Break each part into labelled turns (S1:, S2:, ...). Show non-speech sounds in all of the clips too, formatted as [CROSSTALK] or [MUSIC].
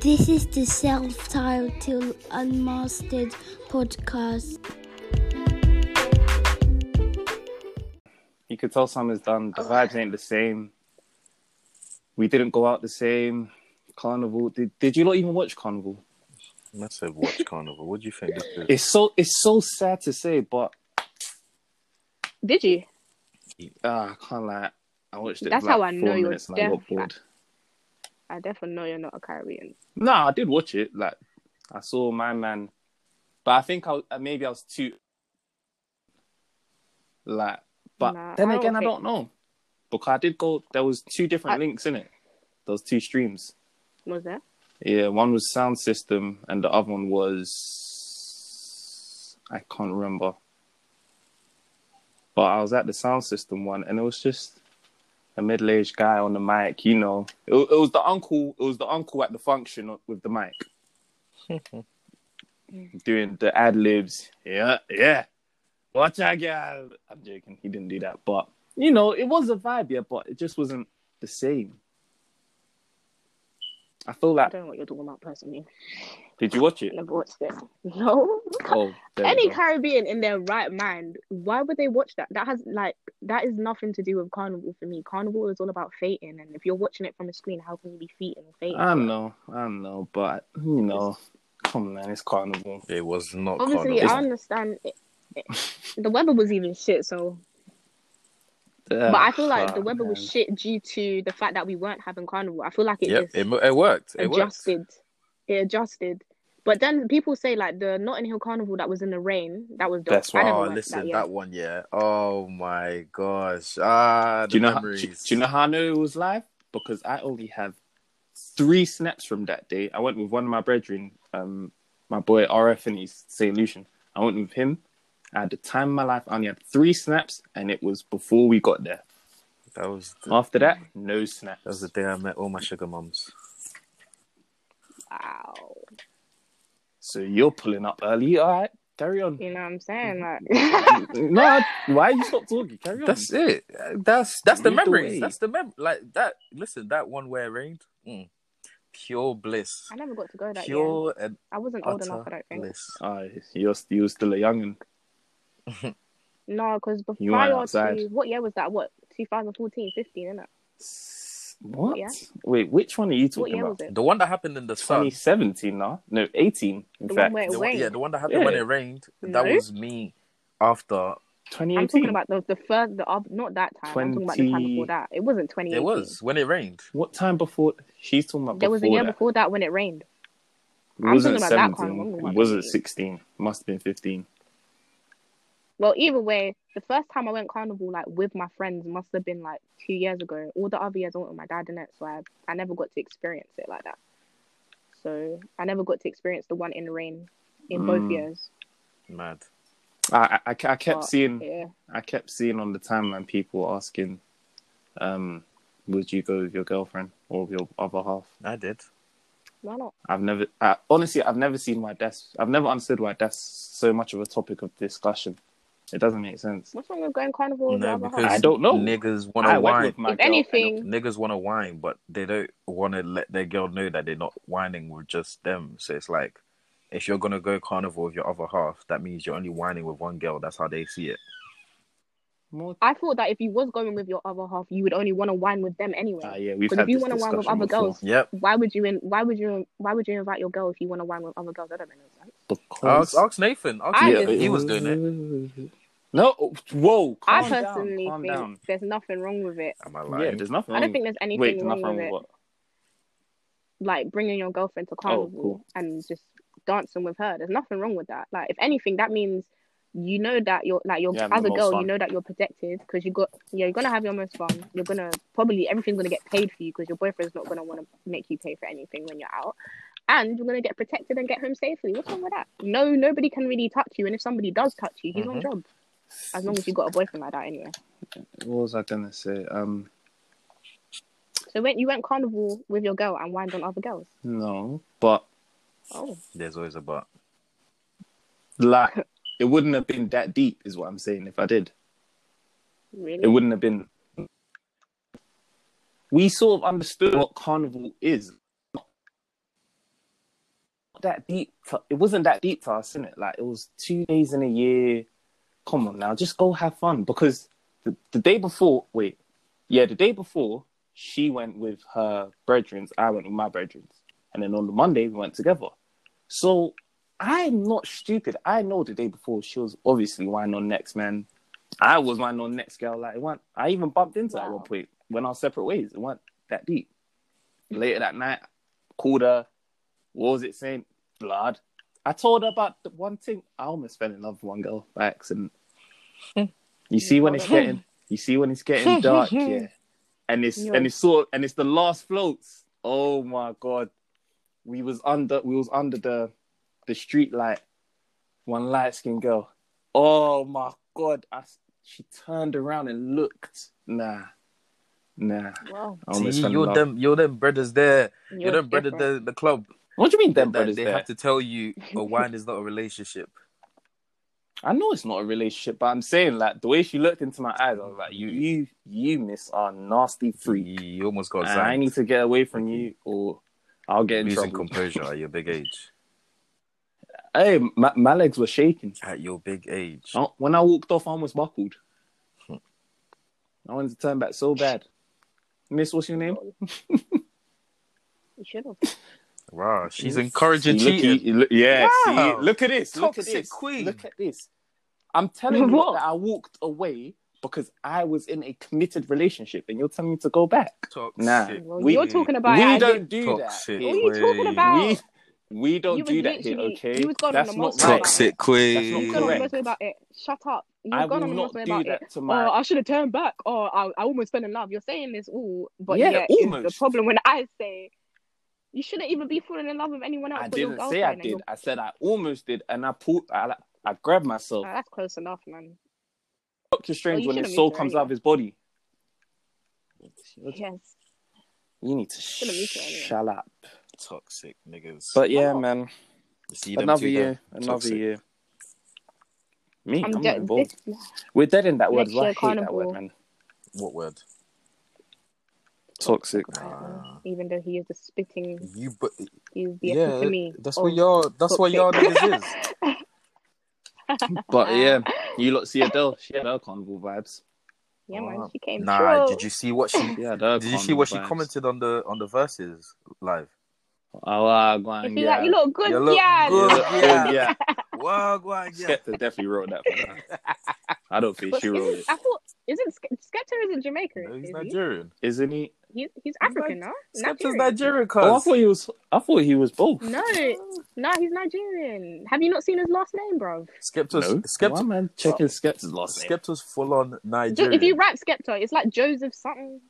S1: This is the Self Titled Unmastered podcast.
S2: You could tell Sam is done. The vibes ain't the same. We didn't go out the same. Carnival. Did, did you not even watch Carnival?
S3: Massive watch carnival. What do you think this is?
S2: It's so it's so sad to say, but
S4: Did you?
S2: ah, I can't lie. I watched it.
S4: That's
S2: for like
S4: how I know
S2: four
S4: you're
S2: minutes and I got
S4: deaf.
S2: bored.
S4: I definitely know you're not a Caribbean.
S2: Nah, I did watch it. Like I saw my man, but I think I was, uh, maybe I was too like. But
S4: Nah,
S2: then
S4: I don't
S2: again, I
S4: think-
S2: don't know because I did go. There was two different
S4: I-
S2: links in it. Those two streams.
S4: Was there?
S2: Yeah, one was sound system, and the other one was I can't remember. But I was at the sound system one, and it was just a middle-aged guy on the mic. You know, it, wa- it was the uncle. It was the uncle at the function with the mic, doing the ad libs. Yeah, yeah. Watch out, girl. I'm joking. He didn't do that, but you know, it was a vibe. Yeah, but it just wasn't the same. I feel
S4: I
S2: like.
S4: don't know what you're talking about personally.
S2: Did you watch it?
S4: I never watched it. [LAUGHS] No.
S2: Oh, there
S4: Any
S2: you go.
S4: Caribbean in their right mind, why would they watch that? That has like that is nothing to do with carnival for me. Carnival is all about fating, and if you're watching it from a screen, how can you be feating and fating?
S2: I know, I know, but you know, come on, man, it's carnival.
S3: It was not
S4: Obviously, I
S3: carnival.
S4: understand. It, it- the weather was even shit, so. But I feel like the weather was shit due to the fact that we weren't having carnival. I feel like it
S3: Yep,
S4: just
S3: it, mo- it worked. It worked.
S4: adjusted. It adjusted. But then people say like the Notting Hill Carnival that was in the rain, that was dope.
S2: That's
S4: I never
S3: Oh,
S4: went to
S3: listen, that,
S4: that,
S3: one, yeah. Oh my gosh. Ah, the
S2: Do you know? How, do,
S3: memories.
S2: do you know how I know it was live? Because I only have three snaps from that day. I went with one of my brethren, um, my boy RF, and he's Saint Lucian. I went with him. At the time of my life, I only had three snaps, and it was before we got there.
S3: That was the,
S2: After that, no snaps.
S3: that was the day I met all my sugar mums.
S4: Wow.
S2: So you're pulling up early, all right? Carry on.
S4: You know what I'm saying?
S2: [LAUGHS]
S4: Like
S2: no, why you stop talking? Carry
S4: Hmm.
S2: on.
S3: That's it. That's that's the
S2: Lead the
S3: memories.
S2: way.
S3: that's the mem like that. Listen, that one where it rained. Mm. Pure bliss.
S4: [LAUGHS] I never got to go that year.
S3: Pure and
S4: I Oh, wasn't old
S3: utter
S4: enough for that thing.
S3: bliss.
S2: Uh, you're, you're still a youngin.
S4: No, because
S2: You
S4: before
S2: weren't
S4: prior
S2: outside.
S4: to what year was that? What 2014, 15, isn't it?
S2: What?
S4: Yeah.
S2: Wait, which one are you
S4: What
S2: talking
S4: year was
S2: about?
S4: it?
S3: The one that happened in the sun.
S2: 2017 now? No, 18, in
S4: The one
S2: fact.
S4: where it
S3: The one, yeah, the one that happened
S2: Yeah.
S3: when it rained. That
S4: No.
S3: was me after
S2: 2018.
S4: I'm talking about the the first the ob- not that time. I'm talking about the time
S2: 20
S4: before that. It wasn't 2018.
S3: it was when it rained.
S2: What time before? She's talking about
S4: There was a
S2: before
S4: year
S2: that.
S4: before that when it rained.
S2: It
S4: I'm
S2: wasn't
S4: talking about that
S2: 17.
S4: one.
S2: it wasn't 16. Must have been 15.
S4: Well, either way, the first time I went carnival like with my friends must have been like two years ago. All the other years I went with my dad and that, so I, I never got to experience it like that. So I never got to experience the one in the rain in
S2: Mm.
S4: both years.
S3: Mad.
S2: I, I, I kept
S4: But,
S2: seeing
S4: Yeah,
S2: I kept seeing on the timeline people asking, um, would you go with your girlfriend or with your other half?
S3: I did.
S4: why not?
S2: I've never, I, honestly, I've never seen why that's, I've never understood why that's so much of a topic of discussion. It doesn't make sense.
S4: What's wrong with going carnival? with
S3: No,
S4: the other
S3: because
S4: half?
S2: Oh, I don't know.
S3: Niggas want
S2: I
S3: to
S2: went
S3: whine.
S2: with my
S4: if
S2: girl.
S4: anything,
S3: Niggas want to whine, but they don't want to let their girl know that they're not whining with just them. So it's like, if you're gonna go carnival with your other half, that means you're only whining with one girl. That's how they see it.
S2: More-
S4: I thought that if you was going with your other half, you would only want to wine with them anyway.
S2: Ah, yeah, we've
S4: But if
S2: had
S4: you
S2: this
S4: wanna wine with
S2: discussion
S4: other
S2: before.
S4: girls-
S3: Yep.
S4: why would you in, why would you why would you invite your girl if you want to wine with other girls? That don't make no sense.
S2: Because
S3: Ask, ask Nathan. Ask
S4: I
S3: Nathan.
S4: just-
S3: Oh, He was doing it.
S2: it. No, whoa!
S4: I
S2: Calm
S4: personally
S2: down, calm
S4: think
S2: down.
S4: there's nothing wrong with it.
S3: Am I
S2: Yeah,
S3: lying?
S2: there's nothing.
S4: I
S2: wrong
S4: don't think there's anything
S2: Wait,
S4: wrong
S2: nothing
S4: with
S2: wrong
S4: it.
S2: with what?
S4: Like bringing your girlfriend to carnival
S2: Oh, cool.
S4: and just dancing with her. There's nothing wrong with that. Like if anything, that means you know that you're like your
S2: You're having
S4: as
S2: the
S4: a
S2: most
S4: girl,
S2: fun.
S4: you know that you're protected because you got yeah, you're gonna have your most fun. You're gonna probably everything's gonna get paid for you because your boyfriend's not gonna want to make you pay for anything when you're out. And you're gonna get protected and get home safely. What's wrong with that? No, nobody can really touch you, and if somebody does touch you, he's on
S3: Mhm.
S2: Mm-hmm.
S4: job. As long as you got a boyfriend like that, anyway.
S2: What was I gonna say? Um,
S4: So when you went carnival with your girl and whined on other girls.
S2: no, but
S4: Oh,
S3: There's always a but.
S2: like, it wouldn't have been that deep, is what I'm saying. If I did,
S4: really?
S2: it wouldn't have been. We sort of understood what carnival is. that deep. For, it wasn't that deep for us, innit? Like it was two days in a year. Come on now, just go have fun. Because the, the day before, wait, yeah, the day before she went with her brethrens, I went with my brethrens, and then on the Monday we went together. So I'm not stupid. I know the day before she was obviously wine on next man. I was wine on next girl. Like it went, I even bumped into her at
S4: Wow.
S2: one point when our separate ways. It went that deep. Later that night, called her. What was it saying? Blood. I told her about the one thing. I almost fell in love with one girl by accident. you see when it's getting, you see when it's getting dark, yeah. And it's
S4: Yeah.
S2: and it's sort and it's the last floats. Oh my god, we was under we was under the the street light. One light skinned girl. Oh my god, I, s- she turned around and looked. Nah, nah.
S4: Wow.
S2: I almost
S3: See,
S2: fell in
S3: you're
S2: love.
S3: them, you're them brothers there.
S4: You're
S3: You're them brothers
S4: different.
S3: there. The club.
S2: What do you mean, them
S3: They,
S2: brothers?
S3: they
S2: there?
S3: have to tell you
S2: [LAUGHS]
S3: a wine is not a relationship.
S2: I know it's not a relationship, but I'm saying like the way she looked into my eyes, I was like, you, you, you miss our nasty freak.
S3: You almost got
S2: And I
S3: signed.
S2: need to get away from you, or I'll get in
S3: Losing
S2: trouble.
S3: composure at your big age.
S2: hey, my, my legs were shaking.
S3: At your big age.
S2: I- When I walked off, I almost buckled. I wanted to turn back so bad. Miss, what's your name?
S4: You should have.
S3: Wow, she's
S2: You-
S3: encouraging
S2: you look-
S3: cheating.
S2: you look- yeah,
S3: Wow.
S2: see, look at this. Look at
S3: Toxic
S2: this.
S3: queen.
S2: Look at this. I'm telling you
S4: [LAUGHS] What?
S2: that I walked away because I was in a committed relationship, and you're telling me to go back.
S3: Toxic.
S2: Nah.
S4: Well,
S2: We-
S4: you're talking about.
S2: we
S4: it, I
S2: don't do
S3: Toxic.
S2: that.
S4: What
S2: here.
S4: are you talking
S3: Wait.
S4: about?
S2: We we don't
S4: You was
S2: do that here,
S4: literally-
S2: okay?
S4: you was going on
S2: That's
S4: the
S2: not
S4: most
S2: right.
S4: Toxic.
S3: Toxic queen.
S2: That's not
S4: You've gone on the
S2: correct.
S4: most way about it. Shut up. You've
S2: I
S4: gone
S2: will
S4: on the
S2: not
S4: most way
S2: do
S4: about it.
S2: that to my.
S4: Oh, I should have turned back. Oh, I, I almost fell in love. You're saying this all, but
S2: Yeah,
S4: yeah, it's the
S2: almost.
S4: problem when I say you shouldn't even be falling in love with anyone else
S2: I
S4: but your
S2: didn't
S4: girlfriend.
S2: say I
S4: and your-
S2: did. I said I almost did, and I pulled. I I grabbed myself.
S4: Nah, that's close enough, man.
S2: Doctor Strange
S4: Oh, you
S2: when
S4: shouldn't
S2: his
S4: be
S2: soul
S4: doing
S2: comes
S4: that.
S2: out of his body.
S4: Yes.
S2: You need to
S4: Shouldn't be doing that.
S2: shut up.
S3: Toxic niggas.
S2: But yeah,
S4: Shut up.
S2: man.
S3: You see them
S2: Another
S3: two
S2: year.
S3: there.
S2: Another
S3: Toxic.
S2: year. Me, I'm,
S4: I'm
S2: not
S4: dead.
S2: involved.
S4: This,
S2: We're dead in that word.
S4: Next
S2: as well. I
S4: year,
S2: hate that
S4: carnival.
S2: word, man.
S3: What word?
S2: Toxic.
S3: Nah.
S4: even though he is the spitting,
S3: You but
S4: he's the
S3: Ah. yeah,
S4: epitome.
S3: that's
S4: of
S3: what y'all. That's what y'all
S4: Oh, toxic.
S3: niggas is.
S2: [LAUGHS]
S4: [LAUGHS]
S2: But yeah, you lot see [LAUGHS] Adele. She had her carnival vibes.
S4: Yeah, man. She came.
S3: Nah.
S4: through.
S3: Did you see what she?
S4: [LAUGHS]
S2: She had her
S3: Did you see what she
S2: carnival vibes.
S3: commented on the on the verses live?
S2: Oh, uh, go on,
S4: If you
S2: yeah.
S4: like, you look good,
S3: You look
S4: yeah.
S3: good.
S4: [LAUGHS]
S2: yeah,
S3: yeah.
S2: yeah.
S3: Wow, wow, yeah.
S2: Skepta definitely wrote that. For her. I don't think
S4: But
S2: she wrote it.
S4: isn't, I thought isn't Ske- Skepta isn't Jamaican?
S3: No,
S4: is
S3: he's
S4: he?
S3: Nigerian.
S2: Isn't he?
S4: He's he's
S3: He's
S4: African,
S3: Ni-
S4: no?
S3: Skepta's
S4: Nigerian.
S3: Nigerian,
S2: Oh, I
S3: cuz.
S2: thought he was. I thought he was both.
S4: No, no, he's Nigerian. Have you not seen his last name, bro?
S3: Skepta's
S2: no. Why
S3: Skepta,
S2: am I checking Skepta's last name?
S3: Skepta's full on Nigerian.
S4: If you rap Skepta, it's like Joseph something.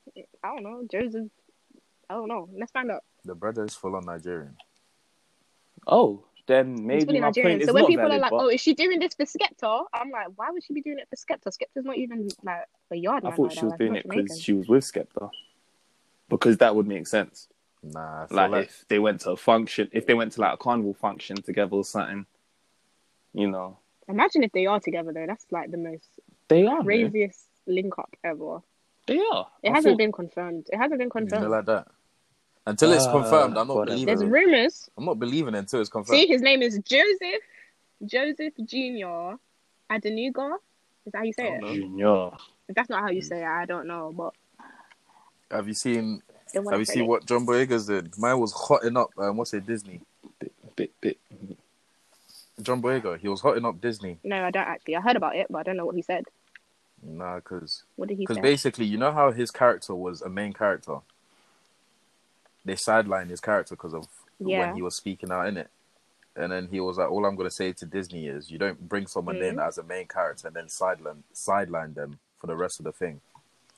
S4: I don't know, Joseph. I don't know. Let's find out.
S3: The brother is full on Nigerian.
S2: Oh, then
S4: He's
S2: maybe
S4: fully
S2: my point
S4: Nigerian.
S2: is
S4: So when
S2: not
S4: people
S2: valid.
S4: are like,
S2: but
S4: "Oh, is she doing this for Skepta?" I'm like, "Why would she be doing it for Skepta? Skepta's not even like a yard
S2: I
S4: man."
S2: thought
S4: like
S2: she
S4: that,
S2: was
S4: like,
S2: doing
S4: he's
S2: it
S4: not
S2: because
S4: Jamaican.
S2: she was with Skepta. Because that would make sense.
S3: Nah, I feel
S2: Like
S3: like,
S2: if they went to a function, if they went to like a carnival function together or something, you know,
S4: Imagine if they are together though. That's like the most
S2: they are. man.
S4: craziest link up ever.
S2: They are.
S4: It
S2: I
S4: hasn't
S2: thought-
S4: been confirmed. It hasn't been
S3: you
S4: confirmed.
S3: know, like that. Until it's
S2: Uh,
S3: confirmed, I'm not
S2: whatever.
S4: There's
S3: believing it.
S4: rumors.
S3: I'm not believing it until it's confirmed.
S4: See, his name is Joseph Joseph Junior Adenuga. Is that how you say
S3: I don't
S4: it?
S3: know. Hmm.
S2: Junior.
S4: If that's not how you say it, I don't know. But
S3: Have you seen?
S4: they wanna
S3: Have you
S4: say
S3: seen
S4: it.
S3: what John Boyega's did? Mine was hotting up. Um, what's it? Disney.
S2: Bit, bit, bit.
S3: John Boyega. He was hotting up Disney.
S4: No, I don't actually. I heard about it, but I don't know what he said.
S3: Nah, cause
S4: What did he
S3: because
S4: say?
S3: basically, you know how his character was a main character. They sidelined his character because of
S4: Yeah.
S3: when he was speaking out in it, and then he was like, "All I'm gonna say to Disney is, you don't bring someone in
S4: Mm-hmm.
S3: as a main character and then sideline sideline them for the rest of the thing.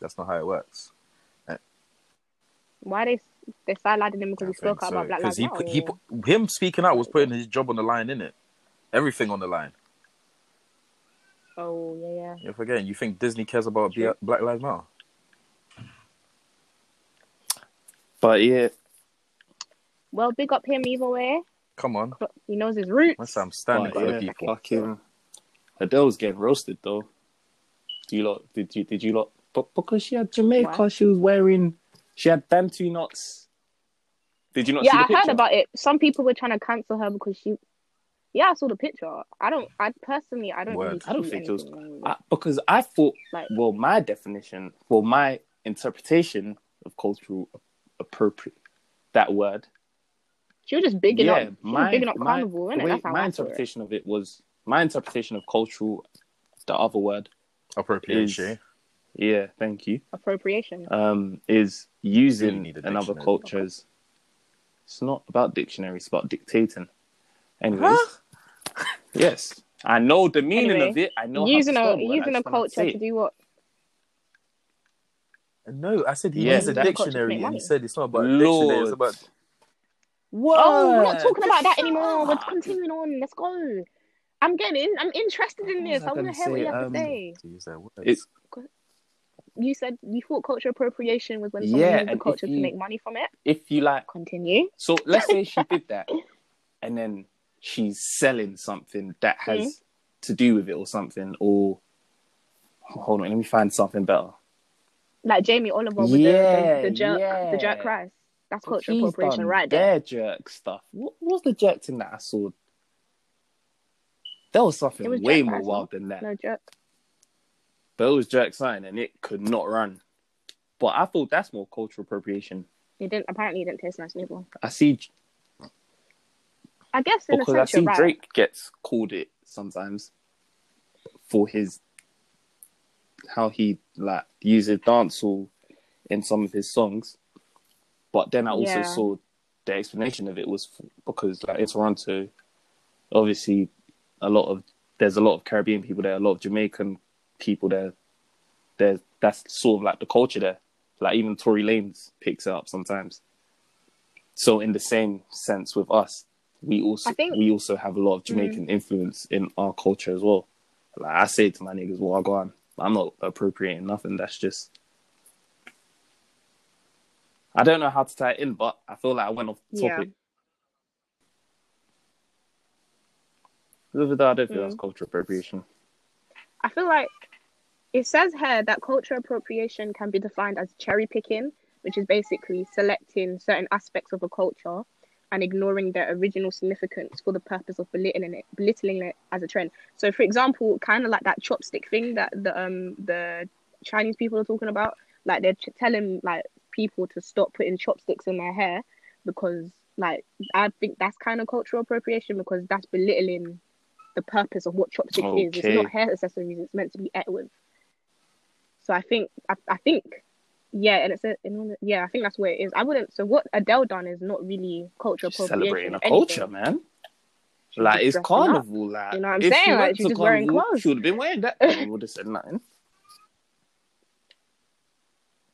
S3: That's not how it works."
S4: Why they they sidelining him because
S3: I
S4: he spoke
S3: think
S4: out
S3: so,
S4: about Black Lives
S3: he
S4: Matter?
S3: put, he put, him speaking out was putting his job on the line in it, everything on the line.
S4: Oh yeah, yeah.
S3: You're forgetting. You think Disney cares about Bla- Black Lives Matter?
S2: But yeah,
S4: Well, big up him either way.
S3: Come on,
S4: But he knows his roots.
S3: let's I'm standing
S2: but
S3: for
S2: yeah,
S3: the people.
S2: Fucking Adele's getting roasted though. Do you lot? Did you? Did you lot? But because she had Jamaica,
S4: What?
S2: she was wearing. She had bantu knots. Did you not?
S4: yeah,
S2: see the
S4: I heard
S2: picture?
S4: about it. Some people were trying to cancel her because she. Yeah, I saw the picture. I don't. I personally, I don't.
S3: Word.
S4: Really
S2: I don't
S4: see
S2: think it was-
S4: anything wrong with it.
S2: I, Uh, because I thought,
S4: Like-
S2: well, my definition, well, my interpretation of cultural appropriate, that word.
S4: She was just bigging up. She was
S2: my,
S4: bigging up
S2: my-
S4: carnival,
S2: the
S4: innit?
S2: way-
S4: That's how
S2: my
S4: I saw it.
S2: interpretation of it was my interpretation of cultural, the other word. Is-
S3: Appropriation.
S2: Yeah, thank you.
S4: Appropriation.
S2: Um, is using
S3: need a
S2: another
S3: dictionary.
S2: culture's. It's not about dictionary. It's about dictating. Anyways, [LAUGHS] yes, I know the meaning
S4: Anyway,
S2: of it. I know how to
S4: using a
S2: spell it, I
S4: using a
S2: just cannot
S4: culture
S2: say
S4: to
S2: it.
S4: do what?
S3: No, I said he
S2: Yeah,
S3: needs a
S2: that-
S3: dictionary, and he said it's not about a dictionary. It's
S2: Lord.
S3: about
S4: Whoa! Oh, we're not
S2: Word.
S4: talking about that anymore. We're continuing on. Let's go. I'm getting. I'm interested in
S2: What was
S4: this.
S2: I
S4: I want to
S2: gonna
S4: hear what
S2: say?
S4: you have
S2: Um,
S4: to say.
S3: to use that word.
S2: It's-
S4: You said you thought culture appropriation was when someone
S2: Yeah,
S4: used the
S2: and if
S4: culture to
S2: you-
S4: make money from it.
S2: if you like.
S4: Continue.
S2: So let's say she did
S4: [LAUGHS]
S2: that, and then she's selling something that has
S4: Hmm?
S2: to do with it or something. Or hold on, let me find something better.
S4: Like Jamie Oliver with
S2: Yeah,
S4: the, the, the jerk, the jerk
S2: yeah.
S4: rice. That's culture
S2: She's
S4: appropriation
S2: done
S4: right there.
S2: their jerk stuff. What, what was the jerk thing that I saw? There was something
S4: It was
S2: way
S4: jerk
S2: more
S4: rice,
S2: wild than that.
S4: No jerk.
S2: But it was jerk sign, and it could not run. But I thought that's more cultural appropriation.
S4: It didn't. Apparently, it didn't taste nice neither.
S2: I see
S4: I guess in
S2: because I
S4: a sense, you're
S2: see
S4: right.
S2: Drake gets called it sometimes for his how he like uses dancehall in some of his songs. But then I also
S4: Yeah.
S2: saw the explanation of it was f- because like in Toronto, obviously, a lot of there's a lot of Caribbean people there, a lot of Jamaican people there. There's that's sort of like the culture there. Like even Tory Lanez picks it up sometimes. So in the same sense with us, we also
S4: I think- Mm.
S2: we also have a lot of Jamaican influence in our culture as well. Like I say to my niggas, well, I go on. I'm not appropriating nothing. That's just. I don't know how to tie it in, but I feel like I went off
S4: Yeah.
S2: topic. Even though I don't think that's
S4: Mm.
S2: cultural appropriation.
S4: I feel like it says here that cultural appropriation can be defined as cherry picking, which is basically selecting certain aspects of a culture and ignoring their original significance for the purpose of belittling it, belittling it as a trend. So, for example, kind of like that chopstick thing that the um the Chinese people are talking about, like they're ch- telling like people to stop putting chopsticks in their hair because like I think that's kind of cultural appropriation because that's belittling the purpose of what chopstick is. It's
S2: Okay.
S4: not hair accessories; it's meant to be ate with. So I think I, I think yeah, and it's a, in order- yeah I think that's where it is. I wouldn't. So what Adele done is not really cultural
S2: She's
S4: appropriation.
S2: celebrating a
S4: if anything.
S2: culture, man.
S4: She's
S2: Like
S4: just
S2: it's
S4: dressing up.
S2: carnival, like
S4: You know what I'm
S2: if
S4: saying?
S2: She
S4: Like,
S2: went
S4: she's
S2: to
S4: just wearing
S2: carnival,
S4: clothes.
S2: She would have been wearing
S4: [LAUGHS]
S2: that. and would have said nothing.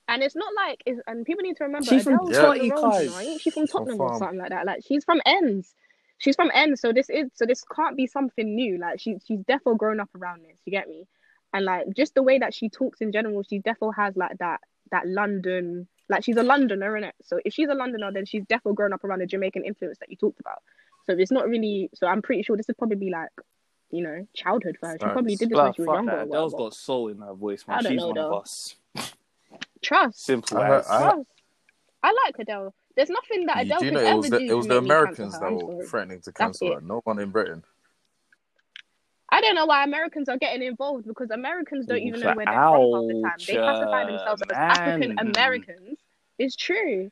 S4: And it's not like, it's, and people need to remember,
S2: She's from
S4: Adele's
S3: Totty,
S4: the road,
S2: cuz.
S4: you know, ain't she from
S3: From
S4: Tottenham or
S3: farm.
S4: something like that? Like she's from Ends. She's from Ends, so this is so this can't be something new. Like she she's definitely grown up around this. You get me? And like just the way that she talks in general, she definitely has like that that London. Like she's a Londoner, innit? So if she's a Londoner, then she's definitely grown up around the Jamaican influence that you talked about. So it's not really. So I'm pretty sure this is probably like, you know, childhood for her. She
S3: Facts.
S4: probably did this when
S2: Like,
S4: she was
S2: fuck
S4: younger.
S2: that.
S4: Or
S2: Adele's
S4: whatever.
S2: got soul in her voice,
S4: I
S2: man.
S4: don't
S2: She's
S4: know,
S2: one
S4: though.
S2: of us.
S4: Trust.
S2: Simple
S3: I heard-
S2: as.
S3: I-
S4: Yes. Oh, I like Adele. There's nothing that
S3: you
S4: Adele
S3: do
S4: could
S3: know it
S4: ever
S3: was the,
S4: do.
S3: it
S4: to
S3: was
S4: make
S3: the
S4: me cancel
S3: Americans
S4: her,
S3: that
S4: I'm
S3: were
S4: sorry.
S3: threatening to cancel
S4: it.
S3: her. No one in Britain.
S4: I don't know why Americans are getting involved because Americans don't even know where they're from half the time. They
S2: Ouch,
S4: classify themselves as
S2: man.
S4: African Americans. It's true.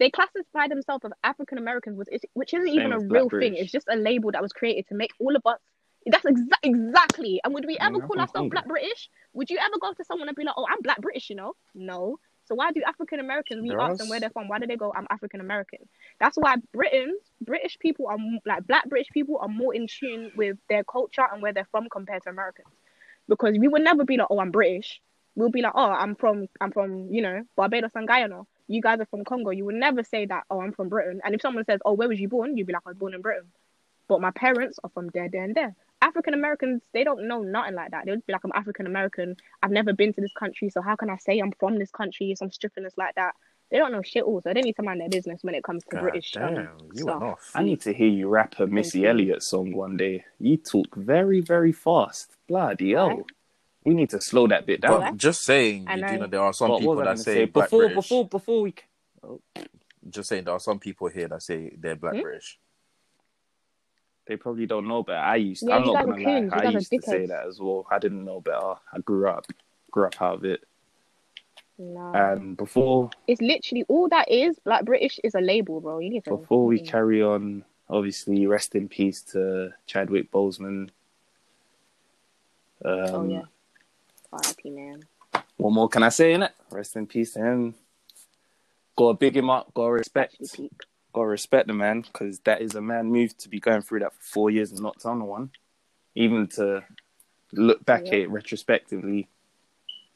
S4: They classify themselves as African Americans, which, is- which isn't even
S2: Same
S4: a
S2: as
S4: real
S2: Black
S4: thing.
S2: British.
S4: It's just a label that was created to make all of us. That's exa- exactly. And would we ever
S2: Man, I'm
S4: call
S2: from
S4: ourselves
S2: Congo.
S4: Black British? Would you ever go to someone and be like, "Oh, I'm Black British," you know? No. So why do African Americans? We
S3: There
S4: ask
S3: are
S4: them
S3: s-
S4: where they're from. Why do they go? I'm African American. That's why Britons, British people are m- like Black British people are more in tune with their culture and where they're from compared to Americans, because we would never be like, "Oh, I'm British." We'll be like, "Oh, I'm from, I'm from, you know, Barbados and Guyana." You guys are from Congo. You would never say that. Oh, I'm from Britain. And if someone says, "Oh, where was you born?" You'd be like, "I was born in Britain," but my parents are from there, there, and there. African Americans, they don't know nothing like that. They'll be like, I'm African American. I've never been to this country, so how can I say I'm from this country? Some strippiness like that. They don't know shit all, so they need to mind their business when it comes to
S3: God
S4: British um,
S3: damn, you
S4: stuff.
S3: went off.
S2: I need to hear you rap a Missy
S4: you.
S2: Elliott song one day. You talk very, very fast. Bloody hell.
S4: Alright.
S2: We need to slow that bit
S3: But
S2: down.
S4: Alright.
S3: just saying,
S4: I
S3: you do
S4: know.
S3: know there are some
S2: But what
S3: people
S2: was I
S3: that
S2: gonna
S3: say, Black
S2: before
S3: British.
S2: before before we
S3: just saying, there are some people here that say they're black
S4: Hmm?
S3: British.
S2: They probably don't know better. I used.
S4: Yeah,
S2: I'm
S4: you
S2: not
S4: guys are
S2: gonna lie.
S4: coons, you
S2: I
S4: guys are
S2: used to say
S4: dickheads.
S2: that as well. I didn't know better. I grew up, grew up out of it.
S4: No.
S2: And before
S4: it's literally all that is. Like British is a label, bro. You need to.
S2: before we
S4: Mm.
S2: carry on, obviously, rest in peace to Chadwick Boseman. Um,
S4: oh yeah. RIP man.
S2: What more can I say in it? Rest in peace to him. Gotta big him up. Gotta respect.
S4: Actually, peak.
S2: Gotta respect the man because that is a man move to be going through that for four years and not done one. Even to look back
S4: Yeah.
S2: at it retrospectively,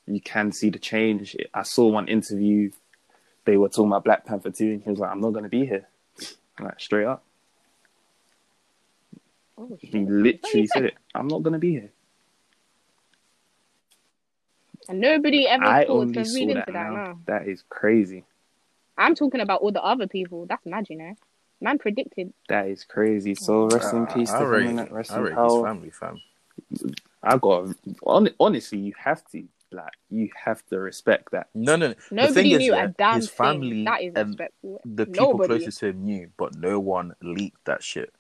S2: you can see the change. I saw one interview. They were talking about Black Panther two, and he was like, "I'm not gonna be here." Like straight up,
S4: Oh,
S2: he
S4: shit.
S2: literally said it. I'm not gonna be here.
S4: And nobody ever
S2: I
S4: thought
S2: only
S4: to
S2: saw
S4: read into
S2: that
S4: that.
S2: now.
S4: no.
S2: That is crazy.
S4: I'm talking about all the other people. That's mad, you know. Man predicted.
S2: That is crazy. So rest in peace
S3: I,
S2: to
S3: I rate,
S2: him. innit? Rest
S3: I
S2: in
S3: rate his
S2: power.
S3: family, fam.
S2: I got hon- honestly, you have to like, you have to respect that.
S3: No, no, no. The thing
S4: Nobody
S3: is,
S4: knew
S3: yeah,
S4: a damn
S3: his family
S4: thing. That is
S3: and
S4: respectful.
S3: the people
S4: Nobody.
S3: closest to him knew, but no one leaked that shit.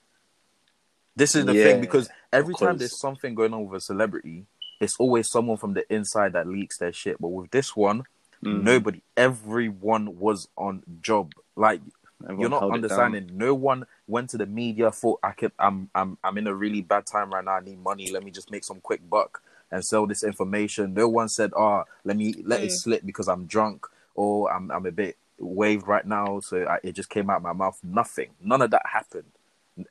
S3: This is the
S2: Yeah,
S3: thing because every time
S2: because-
S3: there's something going on with a celebrity, it's always someone from the inside that leaks their shit. But with this one,
S2: Mm.
S3: nobody, everyone was on job. Like
S2: Everyone
S3: you're not
S2: held it down.
S3: understanding. No one went to the media thought I could. I'm I'm I'm in a really bad time right now. I need money. Let me just make some quick buck and sell this information. No one said, "Ah, let me let it
S4: Mm.
S3: slip because I'm drunk or I'm I'm a bit waved right now." So I, it just came out my mouth. Nothing. None of that happened.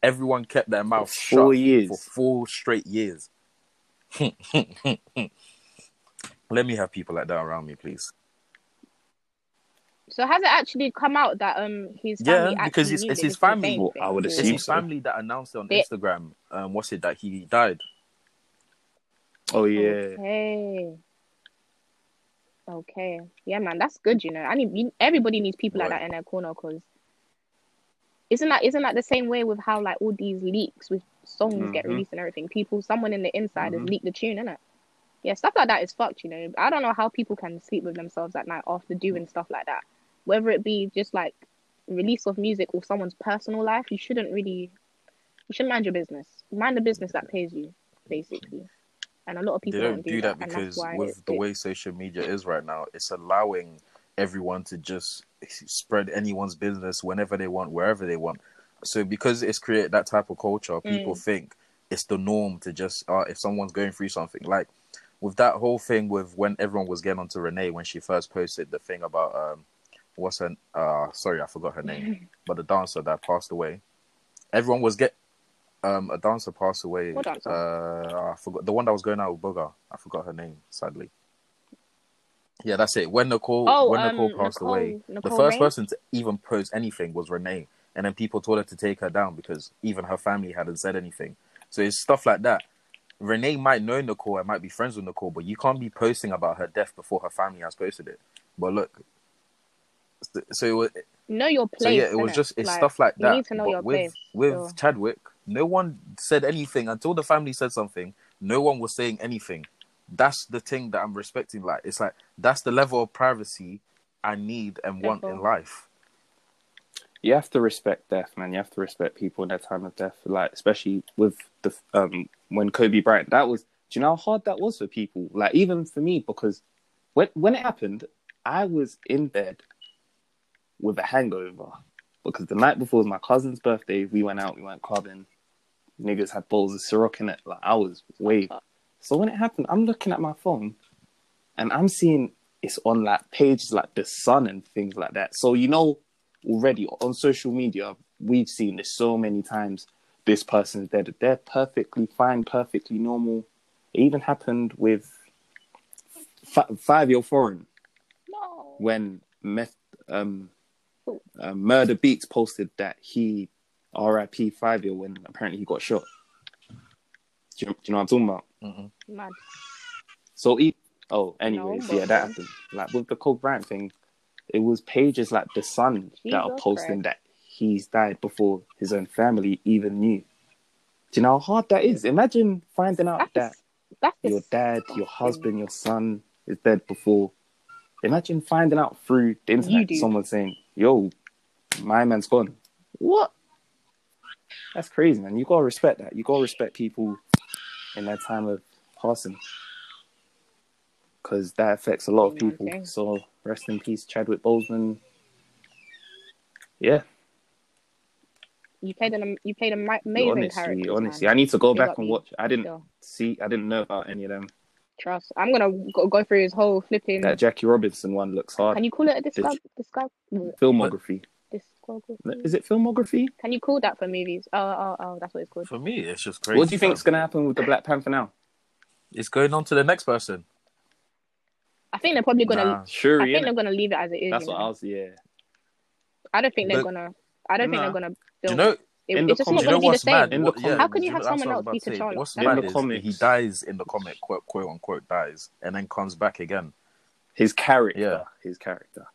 S3: Everyone kept their mouth
S2: four
S3: shut
S2: years.
S3: for four straight years. [LAUGHS] let me have people like that around me, please.
S4: So has it actually come out that um his
S3: Yeah,
S4: family
S3: because
S4: actually
S3: it's-
S4: knew
S3: it's
S4: that
S3: his
S4: this was
S3: family.
S4: Zane's
S2: Well, I would
S4: thing?
S3: It's
S2: assume
S3: his
S2: so.
S3: family that announced it on
S4: They-
S3: Instagram. Um, what's it that he died?
S2: Oh yeah,
S4: Okay. Okay. Yeah, man, that's good. You know, I need you- everybody needs people like
S3: Right.
S4: that in their corner because isn't that isn't that the same way with how like all these leaks with songs get
S2: Mhm.
S4: released and everything? People, someone in the inside
S2: Mhm.
S4: has leaked the tune, innit? Yeah, stuff like that is fucked. You know, I don't know how people can sleep with themselves at night after doing stuff like that. Whether it be just like release of music or someone's personal life, you shouldn't really you should mind your business. Mind the business that pays you, basically. And a lot of people
S3: they don't do that,
S4: and that's
S3: because
S4: why
S3: with
S4: it's
S3: the
S4: big.
S3: way social media is right now, it's allowing everyone to just spread anyone's business whenever they want, wherever they want. So because it's created that type of culture, people
S4: Mm.
S3: think it's the norm to just uh, if someone's going through something like with that whole thing with when everyone was getting onto Renee when she first posted the thing about um what's her uh sorry I forgot her
S4: [LAUGHS]
S3: name but the dancer that passed away. Everyone was get um a dancer passed away.
S4: What dancer?
S3: Uh, I forgot the one that was going out with Booger. I forgot her name sadly. Yeah, that's it. When Nicole
S4: Oh,
S3: when
S4: um,
S3: Nicole passed
S4: Nicole-
S3: away, the
S4: Nicole
S3: first
S4: Ray?
S3: person to even post anything was Renee, and then people told her to take her down because even her family hadn't said anything. So it's stuff like that. Renee might know Nicole and might be friends with Nicole, but you can't be posting about her death before her family has posted it. But look, so, so it was,
S4: Know your
S3: so
S4: place.
S3: yeah, it was
S4: innit?
S3: just it's stuff like
S4: you
S3: that.
S4: need to know
S3: But
S4: your
S3: with
S4: place.
S3: with
S4: so-
S3: Chadwick, no one said anything until the family said something. No one was saying anything. That's the thing that I'm respecting. Like it's like that's the level of privacy I need and want in
S4: Level.
S3: life.
S2: you have to respect death, man. You have to respect people in their time of death, like especially with the um when Kobe Bryant. That was. Do you know how hard that was for people? Like even for me, because when when it happened, I was in bed with a hangover because the night before was my cousin's birthday. We went out, we went clubbing. Niggas had bowls of Ciroc in it. Like I was way. So when it happened, I'm looking at my phone, and I'm seeing it's on like pages like the Sun and things like that. So you know already on social media, we've seen this so many times. This person's dead. They're perfectly fine, perfectly normal. It even happened with fi- five-year foreign
S4: No.
S2: when Meth, um, uh, Murder Beats posted that he RIP five year when apparently he got shot. Do you, do you know what I'm talking about?
S3: Mm-mm.
S4: Mad.
S2: So he, oh, anyways,
S4: but
S2: yeah, that
S4: then-
S2: happened. Like with the Kobe Bryant thing, it was pages like the Sun that are
S4: Jesus
S2: posting that he's died before his own family even knew. Do you know how hard that is? Imagine finding out
S4: That's
S2: that
S4: that's
S2: your dad, your
S4: disgusting.
S2: husband, your son is dead before. Imagine finding out through the
S4: You
S2: internet
S4: do.
S2: someone saying, "Yo, My man's gone. What? That's crazy, man. You gotta respect that. You gotta respect people in their time of passing, because that affects a lot of
S4: Yeah,
S2: people.
S4: okay.
S2: So rest in peace, Chadwick Boseman. Yeah,
S4: You played an you played an ama- amazing
S2: honestly,
S4: character.
S2: honestly, I need to go
S4: They
S2: back
S4: got
S2: and
S4: me.
S2: watch. I didn't
S4: Still,
S2: see, I didn't know about any of them.
S4: trust. I'm gonna go, go through his whole flipping.
S2: That Jackie Robinson one looks hard.
S4: Can you call it a discog? Discog?
S2: Filmography.
S4: Discography.
S2: Is it filmography?
S4: Can you call that for movies? Oh, oh, oh, that's what it's called.
S3: For me, it's just crazy.
S2: What do you think's
S3: fam.
S2: going to happen with the Black Panther now?
S3: It's going on to the next person.
S4: I think they're probably gonna.
S3: Nah.
S4: I
S2: Shuri,
S4: think they're
S2: innit?
S4: gonna leave it as it is.
S2: That's
S4: you
S2: what
S4: know?
S2: I was, yeah.
S4: I don't think they're
S3: But-
S4: gonna. I don't
S2: Nah.
S4: think they're gonna.
S3: Do you
S4: film
S3: know?
S4: it,
S2: In
S4: it's
S2: the
S4: just
S3: Do
S2: com-
S4: not
S3: you
S4: gonna
S3: know
S4: be the
S3: what's mad?
S4: same.
S2: In the
S3: What-
S2: comic-
S4: How can you
S3: do
S4: have
S3: know- that's
S4: someone
S3: what I was
S4: else
S3: about
S4: be
S3: to say.
S4: T'Challa?
S3: What's
S2: In
S3: mad
S2: the
S3: is
S2: comics.
S3: he dies in the comic, quote, quote unquote, dies, and then comes back again.
S2: His character.
S3: Yeah.
S2: His character.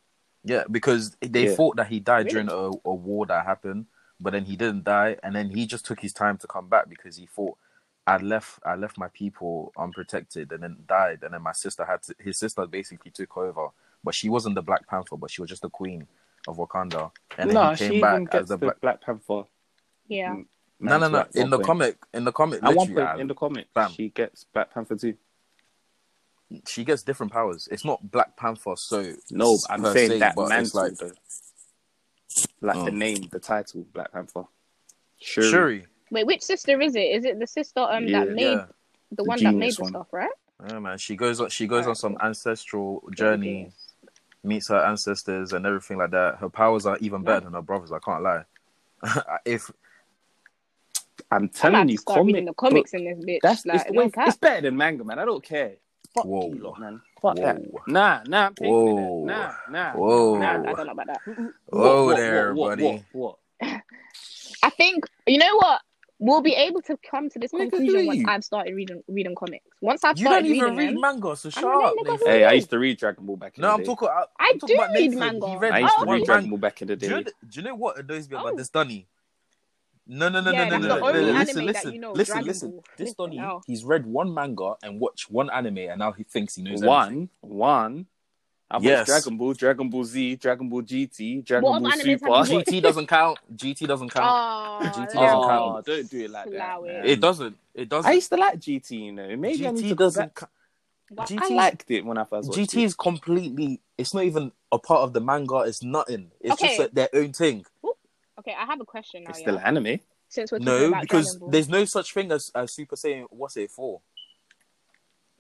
S3: Yeah, because they
S2: Yeah.
S3: thought that he died
S4: Really?
S3: during a, a war that happened, but then he didn't die, and then he just took his time to come back because he thought I left I left my people unprotected and then died, and then my sister had to his sister basically took over, but she wasn't the Black Panther, but she was just the queen of Wakanda, and then
S2: no,
S3: he
S2: she
S3: came
S2: even
S3: back as
S2: gets
S3: the
S2: the
S3: Black.
S2: Black, Panther.
S4: Yeah.
S2: Mm.
S3: No, no,
S2: man
S3: no.
S2: at
S3: In
S2: one
S3: the
S2: point.
S3: comic, in the comic,
S2: At one
S3: literally,
S2: point
S3: Al,
S2: in the comics,
S3: Bam.
S2: she gets Black Panther too.
S3: she gets different powers. It's not Black Panther, so
S2: No, but I'm
S3: per
S2: saying
S3: se,
S2: that
S3: but it's
S2: mantle,
S3: like
S2: though. Like the
S3: Oh.
S2: name, the title, Black Panther. Shuri.
S3: Shuri.
S4: Wait, which sister is it? Is it the sister um
S2: Yeah.
S4: that made
S3: Yeah.
S4: the
S2: The
S4: one that made
S2: genius
S4: the
S2: one.
S4: stuff, right?
S3: Yeah, man. She goes on. She goes on some ancestral
S4: Yeah, the
S3: journey.
S4: genius.
S3: meets her ancestors and everything like that. Her powers are even better than her brothers. I can't lie. [LAUGHS] if
S2: I'm
S4: I'm
S2: telling
S4: about
S2: you,
S4: to start
S2: comic
S4: reading the comics
S2: book-
S4: in this bitch.
S2: That's
S4: like,
S2: it's, the
S4: no
S2: way,
S4: cap.
S2: it's better than manga, man. I don't care. Fuck
S3: Whoa.
S2: you lot, man. Fuck
S3: Whoa.
S2: that. Nah, nah, I'm taking
S3: Whoa.
S2: it. Nah, nah.
S3: Whoa.
S4: Nah, I
S2: Nah.
S4: don't know about that.
S3: Whoa there,
S2: what,
S3: buddy.
S2: What, what?
S4: I think you know what. We'll be able to come to this
S3: Look at
S4: conclusion once
S3: you.
S4: I've started reading reading comics. Once I've
S3: You
S4: started
S3: don't even
S4: reading
S3: read
S4: them,
S3: manga, so shut
S4: I'm a
S3: up,
S4: nigga
S3: Nathan.
S4: who-
S2: Hey, I used to read Dragon Ball back in
S3: No,
S2: the
S3: I'm
S2: day.
S3: talking. I,
S4: I
S3: I'm talking
S4: do
S3: about
S4: read
S3: Nathan.
S4: manga.
S3: He read
S2: I used
S4: Oh,
S2: to
S3: one
S2: read
S4: okay.
S2: Dragon
S3: manga.
S2: Ball back in the
S3: Do you, know,
S2: day.
S3: do you know what annoys me
S4: Oh.
S3: about this Dunny? No, no, no,
S4: yeah,
S3: no,
S4: that's
S3: no,
S4: the
S3: no, no,
S4: only
S3: no.
S4: anime
S3: Listen,
S4: that
S3: listen,
S4: you know.
S3: listen,
S4: Dragon
S3: listen.
S4: Ball.
S3: This
S4: Flipping
S3: Donny,
S4: hell.
S3: he's read one manga and watched one anime, and now he thinks he knows everything.
S2: One, one. I've
S3: Yes.
S2: watched Dragon Ball, Dragon Ball Z, Dragon Ball GT, Dragon
S4: What
S2: Ball
S4: other animes
S2: Super.
S4: have you
S3: GT doesn't count. GT doesn't count.
S4: Oh,
S3: GT doesn't
S4: let's
S3: count.
S2: Oh, don't do it like that.
S4: Slow it.
S2: Man.
S3: It doesn't. It doesn't.
S2: I used to like GT, you know. Maybe I need to go
S3: GT
S2: back.
S3: doesn't. Ca-
S4: Wow.
S3: GT
S2: I liked it when I first watched
S3: GT
S2: it.
S3: is completely. It's not even a part of the manga. It's nothing. It's just
S4: Okay.
S3: like their own thing.
S4: Okay, I have a question now.
S2: It's
S4: Yeah.
S2: still anime.
S4: Since we're talking
S3: No,
S4: about
S3: because
S4: Dragon Ball.
S3: there's no such thing as, as Super Saiyan. What's it for?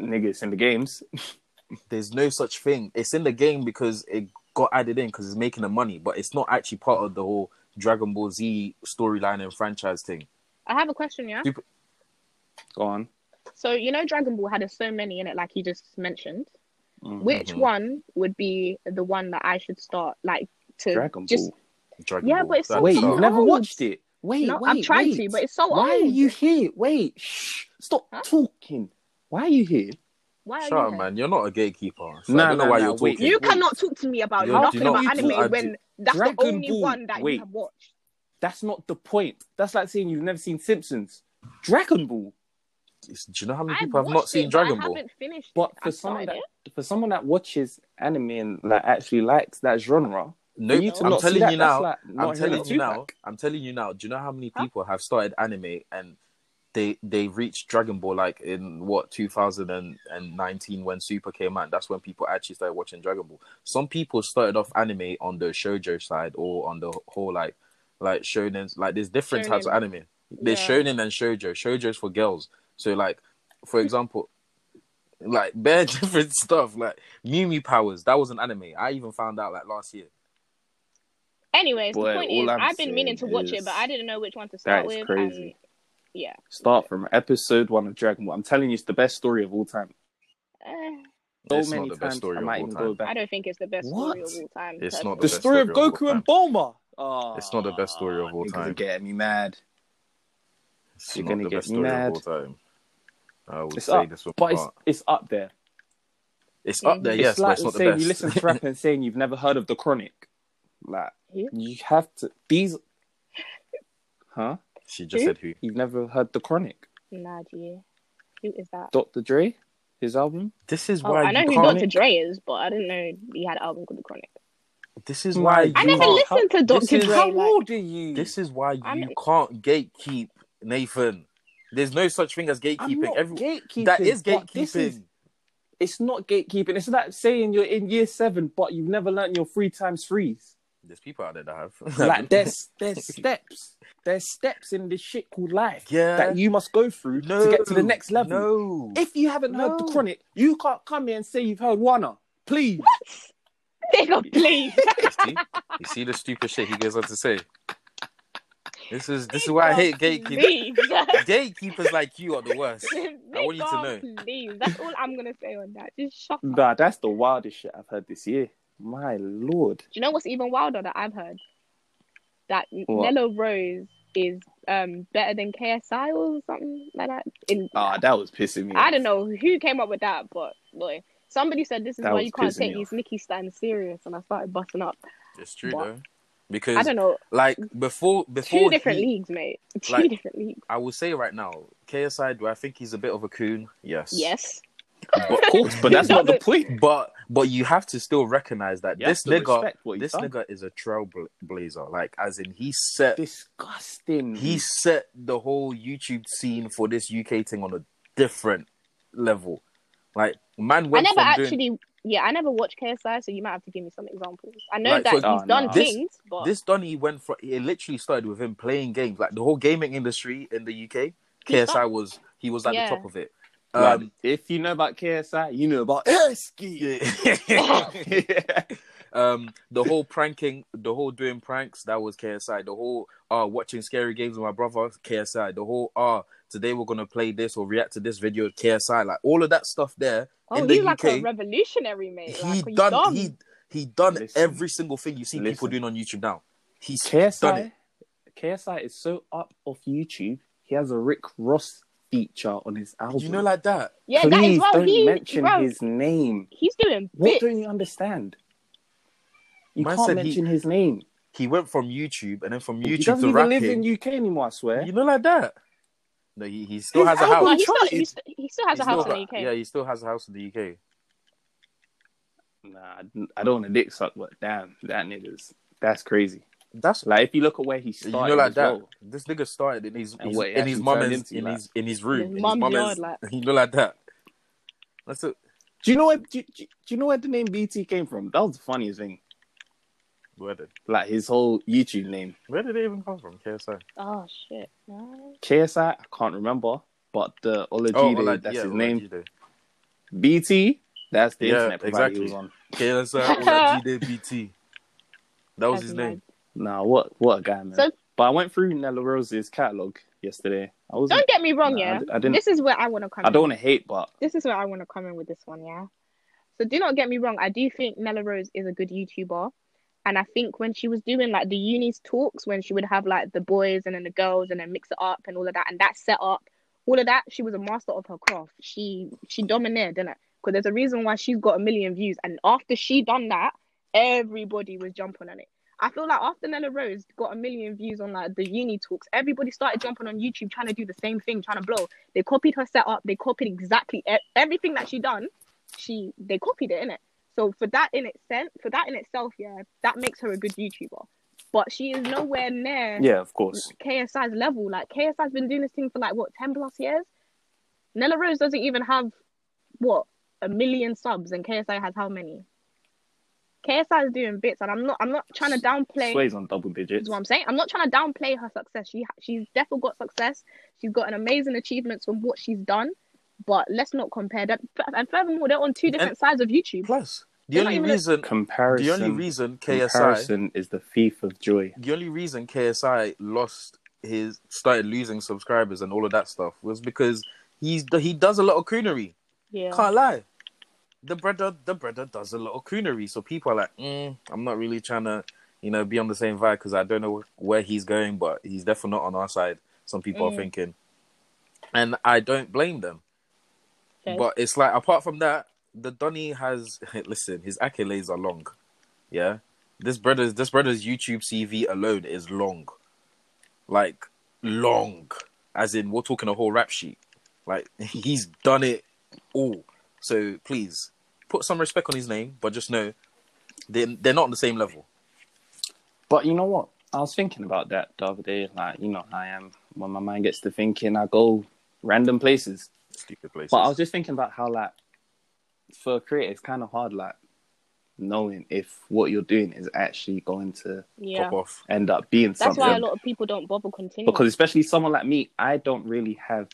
S2: Niggas in the games. [LAUGHS]
S3: There's no such thing. It's in the game because it got added in because it's making the money, but it's not actually part of the whole Dragon Ball Z storyline and franchise thing.
S4: I have a question, yeah.
S3: Dude.
S2: Go on.
S4: So you know, Dragon Ball had so many in it, like you just mentioned.
S2: Mm.
S4: Which
S3: Mhm.
S4: one would be the one that I should start, like to
S2: Dragon
S4: just?
S2: Ball.
S3: Dragon
S4: Yeah,
S3: Ball.
S4: but it's so
S3: Dragon
S2: Wait,
S3: Ball.
S2: you've never
S4: old.
S2: watched it? Wait,
S4: No,
S2: wait,
S4: I've tried
S2: wait.
S4: to, but it's so
S2: Why are
S4: old.
S2: you here? Wait, shh, stop
S4: Huh?
S2: talking. Why are you here?
S4: Why are
S3: Shut
S4: you
S3: up,
S4: here?
S3: man. You're not a gatekeeper. So
S2: Nah,
S3: I don't know
S2: nah,
S3: why
S2: nah,
S3: you're
S2: wait.
S3: talking.
S4: You
S2: Wait.
S4: cannot talk to me about
S3: Yo,
S4: nothing
S2: do not
S4: about
S2: talk
S4: anime
S2: about
S4: when
S3: Dra-
S4: that's the
S2: Dragon
S4: only
S2: Ball.
S4: one that you
S2: Wait.
S4: have watched.
S2: That's not the point. That's like saying you've never seen Simpsons. Dragon Ball.
S3: Do you know how many
S4: I've
S3: people have not
S4: watched
S3: seen
S4: it,
S3: Dragon
S4: but I
S3: Ball?
S4: haven't finished.
S2: But
S4: it.
S2: for
S4: I
S2: someone
S4: started
S2: that
S4: it.
S2: for someone that watches anime and that actually likes that genre, for
S3: Nope.
S2: you to
S4: No.
S3: I'm
S2: not see
S3: telling
S2: that,
S3: you
S2: that's
S3: now.
S2: like
S3: I'm
S2: not hearing
S3: telling
S2: of
S3: you now.
S2: Tupac.
S3: I'm telling you now. Do you know how many
S4: Huh?
S3: people have started anime and they they reached Dragon Ball like in what 2019 when Super came out? That's when people actually started watching Dragon Ball. Some people started off anime on the shojo side or on the whole like like shonen. Like there's different types of
S4: Shonen.
S3: anime. There's
S4: Yeah.
S3: shonen and shojo. Shojo's for girls. So like for example. Like bare [LAUGHS] different stuff, like Mew Mew powers. That was an anime. I even found out like last year.
S4: Anyways,
S2: Boy,
S4: the point
S2: all
S4: is,
S2: I'm
S4: I've been meaning to
S2: saying
S4: watch it, but
S2: is
S4: I didn't know which one to
S2: That
S4: start
S2: is
S4: with. And
S2: crazy.
S4: yeah,
S2: Start from episode one of Dragon Ball. I'm telling you, it's the best story of all time.
S4: eh,
S2: So
S3: it's
S2: many
S3: not the best
S2: times
S3: story
S2: I
S3: of
S2: might
S3: all
S2: even
S3: time.
S2: go back.
S4: I don't think it's the best story of
S2: What?
S4: all time.
S3: It's not
S4: personally.
S3: the best story of all time.
S2: Bulma. Oh,
S3: It's not the best story of all time.
S2: You're getting me mad.
S3: It's
S2: You're
S3: not
S2: gonna
S3: the
S2: get
S3: best
S2: me
S3: story
S2: mad.
S3: of all time. I would
S2: It's
S3: say
S2: up,
S3: this one.
S2: but it's, it's up there.
S3: it's up there,
S4: Mhm.
S3: yes,
S2: it's like
S3: but it's not the
S2: saying
S3: best.
S2: you listen
S3: [LAUGHS]
S2: to rap and saying you've never heard of the Chronic. Like
S4: Who?
S2: you have to these, huh?
S3: she just said who?
S2: You've never heard the Chronic,
S4: Nah, G. Who is that?
S2: Dr. Dre, his album.
S3: This is
S4: Oh,
S3: why
S4: I know
S3: you
S4: who
S3: can't.
S4: Dr. Dre is, but I didn't know he had an album called The Chronic.
S3: This is
S2: My
S3: why you
S2: God.
S4: I never
S3: can't-
S4: listened to
S3: this
S4: Dr.
S3: is-
S4: Dre.
S2: How
S3: [LAUGHS]
S4: like-
S2: old are you?
S3: This is why you
S4: I'm-
S3: can't gatekeep, Nathan. There's no such thing as gatekeeping.
S2: I'm not
S3: Every-
S2: gatekeeping.
S3: that is
S2: but this
S3: gatekeeping.
S2: is- it's not gatekeeping. It's like saying you're in year seven, but you've never learned your three times threes.
S3: There's people out there that have. [LAUGHS]
S2: Like there's [LAUGHS] there's steps. There's steps in this shit called life
S3: Yeah.
S2: that you must go through to get to the next level.
S3: No.
S2: If you haven't heard the
S3: No.
S2: chronic, you can't come here and say you've heard one. Please.
S4: Nigga, please.
S3: you, see? you see the stupid shit he goes on to say. This is this is why I hate
S4: [LAUGHS]
S3: gatekeepers. [LAUGHS]
S4: Please.
S3: Gatekeepers like you are the
S4: [LAUGHS]
S3: worst. I want you to Mm.
S4: Nigga, Please. That's all I'm gonna say on that. Just shut up.
S2: Nah, that's the wildest shit I've heard this year. My lord.
S4: Do you know what's even wilder that I've heard? That N-
S2: What?
S4: Nello Rose is um better than KSI or something like that. In
S2: Ah, that was pissing me.
S4: I
S2: off.
S4: don't know who came up with that, but boy, somebody said this is
S2: That
S4: why
S2: was
S4: you can't
S2: pissing
S4: take
S2: me
S4: these Nicki stands serious, and I started busting up.
S3: It's true
S4: What?
S3: though,
S4: I
S3: because
S4: don't know,
S3: like before before
S4: two different
S3: he-
S4: leagues, mate. [LAUGHS] Two
S3: like-
S4: different leagues.
S3: I will say right now, KSI. Do I think he's a bit of a coon? Yes.
S4: Yes,
S2: But,
S4: [LAUGHS]
S2: of course, [LAUGHS] but that's not the point.
S3: But but you have to still recognize that
S2: You
S3: this
S2: have to
S3: nigga
S2: respect what he's
S3: this
S2: done.
S3: nigga is a trailblazer. Like as in he set
S2: disgusting.
S3: he set the whole YouTube scene for this UK thing on a different level. Like man
S4: I
S3: went
S4: never
S3: from
S4: actually.
S3: doing
S4: Yeah, I never watched KSI, so you might have to give me some examples. I know
S3: Like,
S4: that
S3: for-
S4: he's
S2: Oh,
S4: done
S2: no.
S3: This-
S4: things, but
S3: this Donny went from it literally started with him playing games. Like the whole gaming industry in the UK, KSI was he was at
S4: Yeah.
S3: the top of it.
S2: Like,
S3: Um,
S2: if you know about KSI, you know [LAUGHS] about Erskine.
S3: [LAUGHS]
S2: yeah.
S3: um [LAUGHS] the whole pranking the whole doing pranks that was ksi the whole uh watching scary games with my brother ksi the whole uh today we're gonna play this or react to this video ksi like all of that stuff there
S4: oh,
S3: in the
S4: he's like a
S3: UK,
S4: revolutionary, mate. Like,
S3: he
S4: are you
S3: done
S4: dumb?
S3: he he done
S2: Listen.
S3: every single thing you see people
S2: Listen.
S3: doing on youtube now he's done it
S2: KSI, KSI is so up off YouTube. He has a Rick Ross feature on his album.
S3: you know like that
S4: yeah,
S2: Please
S4: that is well.
S2: don't
S4: He,
S2: mention
S4: bro,
S2: his name.
S4: he's doing
S2: What
S4: bits.
S2: don't you understand? You
S3: Man
S2: can't
S3: said he-
S2: mention his name.
S3: he went from youtube and then from
S2: he
S3: youtube
S2: doesn't
S3: to
S2: even
S3: rapping
S2: live in UK anymore. I swear.
S3: you know like that no he, he still
S2: His
S3: has a
S2: album
S3: house
S4: No, Oh, he still,
S2: Uncharted.
S4: he, st- he still has
S3: He
S4: a house
S3: still
S4: in the
S3: got-
S4: UK.
S3: yeah he still has a house in the uk
S2: Nah, I don't- I don't want to dick suck, but damn, that niggas. That's crazy.
S3: that's
S2: Like if you look at where he
S3: You
S2: started,
S3: know, like
S2: as
S3: that.
S2: well,
S3: This nigga started in his,
S2: And
S3: his-
S2: what it
S3: in his
S2: actually
S3: mum
S2: turned
S3: and-
S2: into,
S3: in
S2: like-
S3: his in his room,
S4: His
S3: in his
S4: mum's
S3: mum
S4: yard,
S3: and-
S4: like.
S3: [LAUGHS] You know, like that. That's it.
S2: Do you know where do, do, do you know where the name BT came from? That was the funniest thing.
S3: Where did
S2: Like his whole YouTube name,
S3: where did it even come from? KSI.
S4: Oh shit! No.
S2: KSI. I can't remember, but the Olajide,
S3: Ola-
S2: that's
S3: Oh, yeah,
S2: his
S3: Ola
S2: name.
S3: Jide.
S2: BT, that's the
S3: Yeah,
S2: internet provider he
S3: exactly.
S2: was on.
S4: [LAUGHS]
S3: KSI Olajide BT. That was
S4: That's
S3: his name.
S2: Nah, what what a guy, man.
S4: So-
S2: but I went through Nella Rose's catalog yesterday. I was.
S4: Don't get me wrong,
S2: Nah, I
S4: yeah.
S2: d- I didn't-
S4: This is where I want to come.
S2: I don't
S4: In.
S2: want to hate, but
S4: This is where I want to come in with this one, yeah. So do not get me wrong. I do think Nella Rose is a good YouTuber, and I think when she was doing like the uni's talks, when she would have like the boys and then the girls and then mix it up and all of that, and that set up, all of that, she was a master of her craft. She she domineered, didn't it? Because there's a reason why she's got a million views, and after she done that, everybody was jumping on it. I feel like after Nella Rose got a million views on like the uni talks, everybody started jumping on YouTube trying to do the same thing, trying to blow. They copied her setup. They copied exactly e- everything that she done. She they copied it in it. So for that in itself, for that in itself, yeah, that makes her a good YouTuber. But she is nowhere near
S2: yeah, of course.
S4: KSI's level. Like KSI's been doing this thing for like what ten plus years. Nella Rose doesn't even have what a million subs, and KSI has how many? KSI is doing bits, and I'm not. I'm not trying to downplay.
S2: Sways on double digits.
S4: Is what I'm saying. I'm not trying to downplay her success. She she's definitely got success. She's got an amazing achievements from what she's done, but let's not compare that. And furthermore, they're on two different sides of YouTube.
S3: Plus, the
S4: They're not
S3: only
S4: even a-
S3: reason
S2: Comparison.
S3: the only reason KSI
S2: Comparison is the thief of joy.
S3: the only reason KSI lost his started losing subscribers and all of that stuff was because he's he does a lot of coonery.
S4: Yeah.
S3: Can't lie. The brother, the brother does a lot of coonery, so people are like, mm, I'm not really trying to, you know, be on the same vibe because I don't know where he's going, but he's definitely not on our side. Some people
S4: Mm.
S3: are thinking, and I don't blame them.
S4: Okay.
S3: But it's like, apart from that, the Donny has [LAUGHS] listen, his accolades are long. Yeah, this brother's this brother's YouTube CV alone is long, like long, as in we're talking a whole rap sheet. Like [LAUGHS] he's done it all. So please put some respect on his name, but just know they they're not on the same level.
S2: But you know what? I was thinking about that the other day. Like, you know, how I am when my mind gets to thinking, I go random places.
S3: Stupid places.
S2: But I was just thinking about how, like, for a creator, it's kind of hard, like, knowing if what you're doing is actually going to
S4: Yeah.
S3: Pop off. [LAUGHS]
S2: end up being
S4: That's
S2: something.
S4: why a lot of people don't bother continuing.
S2: because especially someone like me, I don't really have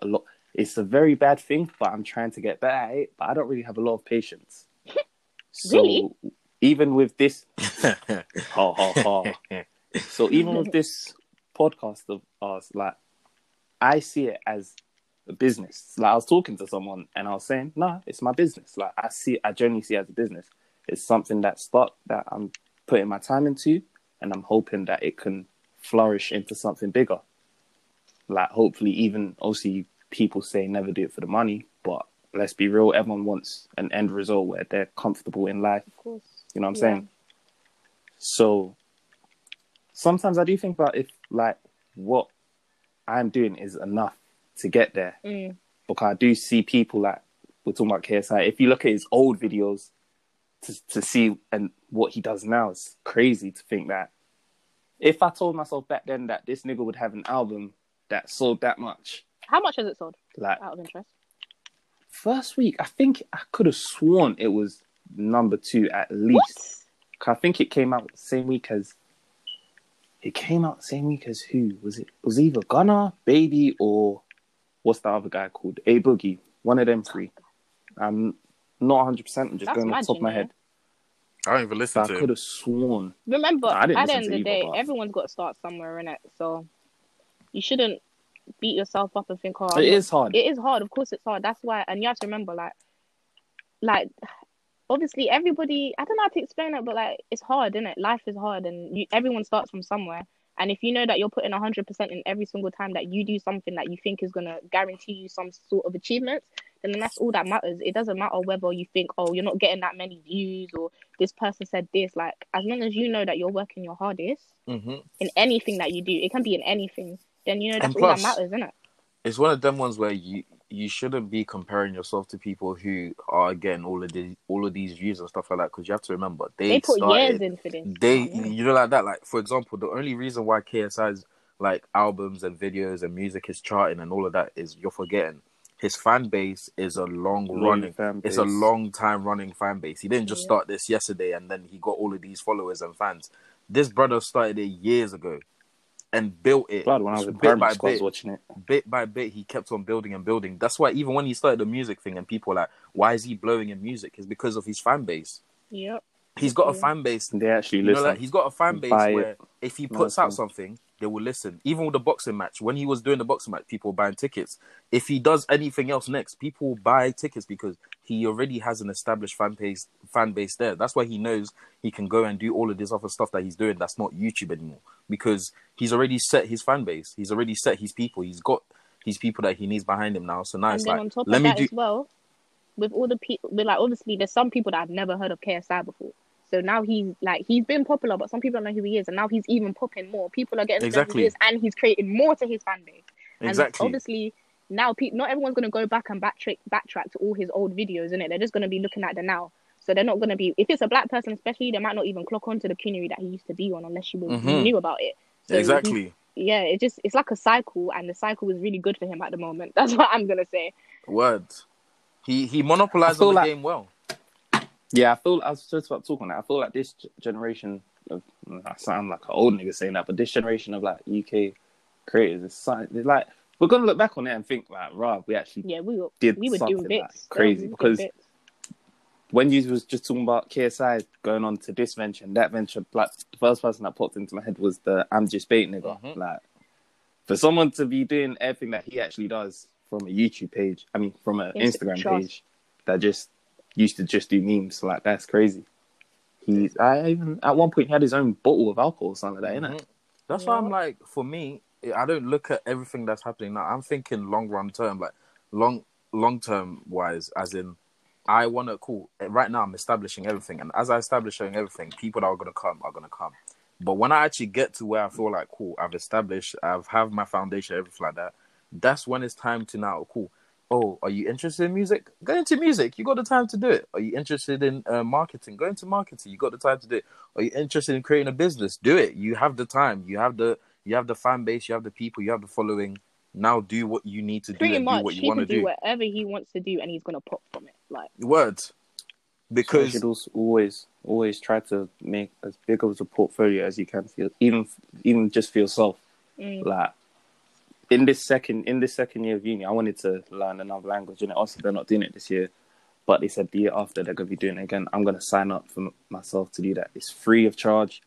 S2: a lot. It's a very bad thing, but I'm trying to get better at it. But I don't really have a lot of patience. So
S4: [LAUGHS] Really?
S2: even with this, ha ha ha. [LAUGHS] So even with this podcast of ours, like I see it as a business. Like I was talking to someone and I was saying, nah, it's my business. Like I see, I generally see it as a business. It's something that start that I'm putting my time into, and I'm hoping that it can flourish into something bigger. Like hopefully, even obviously people say never do it for the money, but let's be real, everyone wants an end result where they're comfortable in life.
S4: of course.
S2: You know what I'm
S4: Yeah.
S2: saying? So sometimes I do think about if like what I'm doing is enough to get there.
S4: Mm.
S2: Because I do see people like we're talking about KSI. If you look at his old videos to to see and what he does now, it's crazy to think that if I told myself back then that this nigga would have an album that sold that much,
S4: How much has it sold?
S2: like
S4: Out of interest.
S2: first week, I think I could have sworn it was number two at least. I think it came out same week as. It came out same week as who was it? it was either Gunna, Baby, or what's the other guy called? A Boogie. One of them three. I'm not 100. percent I'm just
S4: That's
S2: going off the
S4: mad,
S2: top of
S4: you
S2: my
S4: know.
S2: head.
S3: I don't even listen
S2: But
S3: to
S2: I
S3: him.
S2: could have sworn.
S4: Remember,
S2: Nah, I didn't
S4: at the
S2: listen
S4: end
S2: to
S4: of the
S2: either,
S4: day,
S2: but-
S4: everyone's got to start somewhere, innit? So you shouldn't beat yourself up and think, oh, I'm
S2: it
S4: not-
S2: is hard.
S4: it is hard. Of course, it's hard. That's why, and you have to remember, like, like obviously everybody. I don't know how to explain it, but like, it's hard, isn't it? Life is hard, and you, everyone starts from somewhere. And if you know that you're putting hundred percent in every single time that you do something that you think is gonna guarantee you some sort of achievements, then that's all that matters. It doesn't matter whether you think, oh, you're not getting that many views, or this person said this. Like, as long as you know that you're working your hardest
S3: hmm
S4: in anything that you do, it can be in anything. Then you know that's
S3: And
S4: all that
S3: plus-
S4: matters, isn't it?
S3: It's one of them ones where you you shouldn't be comparing yourself to people who are getting all of the all of these views and stuff like that because you have to remember they,
S4: They put years
S3: started
S4: in for this.
S3: they
S4: I know.
S3: you know like that like for example the only reason why KSI's like albums and videos and music is charting and all of that is you're forgetting his fan base is a long running
S2: Fan
S3: it's a
S2: base.
S3: long time running fan base. He didn't just
S4: Yeah.
S3: start this yesterday and then he got all of these followers and fans. This brother started it years ago and built it
S2: Blood when I was in
S3: bit
S2: primary
S3: by
S2: school, I was
S3: bit.
S2: watching it.
S3: Bit by bit, he kept on building and building. That's why even when he started the music thing and people were like, why is he blowing in music? It's because of his fan base.
S4: Yep.
S3: He's got a
S4: Yeah.
S3: fan base.
S2: They actually
S3: You know,
S2: listen.
S3: like, he's got a fan base
S2: Buy it.
S3: where if he
S2: No,
S3: puts
S2: it's
S3: out
S2: fine.
S3: something, they will listen. Even with the boxing match, when he was doing the boxing match, people were buying tickets. If he does anything else next, people will buy tickets because he already has an established fan base. Fan base there. That's why he knows he can go and do all of this other stuff that he's doing. That's not YouTube anymore because he's already set his fan base. He's already set his people. He's got his people that he needs behind him now. So now
S4: and
S3: it's
S4: then
S3: like,
S4: on top
S3: let
S4: of
S3: me
S4: that
S3: do.
S4: as well, with all the people, with like obviously there's some people that I've never heard of KSI before. So now he's like he's been popular, but some people don't know who he is, and now he's even popping more. People are getting to know who
S3: Exactly.
S4: he is, and he's creating more to his fan base.
S3: Exactly.
S4: And obviously now pe- not everyone's gonna go back and backtrack backtrack to all his old videos, innit? They're just gonna be looking at the now. So they're not gonna be if it's a black person especially, they might not even clock on to the cunnery that he used to be on unless you, were, you
S3: Mhm.
S4: knew about it. So he's-
S3: exactly.
S4: yeah, it just it's like a cycle, and the cycle is really good for him at the moment. [LAUGHS] That's what I'm gonna say.
S3: Word. He he
S2: I
S3: monopolized
S2: feel
S3: on the
S2: like-
S3: game well.
S2: Yeah, I feel I was just about talking. That. I feel like this g- generation of mm, I sound like an old nigga saying that, but this generation of like UK creators is something they're like we're gonna look back on it and think like, rah, we actually
S4: Yeah, we were
S2: Did
S4: we were doing
S2: something, like,
S4: bits Yeah,
S2: crazy,
S4: we were doing
S2: because-
S4: bits.
S2: when you was just talking about KSI going on to this venture and that venture, like the first person that popped into my head was the I'm just bait nigga.
S4: Mm-hmm.
S3: Mhm.
S2: Like for someone to be doing everything that he actually does from a YouTube page, I mean from an
S4: Insta-
S2: Instagram
S4: trust.
S2: page that just used to just do memes, like that's crazy. He's I even at one point he had his own bottle of alcohol or something like that, innit?
S3: Mhm. That's why I'm
S4: Yeah.
S3: like, for me, I don't look at everything that's happening now. I'm thinking long run term, like long long term wise, as in I want to cool. Right now, I'm establishing everything, and as I establish everything, people that are gonna come are gonna come. But when I actually get to where I feel like cool, I've established, I've have my foundation, everything like that. That's when it's time to now cool. oh, are you interested in music? Go into music. You got the time to do it. Are you interested in uh, marketing? Go into marketing. You got the time to do it. Are you interested in creating a business? Do it. You have the time. You have the you have the fan base. You have the people. You have the following. Now do what you need to do
S4: Pretty
S3: and do
S4: much,
S3: what you
S4: he
S3: want
S4: can
S3: to
S4: do
S3: do.
S4: whatever he wants to do, and he's gonna pop from it. Like,
S3: Words,
S2: So you
S3: because
S2: should also always always try to make as big of a portfolio as you can for your, even even just for yourself.
S4: mm,
S2: Like in this second in this second year of uni, I wanted to learn another language, and obviously they're not doing it this year. But they said the year after they're gonna be doing it again. I'm gonna sign up for m- myself to do that. It's free of charge.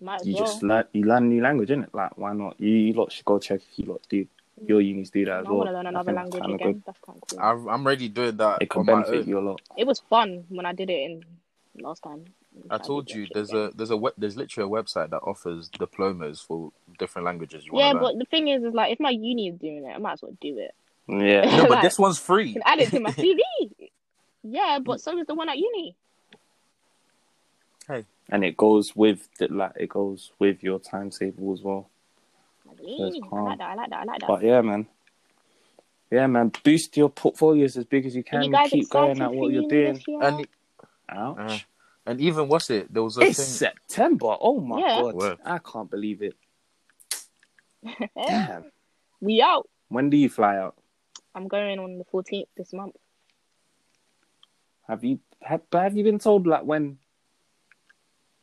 S4: might as
S2: You
S4: well.
S2: just learn you learn a new language, innit? Like why not? You, you lot should go check if you lot do your unis do that as
S4: Mm. I
S2: well.
S4: want to learn
S2: I
S4: another
S2: think that's
S4: language
S2: kinda
S4: again.
S2: good.
S4: That's kind of cool.
S3: I've, I'm already doing that
S2: It can
S3: on my
S2: benefit
S3: own.
S2: you a lot.
S4: it was fun when I did it in last time.
S3: I told you there's a there's a web, there's literally a website that offers diplomas for different languages you
S4: yeah,
S3: want to learn.
S4: but the thing is, is like if my uni is doing it, I might as well do it.
S2: Yeah.
S3: [LAUGHS] no, but
S4: like-
S3: this one's
S4: I
S3: free.
S4: can add it
S2: [LAUGHS]
S4: to my CV. Yeah, but so is the one at uni.
S2: and it goes with the, like it goes with your timetable as well.
S4: I believe. I
S2: calm.
S4: like that. I like that. I like that.
S2: But yeah, man. Yeah, man. Boost your portfolios as big as you
S4: Are
S2: can.
S4: you guys
S2: Keep
S4: excited
S2: going at
S4: for
S2: what you're
S4: uni
S2: doing.
S4: this year?
S3: And
S2: Ouch.
S3: uh, and even what's it? There was a
S2: Uh-huh. it's
S3: thing.
S2: September. Oh my
S4: Yeah.
S2: god,
S3: Word.
S2: I can't believe
S4: [LAUGHS]
S2: it.
S4: Eh,
S2: Damn.
S4: we out.
S2: When do you fly out?
S4: I'm going on the 14th this month.
S2: Have you have, but have you been told like when?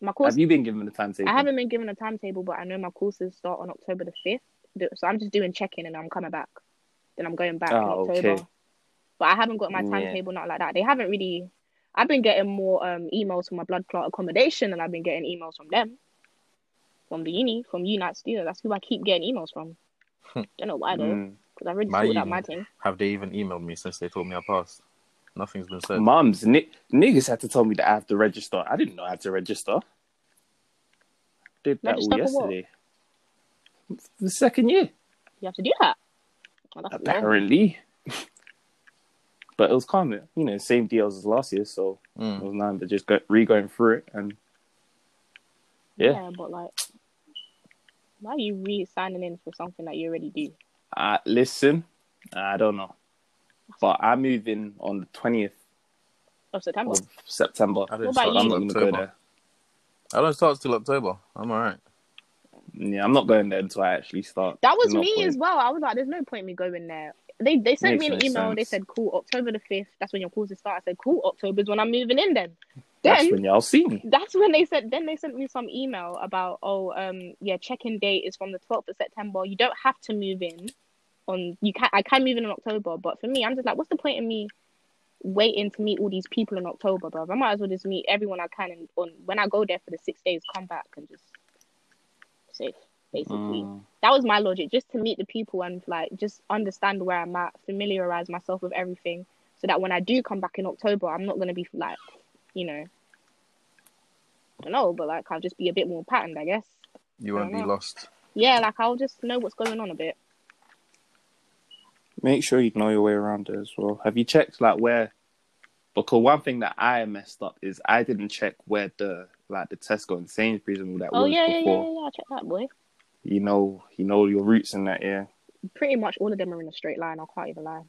S4: My course.
S2: Have you been given the timetable?
S4: I haven't been given a timetable, but I know my courses start on October the 5th. Do- So I'm just doing check in and I'm coming back. Then I'm going back in
S2: Ah,
S4: October.
S2: okay.
S4: But I haven't got my
S2: Yeah.
S4: timetable, not like that. They haven't really. I've been getting more um, emails from my blood clot accommodation and I've been getting emails from them, from the uni, from Unite Studio. That's who I keep getting emails from.
S2: Hmm.
S4: Don't know why though,
S2: Mm.
S4: because I've already
S3: My
S4: sorted out
S3: uni.
S4: my thing.
S3: Have they even emailed me since they told me I passed? Nothing's been said.
S2: Mums, ni- niggas had to tell me that I have to register. I didn't know I had to register. Did that all
S4: Register for what?
S2: yesterday. The second year.
S4: You have to do that. Oh, that's long.
S2: apparently. but it was calm, you know, same deals as last year, so it
S3: Mm.
S2: was none. But just go, re going through it, and
S4: Yeah.
S2: Yeah.
S4: but like, why are you re signing in for something that you already do?
S2: uh, listen, I don't know, but I'm moving on the twentieth
S4: Of September.
S2: of September.
S3: I
S4: What
S3: didn't
S4: about
S3: start
S2: So I'm
S4: you?
S2: not
S3: till
S2: gonna go
S3: October.
S2: there.
S3: I don't start till October. I'm alright.
S2: Yeah, I'm not going there until I actually start.
S4: That was
S2: There's no
S4: me
S2: point.
S4: as well. I was like, there's no point me going there. They they
S2: Makes
S4: sent me an
S2: no
S4: email. They
S2: sense.
S4: said, cool, October the 5th. That's when your courses start. I said, cool, October's when I'm moving in then.
S2: That's
S4: Then
S2: when y'all see me.
S4: that's when they said, then they sent me some email about, oh, um, yeah, check-in date is from the 12th of September. You don't have to move in on, you can, I can move in in October. But for me, I'm just like, what's the point in me waiting to meet all these people in October, bro? I might as well just meet everyone I can. And on, when I go there for the six days, come back and just safe, basically
S2: Mm.
S4: that was my logic just to meet the people and like just understand where I'm at, familiarize myself with everything, so that when I do come back in October, I'm not gonna be like, you know, I don't know, but like I'll just be a bit more patterned, I guess.
S3: You won't be
S4: Alright.
S3: lost.
S4: Yeah, like I'll just know what's going on a bit.
S2: Make sure you know your way around it as well. Have you checked like where? Because one thing that I messed up is I didn't check where the like the Tesco and Sainsbury's and all that
S4: Oh
S2: was
S4: yeah, yeah,
S2: before.
S4: yeah, yeah, yeah. Check that, boy.
S2: you know you know your roots in that yeah.
S4: Pretty much all of them are in a straight line. I can't even lie.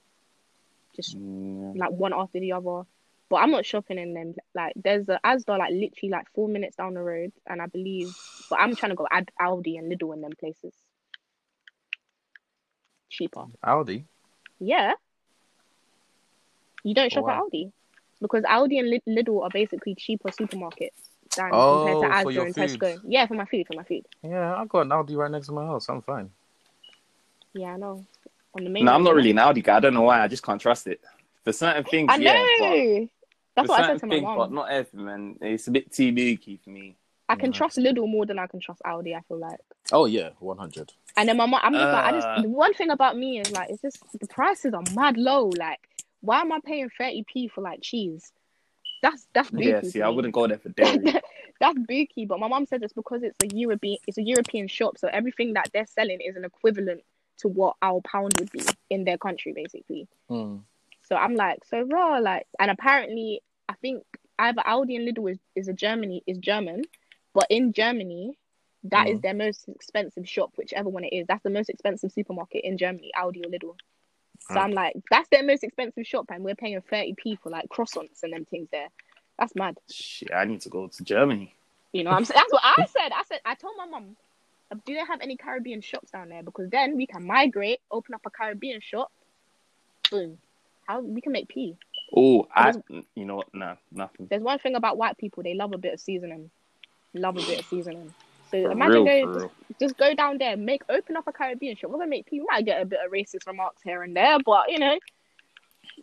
S4: Just
S2: Mm,
S4: like one after the other. But I'm not shopping in them. Like there's a Asda like literally like four minutes down the road, and I believe. But I'm trying to go Ad- Aldi and Lidl in them places. Cheaper.
S3: Aldi.
S4: Yeah. You don't shop
S3: Wow.
S4: at Aldi because Aldi and Lid- Lidl are basically cheaper supermarkets than
S3: Oh,
S4: compared to
S3: for
S4: Asda
S3: your
S4: and
S3: food.
S4: Tesco. Yeah, for my food, for my food.
S3: Yeah, I got an Aldi right next to my house. I'm fine.
S4: Yeah, I know. On the main.
S2: no, I'm not really an Audi guy. I don't know why. I just can't trust it for certain things.
S4: I
S2: yeah, but
S4: know. That's
S2: for
S4: what I
S2: certain
S4: said to my
S2: things,
S4: mom.
S2: but not everything, man. It's a bit too booky for me.
S4: I can
S3: Mhm.
S4: trust Lidl more than I can trust Aldi. I feel like.
S3: Oh yeah, 100.
S4: And then my mom, I'm just like, I
S2: Uh.
S4: just the one thing about me is like, it's just the prices are mad low. Like, why am I paying thirty p for like cheese? That's that's booky.
S2: Yeah, see,
S4: to
S2: I
S4: me.
S2: wouldn't go there for dairy.
S4: [LAUGHS] That's booky. But my mom said it's because it's a European, it's a European shop, so everything that they're selling is an equivalent to what our pound would be in their country, basically.
S3: Mm.
S4: So I'm like, so raw, like, and apparently, I think either Aldi and Lidl is, is a Germany is German, but in Germany, that is
S3: Mhm.
S4: their most expensive shop, whichever one it is. That's the most expensive supermarket in Germany, Aldi or Lidl. So
S3: Mm.
S4: I'm like, that's their most expensive shop, and we're paying 30p for like croissants and them things there. That's mad.
S2: Shit, I need to go to Germany.
S4: You know, I'm s- that's what I said. I said I told my mum, "Um, do they have any Caribbean shops down there? Because then we can migrate, open up a Caribbean shop, boom, how we can make pee.
S2: Oh, I, you know what? Nah, nothing.
S4: There's one thing about white people; they love a bit of seasoning, love a bit of seasoning. So
S2: For
S4: imagine
S2: real,
S4: going,
S2: for
S4: just,
S2: real.
S4: just go down there, make open up a Caribbean shop. We're gonna make pee. We might get a bit of racist remarks here and there, but you know, [LAUGHS]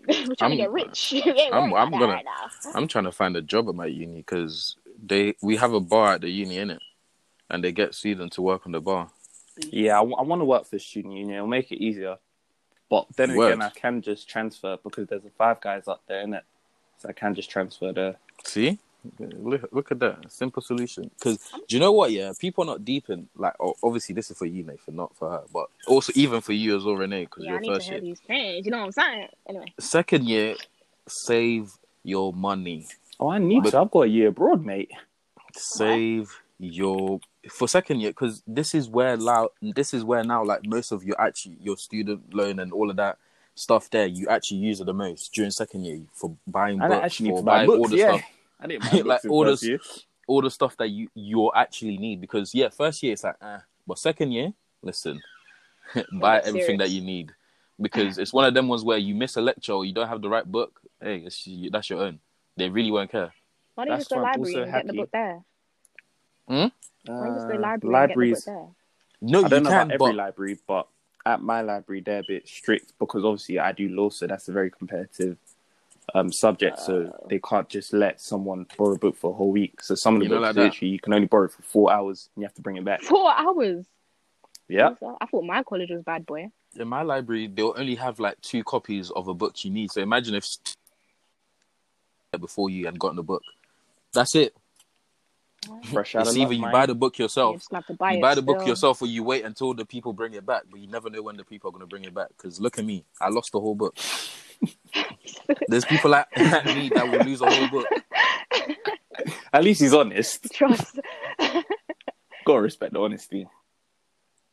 S4: we're trying
S3: I'm-
S4: to get rich. [LAUGHS] We ain't
S3: I'm-
S4: worried about
S3: I'm
S4: that
S3: gonna-
S4: right now.
S3: I'm trying to find a job at my uni because they we have a bar at the uni in it, and they get Sweden to work on the bar.
S2: Yeah, I, want to work for student union. It'll make it easier. But then
S3: Word.
S2: again, I can just transfer because there's a five guys up there, innit? So I can just transfer there.
S3: See, look, look at that simple solution. Because do you know what? Yeah, people are not deep in like. Oh, obviously, this is for you, Nathan, not for her, but also even for you as well, Renee, because
S4: Yeah, I
S3: you're
S4: need to
S3: first
S4: hear
S3: year.
S4: these things. You know what I'm saying? Anyway,
S3: Second year, save your money.
S2: Oh, I need
S3: But-
S2: to. I've got a year abroad, mate.
S3: save your for second year because this is where now this is where now like most of your actually your student loan and all of that stuff there you actually use it the most during second year for buying
S2: And I
S3: books
S2: actually
S3: for
S2: need to buy
S3: buying all
S2: books.
S3: the
S2: Yeah.
S3: stuff
S2: [LAUGHS] I
S3: [LAUGHS]
S2: didn't buy
S3: Like,
S2: books in
S3: all
S2: first
S3: the-
S2: year.
S3: all the stuff that you you actually need because yeah first year it's like ah but second year listen [LAUGHS] buy
S4: that's
S3: everything that you
S4: serious.
S3: need because it's one of them ones where you miss a lecture or you don't have the right book hey it's, that's your own they really won't care
S4: why don't you
S2: That's
S4: just go to
S2: why I'm
S4: library
S2: also
S4: and get the
S2: happy.
S4: book there? Why don't you just go to
S2: Uh,
S4: library and get
S2: libraries.
S4: the book
S3: no
S2: I don't
S3: you
S2: know
S3: can
S2: about every
S3: but
S2: library, but at my library they're a bit strict because obviously I do law, so that's a very competitive um, subject.
S4: Oh.
S2: so they can't just let someone borrow a book for a whole week. So some of the
S3: You know,
S2: books
S3: like that.
S2: literally you can only borrow for four hours and you have to bring it back.
S4: there? [LAUGHS] Four hours.
S2: Yeah.
S4: I thought my college was bad, boy.
S3: in my library they'll only have like two copies of a book you need so imagine if [LAUGHS] before you had gotten the book that's it
S2: Fresh out
S3: it's
S2: of
S3: either
S2: luck,
S3: you
S2: mate.
S3: buy the book
S4: You
S3: yourself
S4: just have to buy
S3: you
S4: it
S3: buy the book
S4: still.
S3: yourself or you wait until the people bring it back but you never know when the people are going to bring it back because look at me i lost the whole book there's people like [LAUGHS] me that will lose a whole book
S2: At least he's honest.
S4: [LAUGHS] Trust.
S2: Gotta respect the honesty.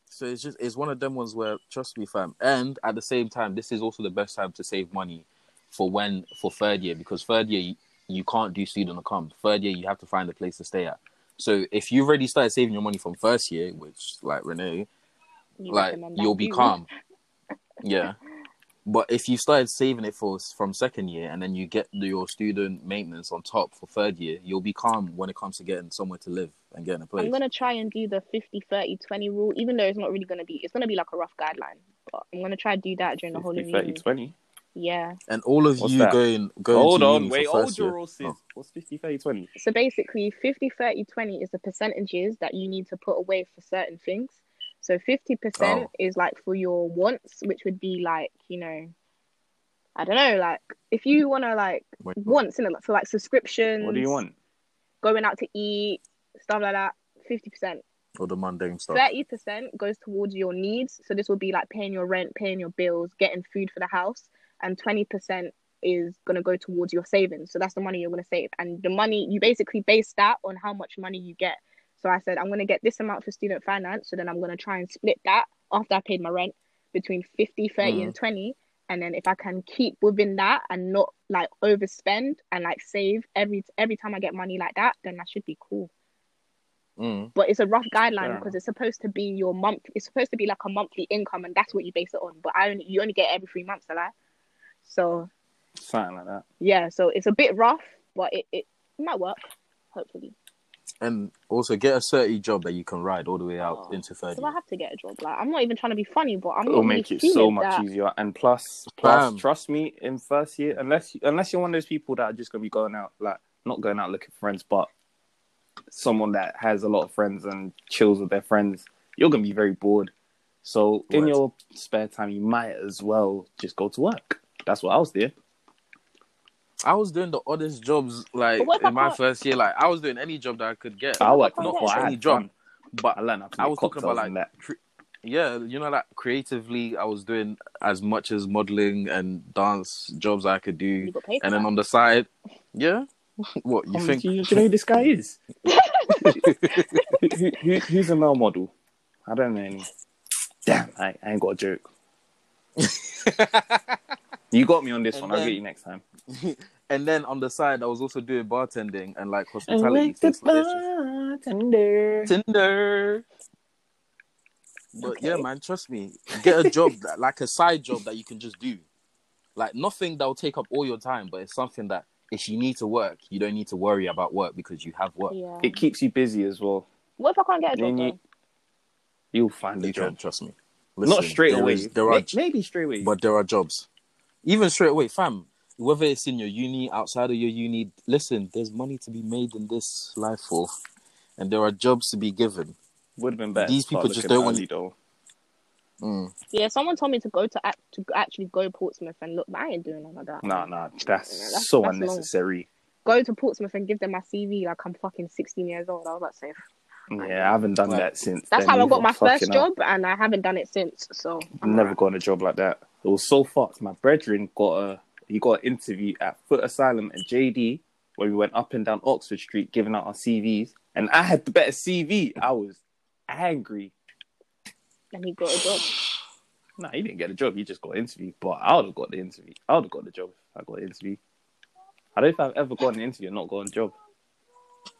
S3: so it's just it's one of them ones where trust me fam and at the same time this is also the best time to save money for when for third year because third year you, you can't do student account third year you have to find a place to stay at so if you've already started saving your money from first year which like renee
S4: You
S3: like
S4: recommend that
S3: you'll be
S4: too. [LAUGHS]
S3: calm yeah but if you started saving it for from second year and then you get your student maintenance on top for third year you'll be calm when it comes to getting somewhere to live and getting a place
S4: I'm gonna try and do the 50, 30, 20 rule, even though it's not really gonna be. It's gonna be like a rough guideline, but I'm gonna try to do that during the whole
S2: 50,
S4: of
S2: 30,
S4: uni.
S2: 20.
S4: Yeah.
S3: and all of
S2: What's
S3: you
S2: that?
S3: going going
S2: Hold
S3: to
S2: on,
S3: uni
S2: wait,
S3: for
S2: hold
S3: first
S2: your
S3: year
S2: all, sis.
S3: Oh.
S2: What's 50, 30, 20?
S4: So basically, 50, 30, 20 is the percentages that you need to put away for certain things. So 50%
S3: Oh.
S4: is like for your wants, which would be like, you know, I don't know, like if you want to like
S3: Wait,
S4: wants, you know, for like subscriptions,
S2: What do you want?
S4: going out to eat, stuff like that, 50%.
S3: or the mundane stuff
S4: 30% goes towards your needs. So this will be like paying your rent, paying your bills, getting food for the house, and 20% is going to go towards your savings. So that's the money you're going to save. And the money you basically base that on how much money you get. So I said I'm going to get this amount for student finance, so then I'm going to try and split that after I paid my rent between 50, 30 and 20 and then if I can keep within that and not like overspend and like save every every time I get money like that, then that should be cool
S3: Mm.
S4: but it's a rough guideline
S2: Fair
S4: because it's supposed to be your month. It's supposed to be like a monthly income, and that's what you base it on. But I only you only get it every three months, right? So
S2: Something like that.
S4: yeah, so it's a bit rough, but it, it might work, hopefully.
S3: and also get a certain job that you can ride all the way out
S4: Oh.
S3: into third
S4: So
S3: year
S4: I have to get a job. Like I'm not even trying to be funny, but I'm
S2: It'll
S4: not really
S2: make it
S4: feeling
S2: so much
S4: that.
S2: easier. And plus, plus,
S3: Fam.
S2: trust me, in first year, unless you, unless you're one of those people that are just gonna be going out, like not going out looking for friends, but someone that has a lot of friends and chills with their friends, you're gonna be very bored. So in
S3: Word.
S2: your spare time, you might as well just go to work. That's what I was doing.
S3: i was doing the oddest jobs like
S4: But what if I
S3: in my
S4: can't-
S3: first year like i was doing any job that i could get
S2: I worked
S3: not
S4: can't
S2: before.
S4: get
S2: I
S3: any
S2: had
S3: job
S2: fun,
S3: but
S2: I learned how to
S3: I
S2: make
S3: was talking about
S2: cocktails
S3: like
S2: and that.
S3: cre- yeah, you know, like creatively, I was doing as much as modeling and dance jobs I could
S4: You
S3: do,
S4: got paid.
S3: and
S4: for
S3: then
S4: that.
S3: on the side, yeah, [LAUGHS] what you
S2: Tom,
S3: think?
S2: do you, do you know who this guy [LAUGHS] is? who, who, who- who's [LAUGHS] a male model? I don't know any. Damn, I, I ain't got a joke. You got me on this
S3: And
S2: one. I'll
S3: then-
S2: get you next time.
S3: and then on the side, I was also doing bartending and like hospitality. so it's like- it's just- Tinder. But yeah,
S1: Okay.
S3: man, trust me. Get a job that, [LAUGHS] like a side job that you can just do. Like nothing that will take up all your time, but it's something that if you need to work, you don't need to worry about work because you have work.
S4: Yeah.
S2: It keeps you busy as well.
S4: What if I can't get a job?
S2: Then you-
S4: though?
S2: You'll find a
S3: You can
S2: job.
S3: trust me.
S2: Not
S3: Listen,
S2: straight
S3: there
S2: away.
S3: is- there are,
S2: May- maybe straight away.
S3: but there are jobs. Even straight away, fam. Whether it's in your uni, outside of your uni, listen. There's money to be made in this life, for, and there are jobs to be given.
S2: would have been better.
S3: These
S2: to start
S3: people just
S2: looking
S3: don't want-
S2: early, though.
S3: Mm.
S4: Yeah, someone told me to go to act, to actually go to Portsmouth and look, but I ain't doing none of that.
S2: Nah, nah, that's,
S4: Yeah, that's-
S2: so
S4: that's long.
S2: unnecessary.
S4: Go to Portsmouth and give them my CV like I'm fucking 16 years old. I was like, safe.
S2: Yeah, I haven't done
S3: Like,
S2: that since.
S4: That's
S2: then
S4: how I got
S2: either.
S4: my first
S2: Fucking hell.
S4: job, and I haven't done it since. So
S2: I've never got a job like that. It was so fucked. My brethren got a he got an interview at Foot Asylum at JD when we went up and down Oxford Street giving out our CVs, and I had the better CV. I was angry.
S4: and he got a job.
S2: Nah, he didn't get a job. He just got an interview. But I would have got the interview. I would have got the job if I got an interview. I don't think I've ever gotten an interview and not gotten a job.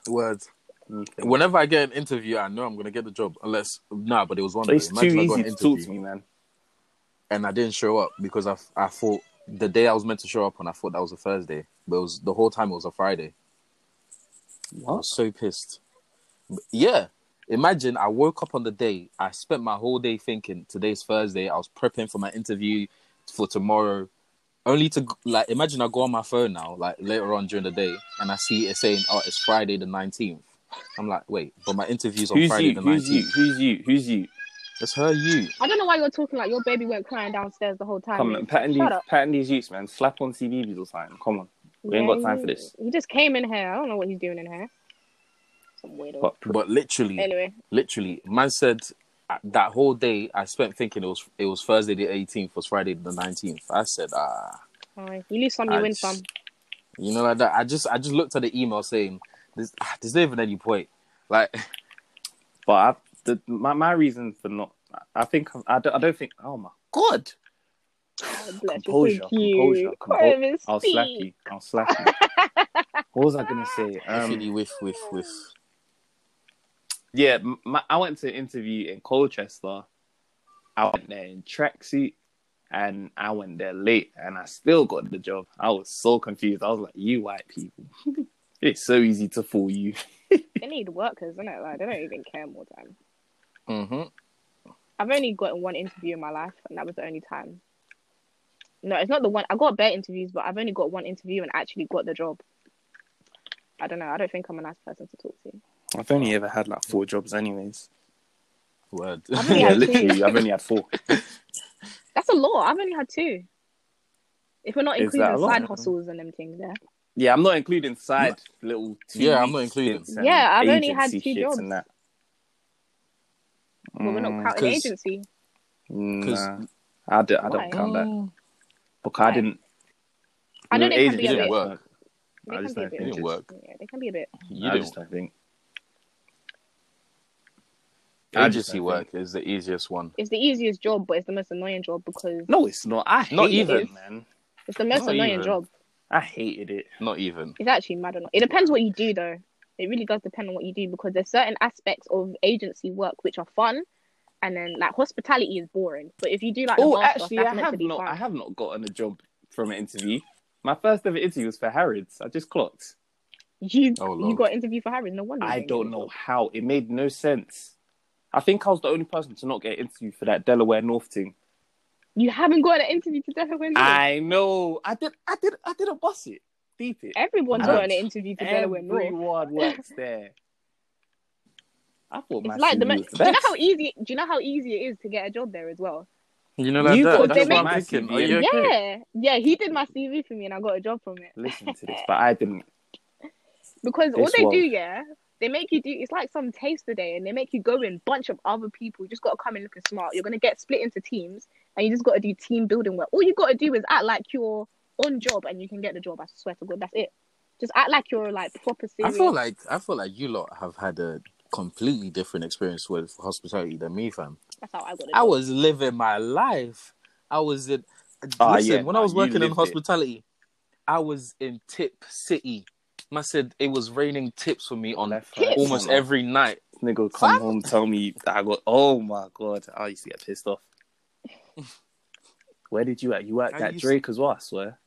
S3: Words.
S2: Mm.
S3: Whenever I get an interview, I know I'm gonna get the job. Unless nah, but it was one.
S2: So it's
S3: day. Imagine
S2: too
S3: I got
S2: easy to
S3: an
S2: talk to
S3: interview
S2: me, man.
S3: and I didn't show up because I, f- I thought the day I was meant to show up on, I thought that was a Thursday, but it was the whole time it was a Friday. I
S2: What?
S3: was so pissed. But yeah, imagine I woke up on the day. I spent my whole day thinking today's Thursday. I was prepping for my interview for tomorrow. Only to g- like imagine I go on my phone now, like later on during the day, and I see it saying, "Oh, it's Friday the 19th. I'm like, wait, but my interview's on
S2: Who's
S3: Friday
S2: you?
S3: the
S2: Who's
S3: 19th.
S2: you? Who's you? Who's you?
S3: It's her, you.
S4: I don't know why you're talking like your baby went crying downstairs the whole time.
S2: Come
S4: mate.
S2: on, pattern
S4: Shut
S2: these,
S4: up.
S2: pattern these youths, man. Slap on CVs or something. Come on. We ain't got time for this.
S4: he- He just came in here. I don't know what he's doing in here. Some weirdo.
S2: But mm.
S3: But literally,
S4: Anyway,
S3: literally, man said uh, that whole day I spent thinking it was it was Thursday the 18th, was Friday the 19th. I said, ah,
S4: alright. you lose some, you
S3: I
S4: win
S3: just-
S4: some.
S3: you know, like that. I just I just looked at the email saying, there's, ah, there's not even any point. Like, [LAUGHS]
S2: But I, the, my my reason for not, I think I don't, I don't think. Oh my god!
S4: Oh, bless
S2: Composure,
S4: you.
S2: composure,
S4: Come
S2: composure. I'll slap you. I'll slap you. [LAUGHS] what was I gonna say?
S3: actually,
S2: Um,
S3: with with with.
S2: yeah, m- my, I went to an interview in Colchester. I went there in tracksuit, and I went there late, and I still got the job. I was so confused. I was like, "You white people, [LAUGHS] it's so easy to fool you."
S4: They need workers, innit? Like they don't even care more time.
S3: hmm
S4: I've only gotten one interview in my life, and that was the only time. No, it's not the one. I got bare interviews, but I've only got one interview and actually got the job. I don't know. I don't think I'm a nice person to talk to.
S2: I've only ever had like four jobs, anyways.
S3: Word. [LAUGHS]
S4: I've only
S2: Yeah,
S4: had two.
S2: literally, I've only had four.
S4: That's a lot. I've only had two. If we're not
S2: Is that a
S4: including
S2: lot?
S4: side hustles and them things there.
S2: Yeah, I'm not including side little. Two
S3: Yeah, I'm not
S2: weeks
S3: including.
S2: stints and
S4: Yeah, I've only had
S2: agency
S4: two
S2: shits
S4: jobs.
S2: and that.
S4: But we're not
S2: Mm,
S4: counting
S3: 'cause-
S4: agency.
S2: nah,
S3: 'cause-
S2: I, do, I
S4: Why?
S2: don't count that
S3: Mm,
S2: because I
S4: Why?
S2: didn't.
S4: I don't
S2: No,
S4: think it can be
S2: agency
S4: a
S3: didn't
S4: bit.
S3: work.
S4: They
S2: I
S4: can
S2: just
S4: be a
S2: don't
S4: bit.
S2: think
S3: It didn't work.
S4: Yeah, they can be a bit.
S3: You
S2: I
S3: didn't.
S2: just don't think. I just
S3: Agency
S2: don't
S3: work is the easiest one.
S4: It's the easiest job, but it's the most annoying job because
S2: No, it's not. I hate
S3: Not
S2: it,
S4: even.
S2: man.
S4: it's the most
S3: Not
S4: annoying
S3: even.
S4: job.
S2: I hated it.
S3: Not even.
S4: It's actually mad. Annoying. It depends what you do, though. It really does depend on what you do because there's certain aspects of agency work which are fun, and then like hospitality is boring. But if you do like the
S2: Oh,
S4: bar stuff,
S2: actually,
S4: that's
S2: I
S4: meant to
S2: have
S4: be
S2: not.
S4: fun.
S2: I have not gotten a job from an interview. My first ever interview was for Harrods. I just clocked.
S4: [LAUGHS] You
S3: Oh,
S4: you
S3: Lord.
S4: got interviewed for Harry. No wonder. you
S2: I
S4: didn't get
S2: don't
S4: the
S2: know
S4: job.
S2: how. It made no sense. I think I was the only person to not get interviewed for that Delaware North thing.
S4: You haven't got an interview to Delaware. North.
S2: I know. I did. I did. I did a bus it. Deep it.
S4: Everyone's
S2: Mad.
S4: got an interview to Delaware North.
S2: Everyone works there. I thought my
S4: It's like the,
S2: CV
S4: mo-
S2: was the
S4: do you know
S2: best.
S4: how e- easy do you know how easy it is to get a job there as well?
S3: You know, like
S2: You
S3: that.
S2: got
S3: That's
S4: them
S3: what I'm
S2: in-
S3: thinking. Are
S2: Yeah.
S3: you okay?
S4: Yeah, yeah. He did my CV for me, and I got a job from it
S2: Listen to this, but I
S4: [LAUGHS]
S2: didn't.
S4: because all
S2: This
S4: they
S2: world.
S4: do, yeah, they make you do. It's like some taster day, and they make you go in bunch of other people. You just gotta come in looking smart. You're gonna get split into teams, and you just gotta do team building work. All you gotta do is act like you're on job, and you can get the job. I swear to God, that's it. Just act like you're like proper
S3: I
S4: serious.
S3: feel like I feel like you lot have had a completely different experience with hospitality than me, fam.
S4: that's how I got it.
S3: I was living my life. I was in
S2: Ah,
S3: Listen,
S2: yeah,
S3: when
S2: nah,
S3: I was
S2: you
S3: working in
S2: lived it.
S3: hospitality, I was in Tip City. I said it was raining tips for me on
S2: Left, right,
S3: almost
S2: corner.
S3: every night.
S2: Nigga would come home, tell me that I got. Oh my god, I used to get pissed
S3: [LAUGHS]
S2: off. Where did you at? You at
S3: I
S2: that
S3: used to-
S2: Drake as well, I swear.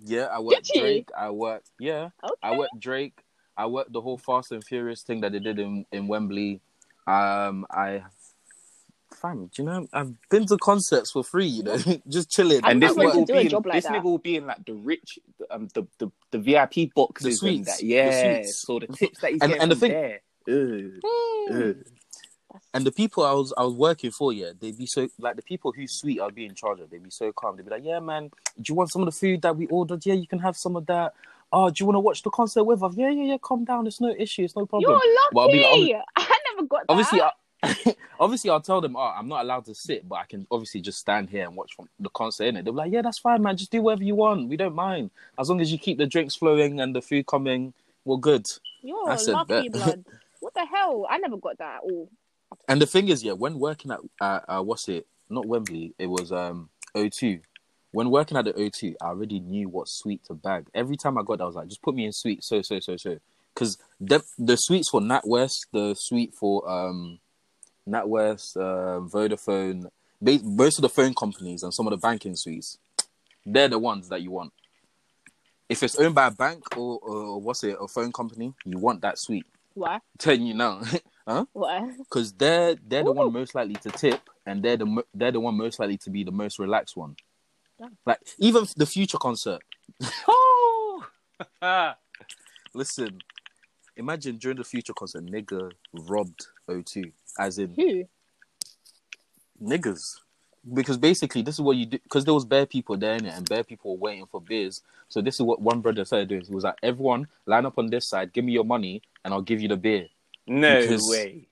S3: Yeah, I worked
S4: Did you?
S3: Drake. I worked yeah.
S4: Okay.
S3: I worked Drake. I worked the whole Fast and Furious thing that they did in, in Wembley. Um, I fam, do you know I've been to concerts for free. You know, [LAUGHS] just chilling.
S4: I'm
S2: and this
S4: not
S2: nigga
S4: going to
S2: will
S4: do a
S2: be in,
S4: job like
S2: this
S4: that.
S2: nigga will be in like the rich, um, the the, the VIP boxes and
S3: suites,
S2: that.
S3: the
S2: Yeah,
S3: suites.
S2: so
S3: [LAUGHS]
S2: the tips that he's
S3: And-
S2: getting
S3: and the
S2: from
S3: thing- Hmm.
S2: there. Ugh, ugh.
S3: and the people I was I was working for, yeah, they'd be so like the people whose suite I'd be in charge of, they'd be so calm. They'd be like, "Yeah, man, do you want some of the food that we ordered? Yeah, you can have some of that. Oh, do you want to watch the concert with us? Yeah, yeah, yeah. Calm down, it's no issue, it's no
S4: You're
S3: problem."
S4: lucky.
S3: But I'll be like,
S4: [LAUGHS] I never got that.
S3: obviously, I, [LAUGHS] obviously, I'll tell them, "Oh, I'm not allowed to sit, but I can obviously just stand here and watch from the concert." In it, they'll be like, "Yeah, that's fine, man. Just do whatever you want. We don't mind as long as you keep the drinks flowing and the food coming. We're good."
S4: You're
S3: I said
S4: lucky,
S3: that. [LAUGHS]
S4: blood. What the hell? I never got that at all.
S3: And the thing is, yeah, when working at uh, uh what's it? Not Wembley. It was um O2. When working at the O2, I already knew what suite to bag. Every time I got there, I was like, just put me in suite so so so so. Because the the suites for NatWest, the suite for um NatWest, um, Vodafone, they, most of the phone companies and some of the banking suites, they're the ones that you want. If it's owned by a bank or, or what's it, a phone company, you want that suite.
S4: Why?
S3: [LAUGHS] telling you now.
S4: What?
S3: because they're they're the
S4: Ooh.
S3: one most likely to tip, and they're the mo- they're the one most likely to be the most relaxed one.
S4: Yeah.
S3: Like even the future concert. oh, listen, imagine during the future concert, nigga robbed O2, as in
S4: [LAUGHS] Who?
S3: niggas. Because basically, this is what you do. Because there was bare people there in it, and bare people were waiting for beers. So this is what one brother started doing. He was like, "Everyone, line up on this side. Give me your money, and I'll give you the beer."
S2: [LAUGHS] No
S3: Because- [LAUGHS]
S2: way.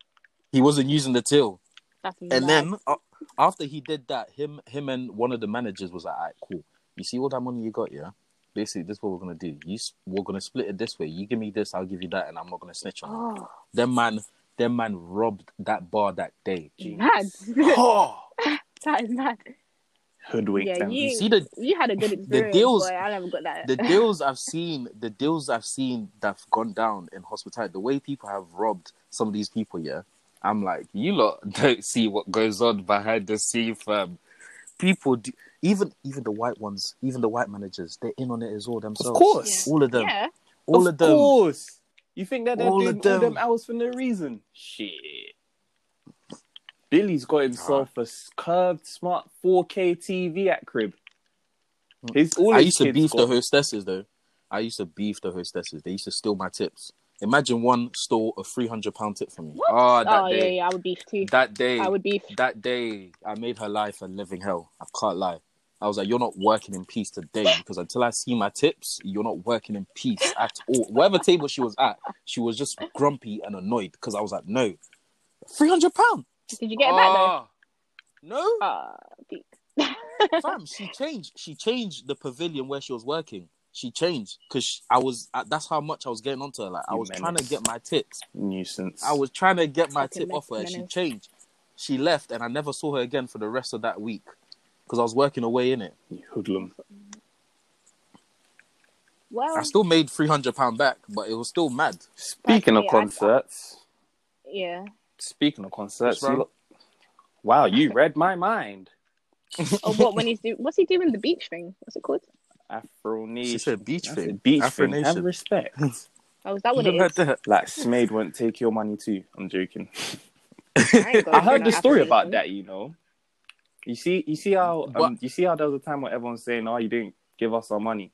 S3: He wasn't using the till.
S4: That's
S3: And
S4: mad.
S3: then uh, after he did that, him him and one of the managers was like, all right, cool. You see all that money you got, yeah? Basically, this is what we're gonna do. You s- we're gonna split it this way. You give me this, I'll give you that, and I'm not gonna snitch on it.
S4: Oh,
S3: Them man, them man robbed that bar that day.
S4: mad. [LAUGHS]
S2: Oh,
S4: that is mad.
S2: hoodwink
S4: Yeah,
S2: them.
S4: you-
S3: You see [LAUGHS] the
S4: You had a good experience,
S3: deals-
S4: boy. I never got that.
S3: the deals I've seen, the deals I've seen that've gone down in hospitality, the way people have robbed some of these people, yeah. I'm like, you lot [LAUGHS] don't see what goes on behind the scene, fam. People, do, even even the white ones, even the white managers, they're in on it as well themselves.
S2: course.
S3: all of them,
S4: [LAUGHS] yeah.
S3: all
S2: of
S3: of, them.
S2: course. You think that they're
S3: All of
S2: doing all them
S3: them.
S2: hours for no reason? Shit. Billy's got himself
S3: Ah.
S2: a s- curved smart 4K TV at crib. His all
S3: Hmm. I
S2: his
S3: used to
S2: kids
S3: beef the
S2: got-
S3: hostesses though. I used to beef the hostesses. They used to steal my tips. Imagine one stole a three hundred pound tip from me.
S4: What?
S3: Oh, that
S4: Oh, yeah,
S3: day,
S4: yeah. I would beef too.
S3: that day,
S4: I would beef.
S3: that day I made her life a living hell. I can't lie. I was like, you're not working in peace today because until I see my tips, you're not working in peace at all. Whatever table she was at, she was just grumpy and annoyed because I was like, no, three hundred pound.
S4: Did you get it back
S3: Ah.
S4: though?
S3: No,
S4: Ah, beef.
S3: fam, she changed. She changed the pavilion where she was working. She changed because I was. I, that's how much I was getting onto her. Like I
S2: You
S3: was trying to
S2: menace.
S3: get my tips.
S2: nuisance.
S3: I was trying to get my
S4: Fucking
S3: tip
S4: men-
S3: off her, and she
S4: menace.
S3: changed. She left, and I never saw her again for the rest of that week because I was working away in it.
S2: You hoodlum.
S4: well,
S3: I still made three hundred pound back, but it was still mad.
S2: Speaking of
S4: Actually, I-
S2: concerts,
S3: [LAUGHS]
S4: yeah.
S2: speaking of concerts,
S3: What's wrong?
S2: you look- wow, you read my mind.
S4: Or Oh, what? When he's do, what's he doing? The beach thing. What's it called?
S2: Afro
S3: She said beach thing,
S2: Beach
S3: Afro
S2: thing. Have
S3: Nation. [LAUGHS]
S2: respect.
S4: Oh, is that what
S3: You
S4: it
S3: heard
S4: is?
S3: that?
S2: like Smade won't take your money too. I'm joking.
S4: I,
S3: [LAUGHS]
S4: ain't
S2: I
S4: going for
S2: heard
S4: no
S2: the story
S4: application.
S2: about that. You know, you see, you see how um,
S3: What?
S2: you see how there was a time where everyone's saying, "Oh, you didn't give us our money."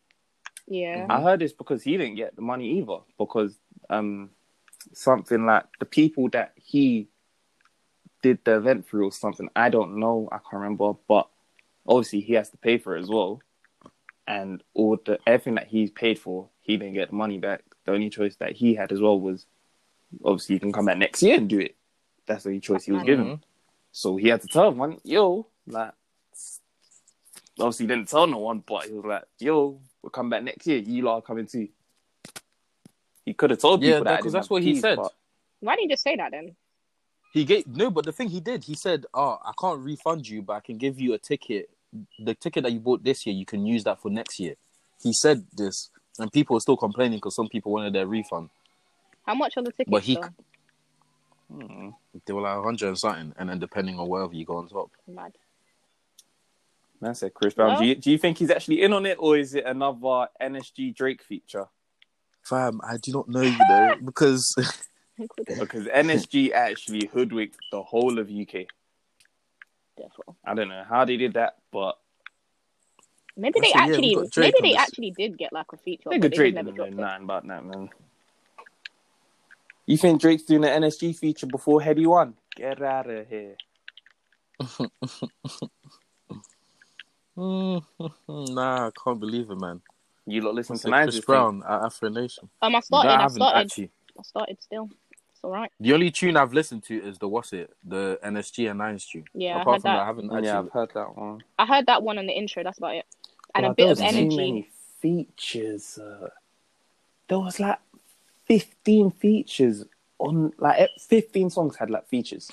S4: Yeah.
S3: Mm-hmm.
S2: I heard this because he didn't get the money either because um something like the people that he did the event through or something. I don't know. I can't remember, but obviously he has to pay for it as well, and all the everything that he's paid for, he didn't get the money back. The only choice that he had as well was obviously you can come back next year and do it. That's the only choice he was given.
S3: Mhm.
S2: So he had to tell one, yo, like, obviously he didn't tell no one, but he was like, yo, we'll come back next year. You lot are coming too. He could have told
S3: Yeah,
S2: people that. I didn't
S3: because that's
S2: have
S3: what he
S2: keys,
S3: said.
S2: but-
S4: Why didn't you just say that then?
S3: "Ah, He gave no, but the thing he did, he said, "Oh, I can't refund you, but I can give you a ticket the ticket that you bought this year, you can use that for next year. He said this, and people were still complaining because some people wanted their refund.
S4: How much are the tickets?
S3: But he-
S4: though?
S2: Hmm.
S3: They were like 100 and something, and then depending on wherever you go on top.
S4: Mad. [LAUGHS]
S2: Man said Chris Brown.
S4: Well-
S2: do, you, do you think he's actually in on it, or is it another NSG Drake feature?
S3: Fam, I do not know you though, because
S2: Because
S3: [LAUGHS]
S2: NSG actually hoodwinked the whole of UK.
S4: Therefore.
S2: I don't know how they did that, but
S4: Maybe they
S3: Actually, yeah, we
S4: actually,
S3: got Drake
S4: maybe
S3: on
S4: they
S3: this.
S4: actually did get like a feature. but
S2: nigga
S4: they
S2: Drake
S4: never
S2: didn't know
S4: dropped it.
S2: nothing about that, man. You think Drake's doing an NSG feature before Heady One? Get out of here.
S3: Mm, nah, I can't believe it, man.
S2: You lot listen
S3: It's
S2: to Nines
S3: Chris Brown at Afro Nation.
S4: Um, I started. I
S3: haven't
S4: started.
S3: actually.
S4: I started still. It's all right.
S3: The only tune I've listened to is the what's it, the NSG and Nines tune.
S4: Yeah, I
S3: apart
S4: had
S3: from that,
S4: that.
S3: I haven't
S2: Yeah, I've
S3: actually.
S2: heard that one.
S4: I heard that one on the intro. That's about it. And a
S2: But
S4: bit of
S2: there was Too
S4: energy.
S2: many features. Uh, there was like fifteen features on like eh, fifteen songs had like features.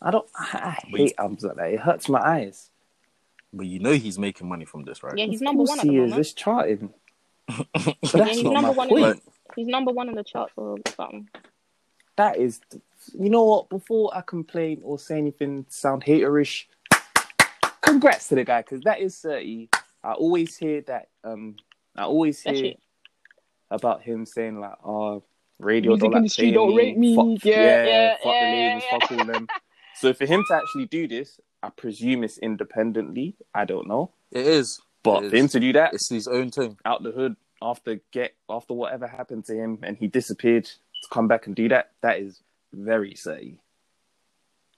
S2: I don't. I, I
S3: Wait.
S2: hate albums like that. It hurts my eyes.
S3: But you know he's making money from this, right?
S4: Yeah, he's
S2: Of
S4: number
S2: course
S4: one at the
S2: he is.
S4: moment.
S2: It's charting. But that's
S4: Yeah, he's
S2: not
S4: number
S2: my
S4: one.
S2: point.
S4: In
S3: But-
S4: the, he's number one on the chart for something.
S2: That is. You know what? Before I complain or say anything, to sound haterish. Congrats to the guy because that is thirty. I always hear that. Um, I always
S4: That
S2: hear.
S4: shit.
S2: about him saying like, "Oh, radio
S4: Music
S2: don't like
S4: industry
S2: paying
S4: don't rate me.
S2: Fuck,
S4: Yeah, yeah,
S2: fuck
S4: yeah,
S2: the labels,
S4: yeah,
S2: fuck all them." So for him to actually do this, I presume it's independently. I don't know,
S3: It is.
S2: but
S3: It is.
S2: for him to do that
S3: It's his own thing.
S2: out the hood after get after whatever happened to him and he disappeared to come back and do that, that is very silly.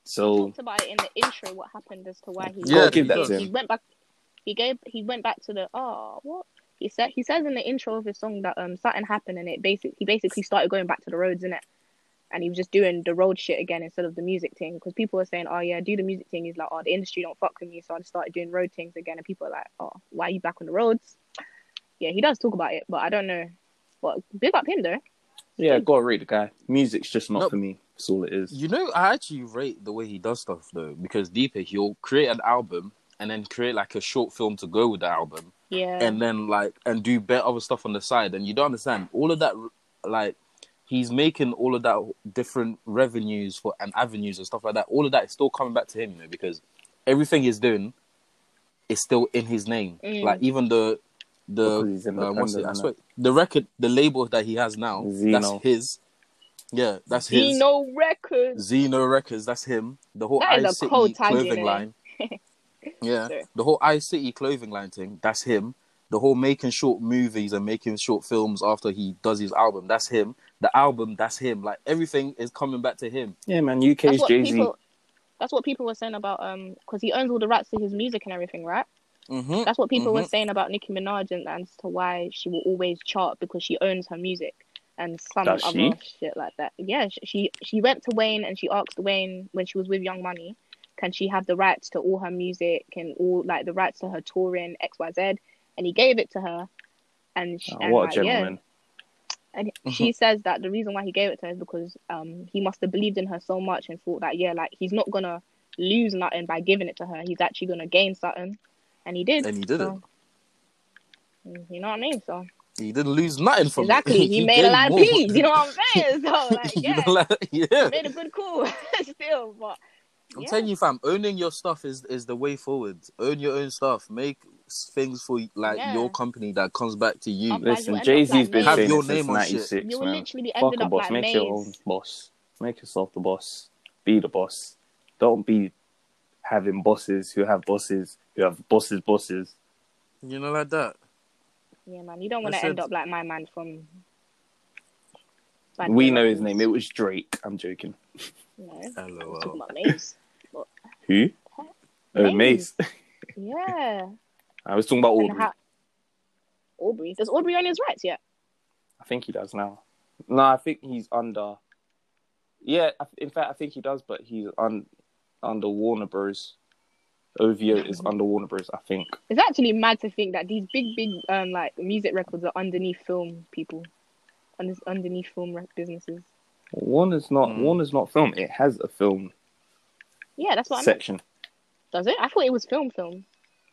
S2: So Oh.
S4: Talked about it in the intro. What happened as to why he?
S3: Yeah,
S2: give that to
S4: he
S2: him.
S4: went back. He gave. He went back to the. Oh, what? He said. He says in the intro of his song that um something happened and it basically he basically started going back to the roads in it, and he was just doing the road shit again instead of the music thing because people were saying, oh yeah, do the music thing. He's like, oh the industry don't fuck with me, so I just started doing road things again, and people are like, oh why are you back on the roads? Yeah, he does talk about it, but I don't know. But big up him though.
S2: yeah, gotta rate the guy. Music's just not
S3: Nope.
S2: for me. That's all it is.
S3: You know, I actually rate the way he does stuff though, because deeper he'll create an album and then create like a short film to go with the album,
S4: Yeah.
S3: and then like and do better other stuff on the side. And you don't understand all of that. Like he's making all of that different revenues for and avenues and stuff like that. All of that is still coming back to him, you know, because everything he's doing is still in his name.
S4: Mm.
S3: Like even the
S4: uh,
S2: Because he's
S3: the um, what's it? I
S2: independent,
S3: swear, the record, the label that he has now,
S2: Zeno.
S3: that's his. Yeah, that's his.
S4: Dino Records.
S3: Zeno Records, that's him. The whole
S4: That is
S3: I
S4: a
S3: City
S4: cold tag, you
S3: clothing
S4: know. [LAUGHS]
S3: line. yeah.
S4: Sorry.
S3: The whole I City clothing line thing, that's him. The whole making short movies and making short films after he does his album, that's him. The album, that's him. Like everything is coming back to him.
S2: Yeah, man. UK's
S4: that's what
S2: Jay Z.
S4: people that's what people were saying about um because he owns all the rights to his music and everything right
S3: Mm-hmm.
S4: that's what people
S3: Mhm.
S4: were saying about nicki minaj and and as to why she will always chart because she owns her music and some
S2: Does
S4: other
S2: she?
S4: shit like that yeah sh- she she went to wayne and she asked wayne when she was with young money can she have the rights to all her music and all like the rights to her touring xyz and he gave it to her and, she,
S2: Oh,
S4: and
S2: what a
S4: like, yeah,
S2: gentleman.
S3: [LAUGHS]
S4: and
S3: Uh-huh.
S4: she says that the reason why he gave it to her is because um he must have believed in her so much and thought that yeah like he's not gonna lose nothing by giving it to her he's actually gonna gain something and he did
S3: And he didn't.
S4: So, you know what I mean
S3: [LAUGHS]
S4: so
S3: He didn't lose nothing from [LAUGHS]
S4: exactly
S3: it.
S4: he, made a
S3: gained
S4: lot of
S3: more.
S4: peas
S3: [LAUGHS]
S4: you know what I'm saying so like
S3: You know,
S4: yeah
S3: like, [LAUGHS] yeah.
S4: he made a good call [LAUGHS] still but
S3: I'm
S4: yeah.
S3: telling you, fam, owning your stuff is is the way forward. Own your own stuff. Make s- things for like
S4: Yeah. Um,
S3: your company that comes back to you.
S4: Otherwise
S2: Listen,
S4: you'll end up
S2: Jay Z's
S4: like
S2: been
S4: Maze.
S3: Have
S2: saying
S3: your
S2: it since
S3: name on shit.
S2: '96,
S4: you'll
S2: man.
S4: literally be
S2: Fuck
S4: ended
S2: a
S4: up
S2: boss.
S4: like
S2: Make
S4: Maze.
S2: your own boss. Make yourself the boss. Be the boss. Don't be having bosses who have bosses who have bosses bosses.
S3: You know, like that.
S4: yeah man you don't want to
S3: Listen.
S4: end up like my man from Bad
S2: we
S4: Boy
S2: know his
S4: Records.
S2: name. It was Drake. I'm joking.
S4: No, I'm talking
S3: LOL. [LAUGHS]
S4: about Maze.
S2: Who? Oh,
S4: Maze.
S2: Mace.
S4: yeah
S2: I was talking about
S4: And
S2: Aubrey.
S4: how- Aubrey. Does Aubrey own his rights yet?
S2: I think he does now. No, I think he's under. Yeah, I- in fact, I think he does, but he's un, under Warner Bros. OVO is
S4: Mm-hmm.
S2: under Warner Bros. I think.
S4: It's actually mad to think that these big, big, um, like music records are underneath film people, under, underneath film rec- businesses.
S2: Warner's not.
S3: Mm.
S2: Warner's not film. It has a film
S4: Yeah, that's what I meant.
S2: section.
S4: Does it? I thought it was film, film.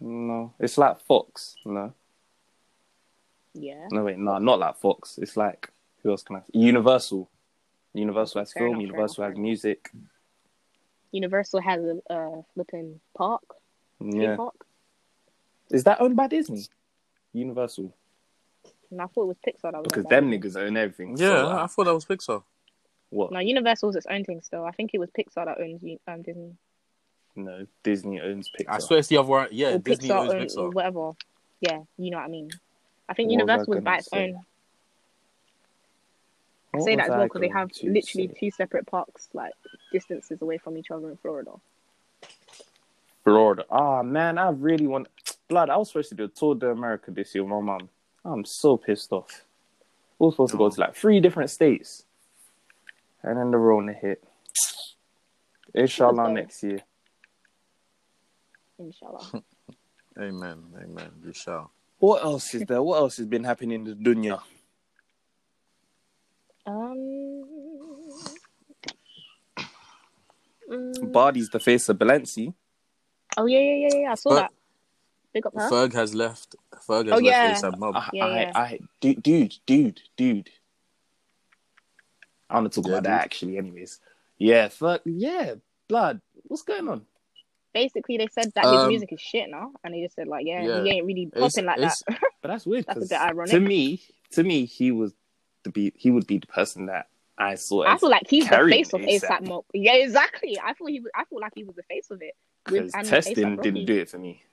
S2: No, it's like Fox. No,
S4: Yeah.
S2: no wait, no, not like Fox. It's like who else can I? Universal. Universal has
S4: Fair
S2: film.
S4: enough, fair
S2: Universal
S4: enough,
S2: has
S4: fair
S2: music.
S4: Universal has a uh, flipping park. theme
S2: Yeah,
S4: park.
S2: is that owned by Disney? Universal,
S4: And I thought it was Pixar that was
S2: because
S4: like
S2: them
S4: that.
S2: niggas own everything. so,
S3: Yeah,
S2: like,
S3: I thought that was Pixar.
S2: what?
S4: No, Universal's its own thing still. I think it was Pixar that owns U- um, Disney.
S2: No, Disney owns Pixar.
S3: I swear it's the other one. Yeah,
S4: or
S3: Disney
S4: Pixar
S3: owns
S4: own- or
S3: Pixar.
S4: whatever. Yeah, you know what I mean. I
S2: What
S4: think
S2: was
S4: Universal
S2: I
S4: was by
S2: gonna
S4: its
S2: say?
S4: own. I
S2: What
S4: say that
S2: was
S4: as well because they
S2: going
S4: have
S2: to
S4: literally
S2: say?
S4: two separate parks, like distances away from each other in Florida.
S2: Florida. Ah man, I really want. Blood, I was supposed to do a tour de America this year with my mum. I'm so pissed off. We were supposed to go to like three different states, and then the Rona hit. Inshallah
S4: Okay.
S2: next year. [LAUGHS]
S4: Inshallah.
S3: Amen, amen. You shall.
S2: What else is there? What else has been happening in the dunya?
S4: um. mm,
S2: Bardi's the face of Balenci.
S4: oh yeah, yeah, yeah, yeah. I saw
S3: But-
S4: that. Big up, huh?
S3: Ferg has left. Ferg has
S4: Oh,
S3: left
S4: yeah.
S3: ASAP Mob.
S2: I,
S4: Yeah, yeah.
S2: I, I, dude, dude, dude, dude. I want to talk
S3: Yeah,
S2: about that
S3: dude.
S2: actually. Anyways, yeah, fuck, yeah, blood. What's going on?
S4: Basically, they said that his
S3: Um,
S4: music is shit now, and they just said like, yeah,
S3: yeah.
S4: he ain't really
S3: It's-
S4: popping like
S3: it's-
S4: that.
S2: But that's weird.
S4: That's a
S2: 'cause
S4: bit ironic.
S2: To me, to me, he was the be he would be the person that I saw.
S4: I
S2: as-
S4: feel like he's the
S2: carrying
S4: face of
S2: ASAP.
S4: ASAP Mob. Yeah, exactly. I thought he was. I feel like he was the face of it. with-
S2: because
S4: and with
S2: testing
S4: A$AP Rocky.
S2: didn't do it for me.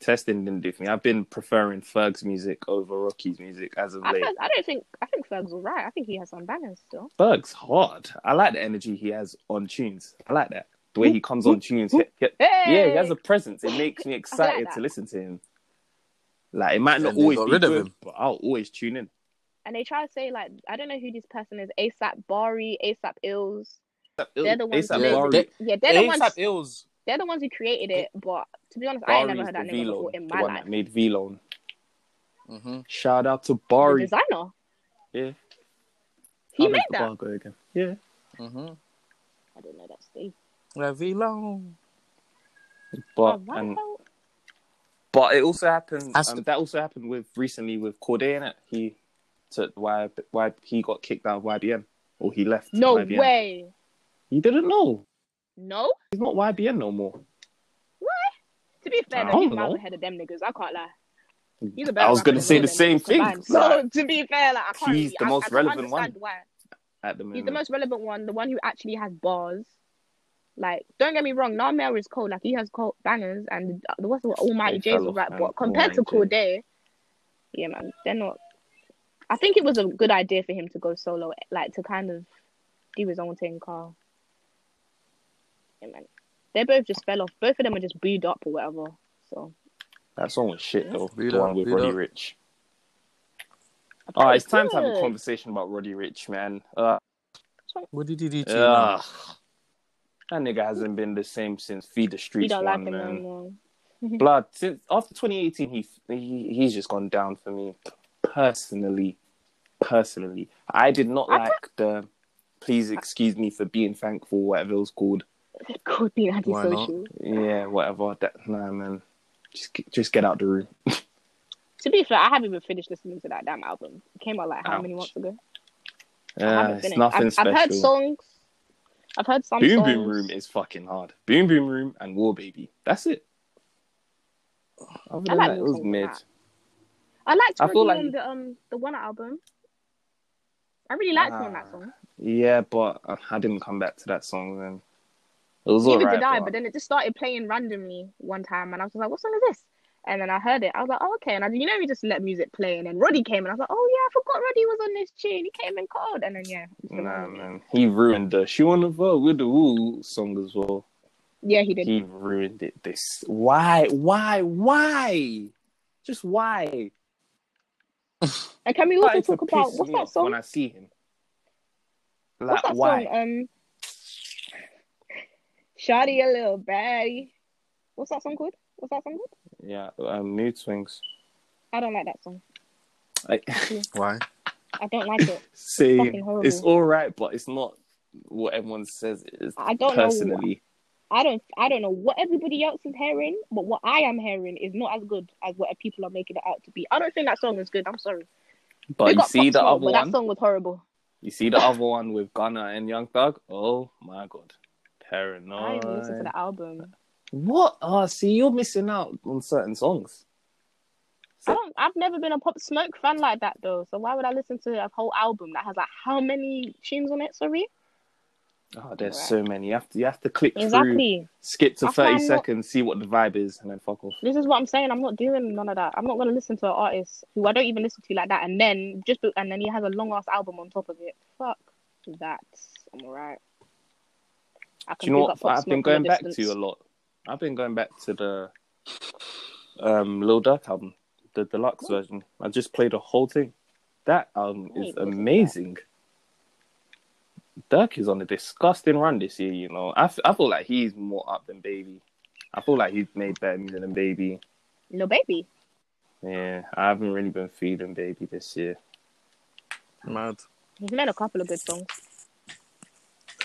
S2: Testing didn't do it for me. I've been preferring Ferg's music over Rocky's music as of
S4: I,
S2: late.
S4: don't- I don't think I think Ferg's alright. I think he has some balance still.
S2: Ferg's hard. I like the energy he has on tunes. I like that the way he comes on tunes. he- he- Yeah, he has a presence. It
S4: [LAUGHS]
S2: makes me excited
S4: that.
S2: to listen to him. Like it might not
S3: And they
S2: always
S3: got
S2: be
S3: rid of
S2: good,
S3: him.
S2: but I'll always tune in.
S4: And they try to say like I don't know who this person is. ASAP Bari, ASAP Ills. They're the ones
S2: ASAP
S4: that-
S2: Rocky.
S3: They-
S4: Yeah, they're the ones.
S3: ASAP Ills.
S4: They're the ones who created it. But to be honest, I
S2: Bari
S4: ain't never
S2: is
S4: heard that
S2: the
S4: name before
S2: V-Lone,
S4: in
S2: the
S4: my
S2: one
S4: life.
S2: that made V-Lone.
S3: Mm-hmm.
S2: Shout out to
S4: The
S2: Bari.
S4: designer.
S2: Yeah.
S4: He
S2: I'll
S4: made
S2: make the
S4: that.
S2: bar go again. Yeah.
S4: Oh,
S3: Mm-hmm.
S4: I don't know. That's Steve.
S3: Like V-Long.
S2: But
S4: Oh, wow.
S2: and but it also happened.
S3: As-
S2: Um, that also happened with recently with Corday in it. He took why why he got kicked out of YBN or he left.
S4: no
S2: YBN.
S4: way.
S2: You didn't know.
S4: No.
S2: He's not YBN no more.
S4: To be fair,
S2: I
S4: though, he's
S2: don't
S4: miles
S2: know.
S4: ahead of them niggas. I can't lie. He's a better
S2: I was
S4: rapper
S2: gonna
S4: than
S2: say
S4: all
S2: the
S4: them
S2: same
S4: niggas
S2: thing.
S4: [LAUGHS] combined.
S2: like,
S4: No, to be fair, like I can't.
S2: He's
S4: really-
S2: the
S4: I,
S2: most
S4: I can
S2: relevant
S4: understand Why.
S2: at the moment.
S4: He's the most relevant one, the one who actually has bars. Like, don't get me wrong, Narmel is cold. Like, he has cold bangers, and the what's the Almighty
S2: They
S4: J's
S2: fell
S4: was
S2: off,
S4: right.
S2: man.
S4: But compared to
S2: Almighty
S4: Corday, yeah, man, they're not. I think it was a good idea for him to go solo, like to kind of do his own thing, Carl. Yeah, man, they both just fell off. Both of them are just booed up or whatever. So,
S2: That song was shit though.
S3: Read
S2: the
S3: up,
S2: one with
S3: read
S2: Roddy
S3: up.
S2: Rich. Oh, it's time to have a
S4: Good.
S2: conversation about Roddy Rich, man. Uh,
S3: What did he do to you? man?
S2: ugh. that nigga hasn't been the same since Feed the
S4: You
S2: Streets
S4: don't like
S2: one,
S4: him no
S2: man.
S4: more. [LAUGHS]
S2: Blood. Since after 2018, he, he he's just gone down for me personally. Personally, I did not
S4: I
S2: like the. Please excuse me for being thankful, whatever it was called.
S4: Could be
S3: Why not?
S4: antisocial.
S2: Yeah, whatever. That nah, man. Just g- just get out the room.
S4: To be fair, I haven't even finished listening to that damn album. It came out like how many
S2: Ouch.
S4: months ago? I
S2: Yeah,
S4: haven't
S2: it's
S4: finished.
S2: nothing
S4: I've,
S2: special.
S4: I've heard songs. I've heard some
S2: Boom
S4: songs.
S2: Boom Room is fucking hard. Boom Boom Room and War Baby. That's it. Other
S4: I
S2: than
S4: like
S2: that, it
S4: more
S2: was
S4: songs than
S2: mid.
S4: that. I liked
S2: I
S4: I
S2: feel
S4: on
S2: like-
S4: the um the one album. I really liked him on
S2: Ah,
S4: that song.
S2: Yeah, but uh, I didn't come back to that song then. It was
S4: Neither
S2: alright.
S4: did I, but
S2: but-
S4: then it just started playing randomly one time, and I was just like, "What song is this?" And then I heard it. I was like, "Oh, okay." And I, you know, we just let music play, and then Roddy came, and I was like, "Oh yeah, I forgot Roddy was on this tune. He came in cold." And then yeah, it's been
S2: Nah,
S4: on me.
S2: man. He ruined the She Wanna Vote with the Woo song as well.
S4: yeah, he did.
S2: He ruined it. This. Why? Why? Why? Just why?
S4: And can we also
S2: Starting to
S4: talk about
S2: piss
S4: what's
S2: me
S4: that
S2: off
S4: song?
S2: When I see him.
S4: What's
S2: Like,
S4: that
S2: why?
S4: song? Um, Shawty a little baddie. What's that song called? What's that song called?
S2: Yeah, um, mood swings.
S4: I don't like that song.
S2: Like, [LAUGHS]
S3: Why?
S4: I don't like it.
S2: same.
S4: Fucking horrible.
S2: It's all right, but it's not what everyone says it is.
S4: I don't know.
S2: personally.
S4: I don't I don't know what everybody else is hearing, but what I am hearing is not as good as what people are making it out to be. I don't think that song is good. I'm sorry.
S2: But
S4: Big
S2: you
S4: up
S2: see
S4: Pop
S2: the
S4: Smoke,
S2: other
S4: but
S2: one.
S4: That song was horrible.
S2: You see the other one with Gunna and Young Thug. Oh my god,
S4: I didn't even listen to
S2: paranoid.
S4: the album.
S2: What? Ah, see, you're missing out on certain songs.
S4: I don't. I've never been a Pop Smoke fan like that though. So why would I listen to a whole album that has like how many tunes on it? Sorry.
S2: Oh, there's
S4: Right.
S2: so many. You have to, you have to click through,
S4: Exactly.
S2: skip to
S4: That's why
S2: 30
S4: I'm not-
S2: seconds, see what the vibe is, and then fuck off.
S4: This is what I'm saying. I'm not doing none of that. I'm not gonna listen to an artist who I don't even listen to like that, and then just be- and then he has a long ass album on top of it. Fuck that. I'm alright. I
S2: Do
S4: can
S2: you know
S4: pick
S2: what
S4: up Pop
S2: I've been
S4: Smoke from a
S2: going back to
S4: distance.
S2: a lot? I've been going back to the um, Lil Durk album, the deluxe version. I just played the whole thing. That album
S4: I need
S2: is
S4: to listen to that.
S2: amazing. Dirk is on a disgusting run this year, you know. I, f- I feel like he's more up than Baby. I feel like he's made better music than Baby.
S4: No baby.
S2: Yeah, I haven't really been feeding Baby this year.
S3: Mad.
S4: He's made a couple of good songs.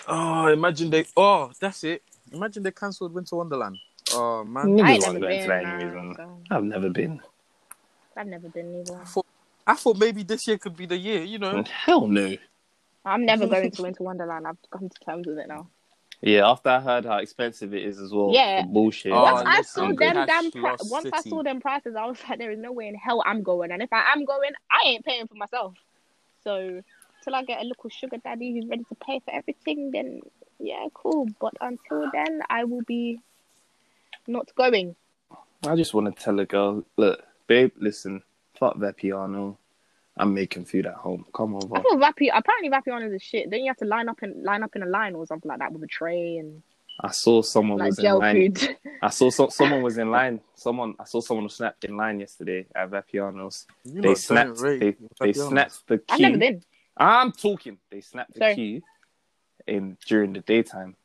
S3: Oh, imagine they. Oh, that's it. Imagine they cancelled Winter Wonderland. Oh man,
S2: Niggas
S4: I ain't
S2: weren't going
S4: never
S2: to
S4: been.
S2: that
S4: nah,
S2: anyways, man.
S4: so
S2: I've never been.
S4: I've never been either.
S3: I thought, I thought maybe this year could be the year. You know,
S2: Hell no. [LAUGHS]
S4: I'm never going to Winter Wonderland. I've come to terms with it now.
S2: Yeah, after I heard how expensive it is as well.
S4: Yeah.
S2: the Bullshit.
S3: Oh,
S4: once
S2: man.
S4: I
S3: listen,
S4: saw
S2: I'm
S3: they
S4: them
S3: had
S4: damn pri-
S3: Schloss
S4: once I
S3: City.
S4: saw them prices, I was like, there is no way in hell I'm going, and if I am going, I ain't paying for myself. So till I get a little sugar daddy who's ready to pay for everything, then yeah, cool. But until then, I will be not going.
S2: I just want to tell a girl, look, babe, listen, fuck that piano. I'm making food at home. Come
S4: I
S2: over.
S4: thought Rappy apparently Rappy on is a shit. Then you have to line up and line up in a line or something like that with a tray and
S2: I saw someone
S4: like
S2: was in
S4: gel
S2: line.
S4: food. [LAUGHS]
S2: I saw so- someone was in line. Someone I saw someone was snapped in line yesterday at Vapiano's.
S3: you
S2: They
S3: lot don't
S2: snapped.
S3: rate
S2: They, they
S3: Vapiano's.
S2: snapped the queue.
S4: I've never been.
S2: I'm talking. They snapped the
S4: Sorry.
S2: queue in during the daytime.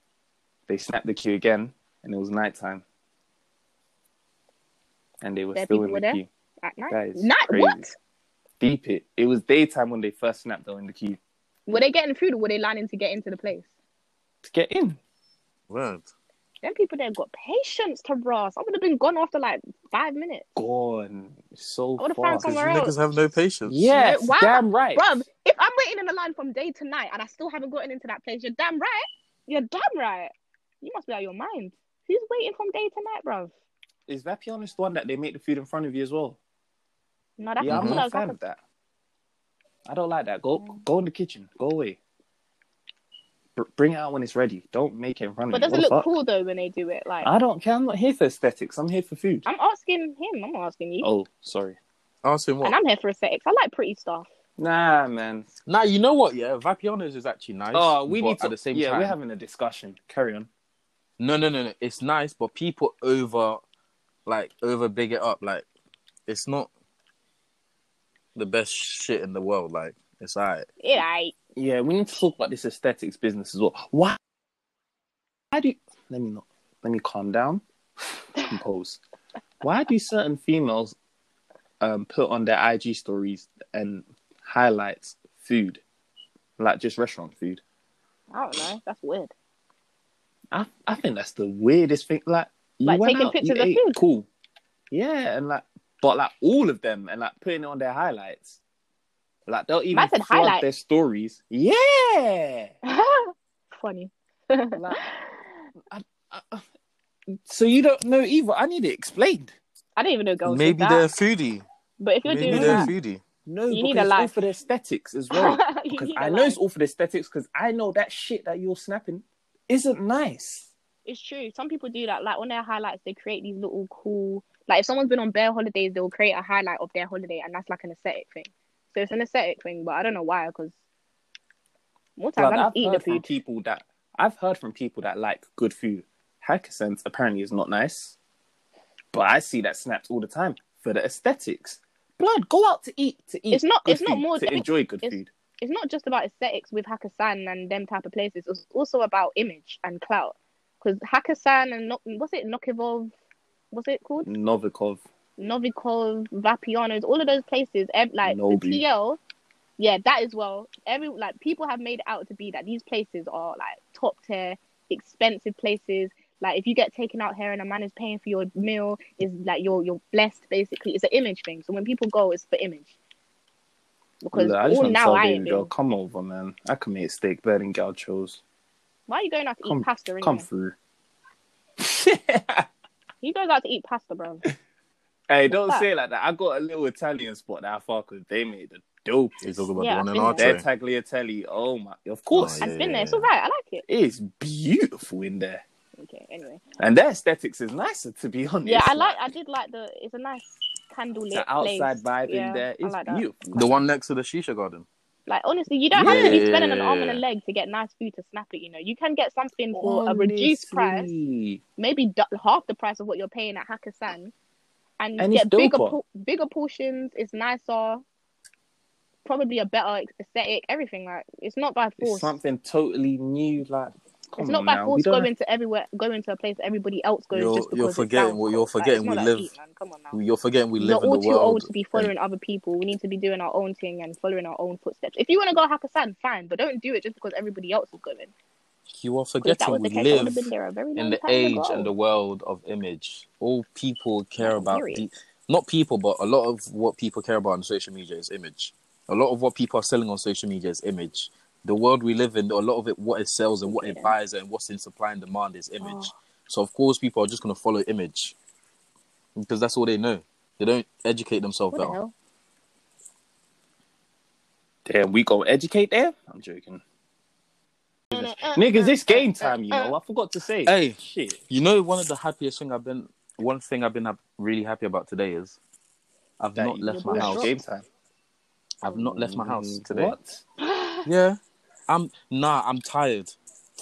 S2: They snapped the queue again, and it was nighttime. And they were
S4: There
S2: still
S4: people
S2: in
S4: were
S2: the
S4: there?
S2: queue.
S4: At night,
S2: That is
S4: night
S2: crazy.
S4: what?
S2: Deep it. It was daytime when they first snapped though in the queue
S4: Were they getting food or were they lining to get into the place?
S2: to get in.
S3: Word.
S4: Them people there got patience to Ross. I would have been gone after like five minutes.
S2: Gone so
S4: I would've
S2: far.
S4: found
S3: Because you
S4: Somewhere else.
S3: niggas have no patience.
S2: Yes,
S4: No, why-
S2: damn right.
S4: Bruv, if I'm waiting in the line from day to night and I still haven't gotten into that place, you're damn right. You're damn right. You must be out of your mind. Who's waiting from day to night, bruv?
S2: Is Vapiano's the one that they make the food in front of you as well?
S4: No, that's Mm.
S2: yeah, I'm
S4: not
S2: not a
S4: what
S2: fan
S4: happened.
S2: of that. I don't like that. Go go in the kitchen. Go away. Br- bring it out when it's ready. Don't make it in front
S4: But
S2: of me.
S4: does it
S2: What the
S4: look
S2: fuck?
S4: cool though when they do it? Like,
S2: I don't care. I'm not here for aesthetics. I'm here for food.
S4: I'm asking him. I'm asking you.
S2: Oh, sorry.
S3: Ask him what.
S4: And I'm here for aesthetics. I like pretty stuff.
S2: Nah, man.
S3: Nah, you know what? Yeah, Vapiano's is actually nice.
S2: Oh, we
S3: but
S2: need to.
S3: at the same
S2: yeah,
S3: time.
S2: we're having a discussion. Carry on.
S3: No, no, no, no. It's nice, but people over, like, over big it up. Like, it's not the best shit in the world. Like, it's alright.
S4: Yeah, I
S2: Yeah, we need to talk about this aesthetics business as well. Why? Why do? Let me not. Let me calm down. Compose. Why do certain females um, put on their IG stories and highlights food, like just restaurant food?
S4: I don't know. That's weird. [LAUGHS]
S2: I I think that's the weirdest thing. Like you
S4: Like,
S2: went
S4: taking
S2: out,
S4: pictures
S2: you
S4: of
S2: ate,
S4: food?
S2: cool. Yeah, and like, but like all of them, and like putting it on their highlights. Like they'll even
S4: Mine said
S2: flood
S4: highlight.
S2: their stories. Yeah.
S4: Funny. [LAUGHS]
S2: Like, I, I, so you don't know either. I need it explained.
S4: I didn't even know girls did
S3: Maybe
S4: that.
S3: they're foodie.
S4: But if you're
S3: Maybe
S4: doing
S3: they're
S4: that,
S3: foodie.
S2: No,
S4: You need
S2: because
S4: a
S2: it's all
S4: life.
S2: for the aesthetics
S4: [LAUGHS]
S2: as well.
S4: You
S2: Because
S4: need
S2: I
S4: a
S2: know
S4: life.
S2: it's all for the aesthetics. Because I know that shit that you're snapping isn't nice.
S4: It's true. Some people do that. Like on their highlights, they create these little cool. Like if someone's been on bear holidays, they'll create a highlight of their holiday, and that's like an aesthetic thing. So it's an aesthetic thing, but I don't know why. Because more times
S2: Like,
S4: I
S2: I've
S4: just eat the
S2: heard from
S4: food.
S2: people that I've heard from people that like good food. Hacker sense apparently is not nice, but I see that snapped all the time for the aesthetics. Blood, go out to eat to eat.
S4: It's not-
S2: good
S4: it's not
S2: food,
S4: more-
S2: to enjoy good
S4: it's-
S2: food.
S4: It's not just about aesthetics with Hakkasan and them type of places. It's also about image and clout. Because Hakkasan and no- what's it Nokivov, what's it called?
S2: Novikov,
S4: Novikov, Vapianos, all of those places, ev- like
S2: Nobu.
S4: the TL, yeah, that as well. Every like people have made it out to be that these places are like top tier, expensive places. Like if you get taken out here and a man is paying for your meal, is like you're you're blessed basically. It's an image thing. So when people go, it's for image. Because
S2: Look, I just
S4: all
S2: want to
S4: now
S2: tell
S4: I
S2: baby
S4: ain't
S2: girl,
S4: been.
S2: come over, man. I can make steak better than gauchos.
S4: Why are you going out to
S2: Come-
S4: eat pasta? Anyway?
S2: Come through. [LAUGHS]
S4: He goes out to eat
S2: [LAUGHS]
S4: pasta, bro.
S2: Hey, don't
S4: What's
S2: say it like that. I got a little Italian spot that I fuck with. They made the
S3: You
S2: dopest.
S3: talk about
S4: Yeah,
S3: the
S4: I've
S3: one in
S4: been
S2: Their
S3: Archway.
S2: tagliatelle. Oh my! Of course,
S3: Oh,
S4: I've
S3: yeah,
S4: been
S3: yeah,
S4: there. It's
S3: yeah.
S4: alright. I like it.
S2: it's beautiful in there,
S4: Okay. Anyway.
S2: and their aesthetics is nicer. To be honest,
S4: Yeah, I like. I did like the. It's a nice candle lit
S2: the outside vibe
S4: yeah,
S2: in there.
S4: I
S2: It's
S4: like that.
S2: beautiful.
S3: The one next to the Shisha Garden.
S4: Like honestly, you don't have to be
S3: Yeah.
S4: spending an arm and a leg to get nice food to snap it. You know, you can get something for a reduced price,
S2: Honestly.
S4: maybe du- half the price of what you're paying at Hakkasan, and,
S2: And
S4: get
S2: it's
S4: bigger
S2: doper.
S4: por- bigger portions. It's nicer, probably a better aesthetic. Everything like it's not by
S2: It's
S4: force.
S2: something totally new. Like, come
S4: It's
S2: on
S4: not by
S2: now. We
S4: force
S2: don't
S4: going to everywhere, going to a place everybody else goes.
S3: You're-
S4: just because
S3: you're
S4: it
S3: forgetting
S4: sounds
S3: what- you're
S4: cool. Like, it's
S3: forgetting
S4: not
S3: we
S4: like
S3: live-
S4: Heat, man. Come on now.
S3: You're forgetting we
S4: We're
S3: live in
S4: all
S3: the
S4: too
S3: world.
S4: old to be following other people. We need to be doing our own thing and following our own footsteps. If you want to go Hakkasan, fine, but don't do it just because everybody else is going.
S3: You are
S4: Because if that
S3: forgetting
S4: was the
S3: we
S4: case, I would
S3: live
S4: have been there a very long
S3: in the
S4: time
S3: age
S4: ago.
S3: and the world of image. All people care
S4: Like,
S3: about,
S4: serious.
S3: pe- not people, but a lot of what people care about on social media is image. A lot of what people are selling on social media is image. The world we live in, a lot of it, what it sells and what it
S4: Yeah.
S3: buys and what's in supply and demand is image.
S4: Oh.
S3: So of course, people are just going to follow image because that's all they know. They don't educate themselves
S4: What the
S3: better.
S4: hell?
S2: Damn, we go educate there. I'm joking.
S4: Uh,
S2: Niggas, it's game time, you know. I forgot to say.
S3: Hey.
S2: shit.
S3: You know, one of the happiest thing I've been, one thing I've been hap- really happy about today is I've
S2: That
S3: not
S2: you-
S3: left
S4: your
S3: my
S4: ball
S2: that's
S3: house.
S2: Game time.
S3: I've not left my house
S2: Mm,
S3: today.
S2: What?
S3: Yeah, I'm nah. I'm tired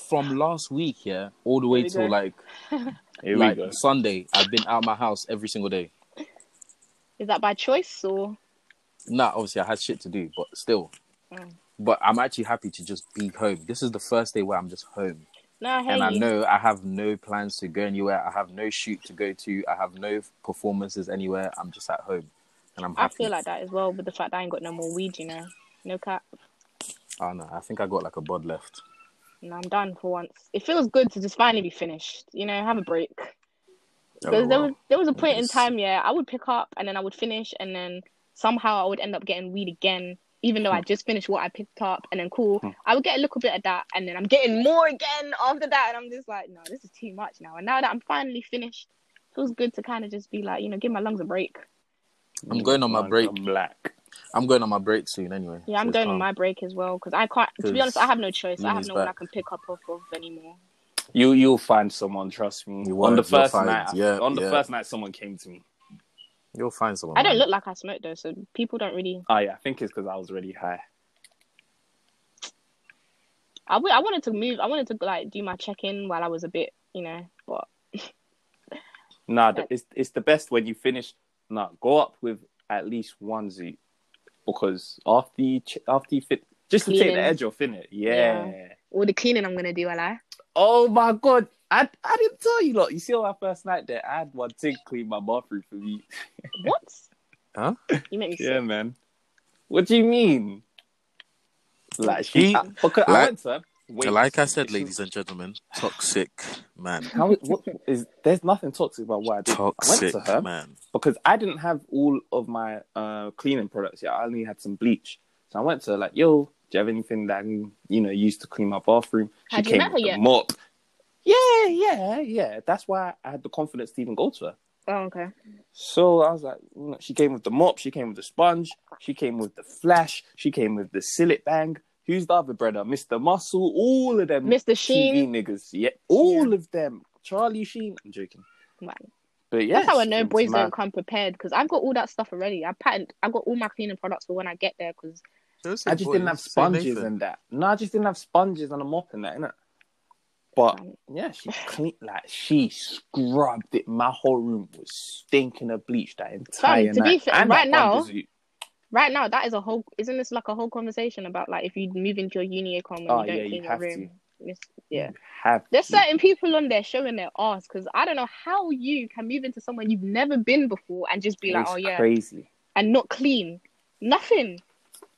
S3: from last week. Yeah, all the way
S2: There you
S3: till
S2: go.
S3: like
S2: Here
S3: like
S2: we go.
S3: Sunday. I've been out my house every single day.
S4: Is that by choice or?
S3: Nah, obviously I had shit to do, but still.
S4: Mm.
S3: But I'm actually happy to just be home. This is the first day where I'm just home.
S4: No, I hear
S3: and I
S4: you.
S3: know I have no plans to go anywhere. I have no shoot to go to. I have no performances anywhere. I'm just at home, and I'm
S4: I
S3: happy.
S4: feel like that as well with the fact that I ain't got no more weed, you know. No cap.
S3: Oh no, I think I got like a bod left.
S4: No, I'm done for once. It feels good to just finally be finished. You know, have a break. Because
S3: Oh,
S4: there
S3: well.
S4: was there was a point in
S3: Yes.
S4: time, yeah, I would pick up and then I would finish and then somehow I would end up getting weed again, even though
S3: Hmm.
S4: I just finished what I picked up and then cool. I would get a little bit of that and then I'm getting more again after that and I'm just like, no, this is too much now. And now that I'm finally finished, feels good to kind of just be like, you know, give my lungs a break.
S3: I'm going on my
S2: Mm,
S3: break.
S2: I'm black.
S3: I'm going on my break soon anyway.
S4: Yeah, I'm
S3: so it's
S4: going on
S3: calm.
S4: my break as well because I can't. To be honest, I have no choice. I have
S3: Uni's
S4: no one I
S3: back.
S4: can pick up off of anymore.
S2: You you'll find someone. Trust me.
S3: You
S2: on
S3: won't,
S2: the
S3: you'll
S2: first
S3: find-
S2: night, I-
S3: yeah,
S2: on the
S3: yeah.
S2: first night, someone came to me.
S3: You'll find someone.
S4: I don't
S3: man.
S4: look like I smoke though, so people don't really.
S2: Oh yeah, I think it's because I was already high.
S4: I w- I wanted to move. I wanted to like do my check in while I was a bit, you know, but
S2: Nah,
S4: Like-
S2: the it's it's the best when you finish. Nah, go up with at least one zoo, because after you ch- after you fit, just to take
S4: Cleaning.
S2: the edge off in it.
S4: Yeah.
S2: yeah.
S4: all the cleaning I'm gonna do, will I?
S2: Oh my god. I, I didn't tell you lot. You see on my first night there, I had one thing clean my bathroom for me.
S4: What?
S3: Huh?
S4: You make me sick.
S2: Yeah, man. What do you mean? Like she,
S3: He-
S2: I, because I
S3: like-
S2: went to her. Wait,
S3: Like I said,
S2: It's
S3: ladies and gentlemen, toxic man.
S2: How what is there's nothing toxic about what I did.
S3: Toxic
S2: I went to her
S3: man.
S2: because I didn't have all of my uh cleaning products yet. I only had some bleach, so I went to her like, "Yo, do you have anything that I can, you know, use to clean my bathroom?"
S4: Had you met her
S2: with a
S4: yet?
S2: Mop. Yeah, yeah, yeah. That's why I had the confidence to even go to her.
S4: Oh, okay.
S2: So I was like, you know, she came with the mop, she came with the sponge, she came with the flash, she came with the sillet bang. Who's the other brother? Mr. Muscle, all of them.
S4: Mr.
S2: TV
S4: Sheen.
S2: niggas. Yeah, all of them. Charlie Sheen. I'm joking.
S4: Wow.
S2: But yeah.
S4: That's how I know boys don't come prepared because I've got all that stuff already. I patterned. I got all my cleaning products for when I get there because
S2: I just didn't have sponges and that. No, I just didn't have sponges and a mop and that, innit? But yeah, she cleaned, like, she scrubbed it. My whole room was stinking of bleach that entire
S4: to be
S2: night.
S4: fair,
S2: And
S4: right
S2: that
S4: now-
S2: bundazoo.
S4: right now that is a whole. Isn't this like a whole conversation about like if you move into your uni account and
S2: Oh,
S4: you don't
S2: yeah, you
S4: clean your
S2: have Mm.
S4: room? It's- yeah.
S2: Have
S4: There's
S2: to.
S4: certain people on there showing their ass because I don't know how you can move into someone you've never been before and just be like,
S2: It's
S4: oh yeah,
S2: crazy.
S4: and not clean, nothing.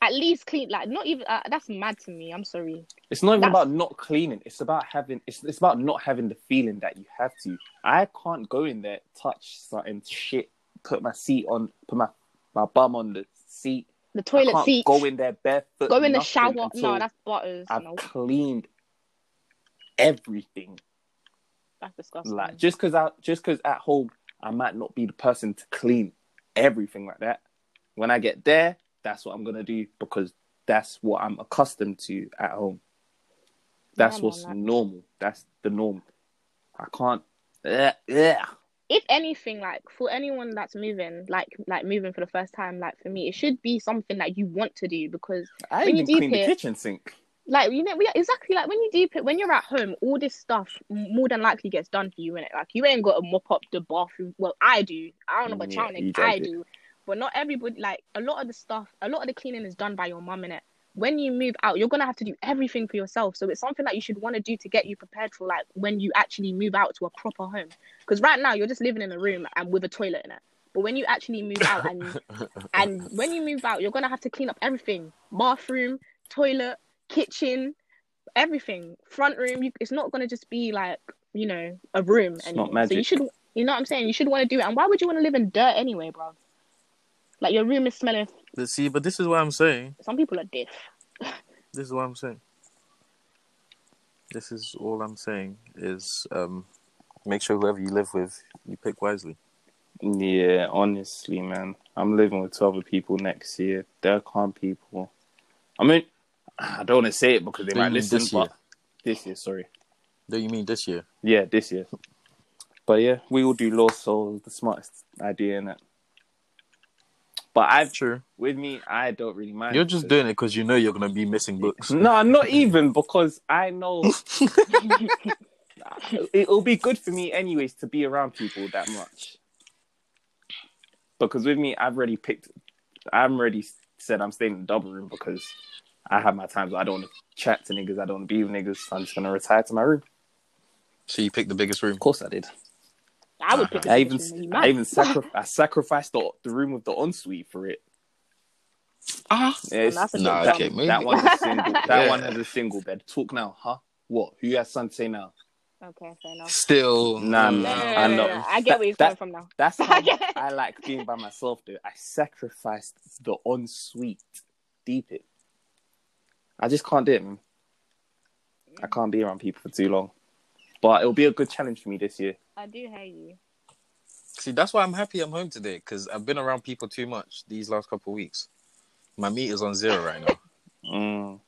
S4: at least clean. Like not even uh, that's mad to me. I'm sorry.
S2: It's not even
S4: That's-
S2: about not cleaning. It's about having. It's it's about not having the feeling that you have to. I can't go in there, touch something, shit, put my seat on, put my my bum on the seat.
S4: The
S2: I
S4: toilet
S2: can't
S4: seat.
S2: Go in there barefoot.
S4: Go in the
S2: nothing
S4: shower.
S2: until
S4: No, that's butters.
S2: I've
S4: No,
S2: cleaned everything.
S4: that's disgusting.
S2: Like just because I just because at home I might not be the person to clean everything like that. When I get there, that's what I'm gonna do because that's what I'm accustomed to at home. That's
S4: Yeah, man,
S2: what's
S4: like-
S2: normal. That's the norm. I can't. Yeah, yeah.
S4: if anything, like for anyone that's moving, like like moving for the first time, like for me, it should be something that you want to do because
S2: I
S4: When you
S2: even
S4: deep
S2: cleaned the
S4: it-
S2: kitchen sink.
S4: like you know we exactly like when you deep it when you're at home all this stuff m- more than likely gets done for you in it like you ain't got to mop up the bathroom well i do i don't know about
S2: Mm, Yeah,
S4: y'all niggas,
S2: you
S4: i
S2: don't.
S4: do but not everybody like a lot of the stuff a lot of the cleaning is done by your mum in it when you move out you're gonna have to do everything for yourself so it's something that you should want to do to get you prepared for like when you actually move out to a proper home because right now you're just living in a room and with a toilet in it but when you actually move out and
S2: [LAUGHS]
S4: and when you move out, you're gonna have to clean up everything: bathroom, toilet, kitchen, everything, front room. You, it's not gonna just be like you know a room.
S2: It's
S4: anymore.
S2: not
S4: So you
S2: magic.
S4: should, you know what I'm saying? You should want to do it. And why would you want to live in dirt anyway, bro? Like your room is smelling.
S3: But see, but this is what I'm saying.
S4: Some people are diff.
S3: This is what I'm saying. This is all I'm saying is um, make sure whoever you live with, you pick wisely.
S2: Yeah, honestly, man, I'm living with two other people next year. They're calm people. I mean, I don't want to say it because they
S3: Do you
S2: might
S3: mean
S2: listen.
S3: this
S2: but
S3: year?
S2: this year, sorry.
S3: Don't you mean this year?
S2: Yeah, this year. But yeah, we all do law, so the smartest idea in it. But I've
S3: True.
S2: with me, I don't really mind.
S3: You're just
S2: because-
S3: doing it because you know you're gonna be missing books.
S2: No, not even because I
S4: [LAUGHS]
S2: know it'll be good for me anyways to be around people that much. Because with me, I've already picked. I'm already said I'm staying in the double room because I have my times. where I don't want to chat to niggas. I don't want to be with niggas. I'm just gonna retire to my room.
S3: So you pick the biggest room.
S2: Of course, I did.
S4: I would pick.
S2: I even
S4: kitchen,
S2: I even sacri- I sacrificed the, the room with the ensuite for
S4: [LAUGHS]
S2: it.
S3: Ah,
S2: Yeah, it's-
S4: that's a
S3: Nah,
S4: bit dumb.
S3: okay, maybe.
S2: that one's a
S3: [LAUGHS]
S2: single. That
S3: Yeah.
S2: one has a single bed. Talk now, huh? What? Who has son say now?
S4: Okay, fair enough.
S3: still.
S2: Nah,
S4: No,
S2: Mm.
S4: no, no,
S2: I
S4: no, no,
S2: know.
S4: no, I get where he's coming
S2: That-
S4: from now. [LAUGHS]
S2: That's how I like being by myself. Though I sacrificed the ensuite. Deep it. I just can't do it. Man. I can't be around people for too long. But it'll be a good challenge for me this year.
S4: I do hear you.
S3: See, that's why I'm happy I'm home today because I've been around people too much these last couple of weeks. My meat is on zero right now.
S2: Mm.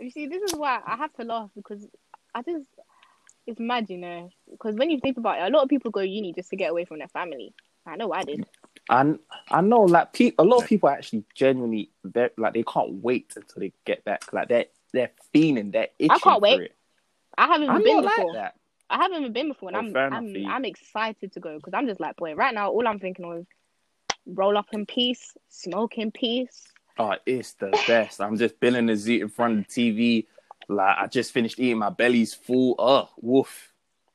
S4: You see, this is why I have to laugh because I just it's mad, you know. Because when you think about it, a lot of people go uni just to get away from their family. I know I did.
S2: And I know, like, pe- a lot of people are actually genuinely they're- like they can't wait until they get back. Like they're they're feeling, they're itching.
S4: can't wait.
S2: For it.
S4: I haven't even
S2: I'm
S4: been
S2: not
S4: before.
S2: like that.
S4: I haven't even been before, and
S2: Oh,
S4: I'm
S2: fair enough
S4: I'm
S2: for you.
S4: I'm excited to go because I'm just like, boy, right now all I'm thinking of is roll up in peace, smoke in peace.
S2: Oh, it's the best. I'm just billing the zoo in front of the TV. Like I just finished eating, my belly's full. Oh, woof.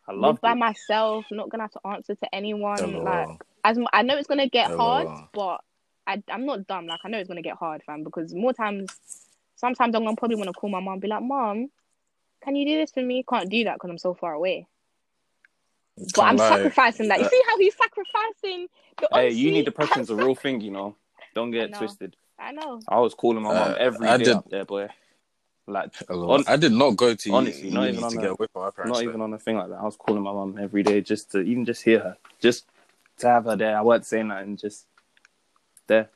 S2: I love
S4: live by
S2: it.
S4: myself, not gonna have to answer to anyone.
S3: Hello.
S4: Like as m- I know it's gonna get
S3: Hello.
S4: hard, but I, I'm not dumb. Like I know it's gonna get hard, fam. Because more times, sometimes I'm gonna probably wanna call my mom, and be like, "Mom, can you do this for me?" Can't do that because I'm so far away. [LAUGHS] But
S3: Can't
S4: I'm
S3: lie.
S4: sacrificing that. You
S3: That-
S4: see how he's sacrificing the.
S2: Hey, you need
S4: ensuite?
S2: depression's a real thing, you know. Don't get it
S4: know.
S2: twisted.
S4: I know.
S2: I was calling my mom
S3: Uh,
S2: every day
S3: I did-
S2: up there, boy. Like
S3: Hello.
S2: On-
S3: I did not go to
S2: honestly, not
S3: uni
S2: even on
S3: to
S2: a-
S3: get away from my parents.
S2: not even on a thing like that. I was calling my mom every day just to even just hear her, just to have her there. I wasn't saying nothing, just there.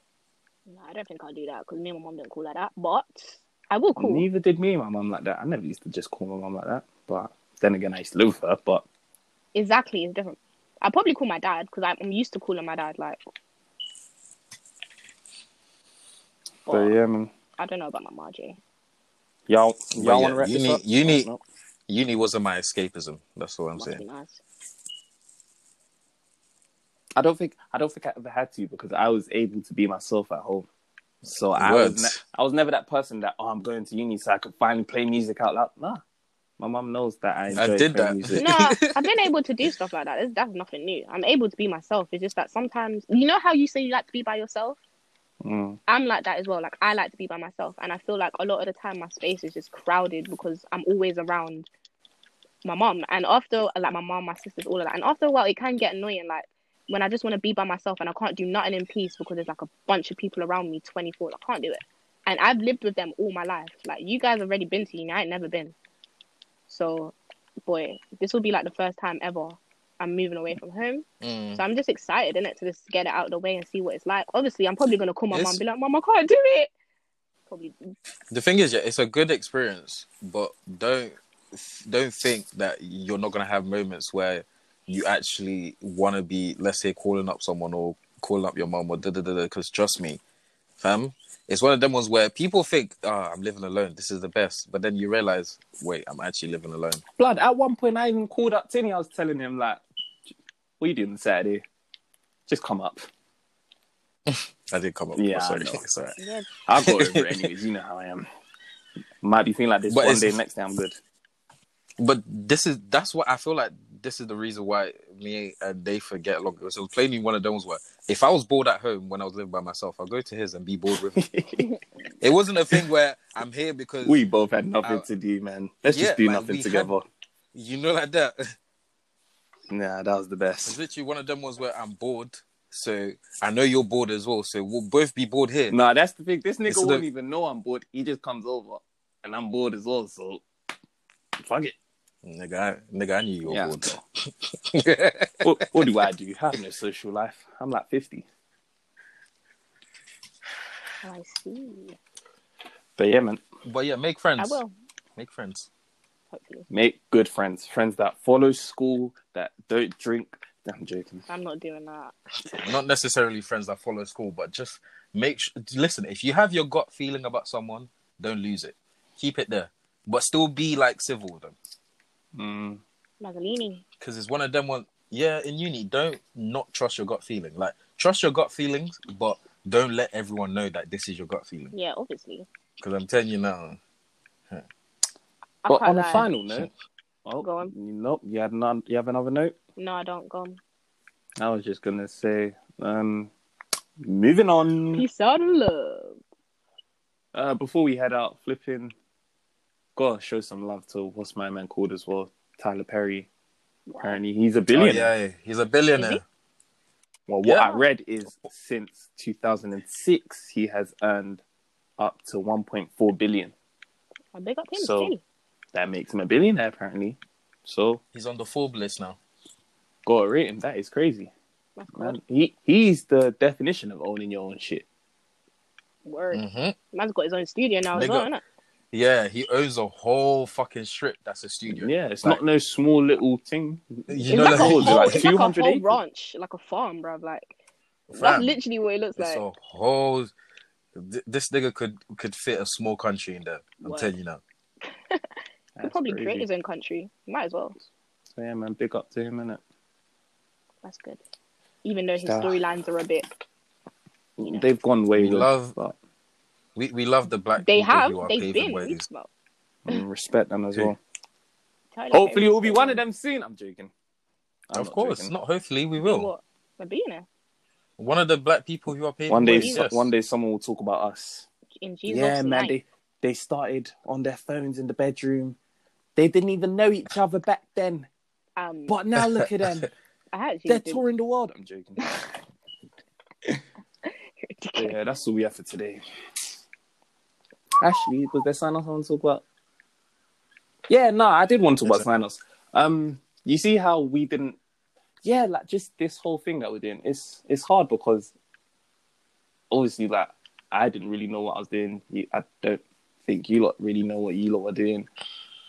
S4: No, I don't think I'll do that because me and my mom don't call like that. But I will call.
S2: Neither did me and my mum like that. I never used to just call my mum like that. But then again, I used to live with her. But
S4: Exactly, it's different. I probably call my dad because I'm I'm used to calling my dad. Like,
S2: but
S4: But
S2: yeah, man.
S4: I don't know about my mom, Jay.
S2: Y'all, y'all
S3: yeah,
S2: want to wrap
S3: you
S2: this
S3: need-
S2: up?
S3: you need-
S2: No.
S3: Uni wasn't my escapism. That's all I'm
S4: Must be
S3: saying.
S4: nice.
S2: I don't think I don't think I ever had to because I was able to be myself at home. So I was
S3: Words.
S2: ne- I was never that person that oh I'm going to uni so I could finally play music out loud. Nah, my mum knows that I enjoy
S3: I did
S2: playing
S3: that.
S2: music.
S4: no, I've been able to do stuff like that. It's, that's nothing new. I'm able to be myself. It's just that sometimes, you know how you say you like to be by yourself?
S2: Mm.
S4: I'm like that as well. Like I like to be by myself, and I feel like a lot of the time my space is just crowded because I'm always around my mom. And after like my mom, my sisters, all of that. And after a while, it can get annoying. Like when I just want to be by myself and I can't do nothing in peace because there's like a bunch of people around me, 24. I can't do it. And I've lived with them all my life. Like you guys already been to uni, I ain't never been. So, boy, this will be like the first time ever I'm moving away from home.
S3: Mm.
S4: So I'm just excited, innit, to just get it out of the way and see what it's like. Obviously, I'm probably gonna call my
S3: Yes.
S4: mum, and be like, "Mum, I can't do it." Probably.
S3: The thing is, yeah, it's a good experience, but don't don't think that you're not gonna have moments where you actually want to be, let's say, calling up someone or calling up your mom or da da da. Because trust me, fam, it's one of them ones where people think, "Ah, I'm living alone. This is the best," but then you realize, wait, I'm actually living alone.
S2: Blood, at one point I even called up Tinny. I was telling him, like, what you doing Saturday? Just come up.
S3: I did come up.
S2: Yeah,
S3: oh, sorry,
S2: I know.
S3: [LAUGHS] sorry.
S4: Yeah.
S2: I got over it anyways. You know how I am. Might be feeling like this
S3: But
S2: one
S3: it's-
S2: day. Next day I'm good.
S3: But this is that's what I feel like. This is the reason why me and they forget along. So it was plainly one of those where if I was bored at home when I was living by myself, I'd go to his and be bored with him. it wasn't a thing where I'm here because
S2: We both had nothing
S3: Uh,
S2: to do, man. Let's
S3: yeah,
S2: just do
S3: like, we
S2: nothing
S3: had-
S2: together.
S3: you know like that. [LAUGHS]
S2: Nah, that was the
S3: It's
S2: best.
S3: literally one of them ones where I'm bored. So I know you're bored as well. So we'll both be bored here.
S2: Nah, that's the thing. This
S3: It's
S2: nigga
S3: the-
S2: won't even know I'm bored. He just comes over, and I'm bored as well. So fuck it.
S3: Nigga, I, nigga, I knew you were
S2: Yeah.
S3: bored.
S2: What, what do [LAUGHS] I do? I have no social life. I'm like fifty.
S4: I see.
S2: But yeah, man,
S3: But yeah, make friends.
S4: I will
S3: Make friends.
S4: hopefully.
S2: make good friends. Friends that follow school, that don't drink. Nah, I'm joking.
S4: I'm not doing that.
S3: not necessarily friends that follow school, but just make sure. Listen, if you have your gut feeling about someone, don't lose it. Keep it there, but still be like civil with them,
S2: Mm.
S4: Mazzolini.
S3: because it's one of them. One, yeah, in uni, don't not trust your gut feeling. Like trust your gut feelings, but don't let everyone know that this is your gut feeling.
S4: Yeah, obviously.
S3: Because I'm telling you now,
S4: I
S2: But
S4: can't
S2: on a
S4: lie.
S2: final note, oh,
S4: Go on.
S2: Nope, you had none. You have another note.
S4: No, I don't go.
S2: I was just gonna say, um, moving on.
S4: Peace out and love.
S2: Uh, before we head out, flipping, gotta show some love to what's my man called as well, Tyler Perry. Apparently, he's a
S3: oh,
S2: billionaire.
S3: yeah, he's a billionaire.
S4: Is
S2: Well, what I
S3: Yeah.
S2: read is since 2006, he has earned up to 1.4 billion.
S4: I big up him
S2: So-
S4: too.
S2: That makes him a billionaire, apparently. So,
S3: He's on the Forbes list now.
S2: gotta rate him. That is crazy,
S4: That's good.
S2: man. He he's the definition of owning your own shit.
S4: Word.
S3: hmm
S4: Man's got his own studio now as
S3: Nigga.
S4: well, innit?
S3: Yeah, he owns a whole fucking strip. That's a studio.
S2: Yeah, it's
S3: Like-
S2: not no small little thing.
S3: You
S4: It's
S3: know
S4: like,
S3: the
S4: a
S2: whole-
S4: whole,
S2: like
S4: it's like a
S2: 200
S4: whole
S2: acres.
S4: ranch, like a farm, bruv. Like that's
S3: Fam.
S4: literally what it looks
S3: It's
S4: like.
S3: a whole. th- This nigga could could fit a small country in there. I'm
S4: Word.
S3: telling you now.
S4: He
S2: That's
S4: probably
S2: crazy.
S4: create his own country. Might as well.
S2: So yeah, man, big up to him, innit?
S4: That's good. Even though his
S2: Stuff.
S4: storylines are a bit, You know.
S2: They've gone way
S3: We
S2: with,
S3: love-
S2: but
S3: We we love the black.
S4: they
S3: people
S4: have,
S3: who are
S4: they've
S3: paving
S4: been.
S3: ways.
S4: weeks about.
S2: mm, respect them
S3: [LAUGHS]
S2: as
S3: Who?
S2: well.
S4: Tyler
S2: Hopefully,
S4: Perry.
S2: we'll be one of them soon. I'm joking. I'm
S3: Of
S2: not
S3: course,
S2: joking.
S3: not. Hopefully, we
S4: Be
S3: will.
S4: What? A billionaire
S3: One of the black people who are paving
S2: One day,
S3: ways.
S2: so-
S3: yes.
S2: one day, someone will talk about us.
S4: in Jesus'
S2: yeah, man.
S4: name.
S2: They they started on their phones in the bedroom. They didn't even know each other back then.
S4: Um,
S2: But now look at
S3: [LAUGHS]
S2: them.
S4: I actually
S2: They're
S4: did.
S2: touring the world. I'm joking. But [LAUGHS] yeah, that's all we have for today. Actually, was there sign offs I want to talk about? Yeah, no, I did want to talk about sign offs. Um, you see how we didn't yeah, like just this whole thing that we're doing, it's it's hard because obviously like I didn't really know what I was doing. You, I don't think you lot really know what you lot were doing.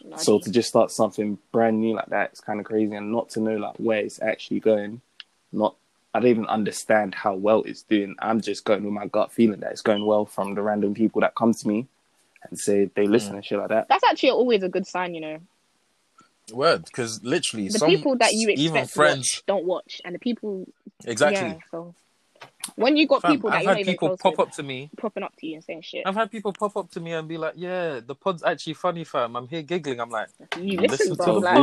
S4: No, I
S2: So to
S4: didn't.
S2: just start something brand new like that, it's kind of crazy, and not to know like where it's actually going. Not, I don't even understand how well it's doing. I'm just going with my gut feeling that it's going well from the random people that come to me and say they listen and shit like that.
S4: that's actually always a good sign, you know.
S3: Word, because literally,
S4: The
S3: some
S4: people that you expect
S3: even
S4: to
S3: friends,
S4: watch, don't watch, and the people,
S3: exactly.
S4: yeah. So when you got
S3: Fam,
S4: people that
S3: I've
S4: you're not
S3: had
S4: even
S3: people
S4: close
S3: pop
S4: with,
S3: up to me.
S4: popping up to you and saying shit,
S3: I've had people pop up to me and be like, "Yeah, the pod's actually funny, fam. I'm here giggling." I'm like,
S4: you [LAUGHS]
S3: listen
S4: listen,
S3: to
S4: bro.
S3: the
S4: Like,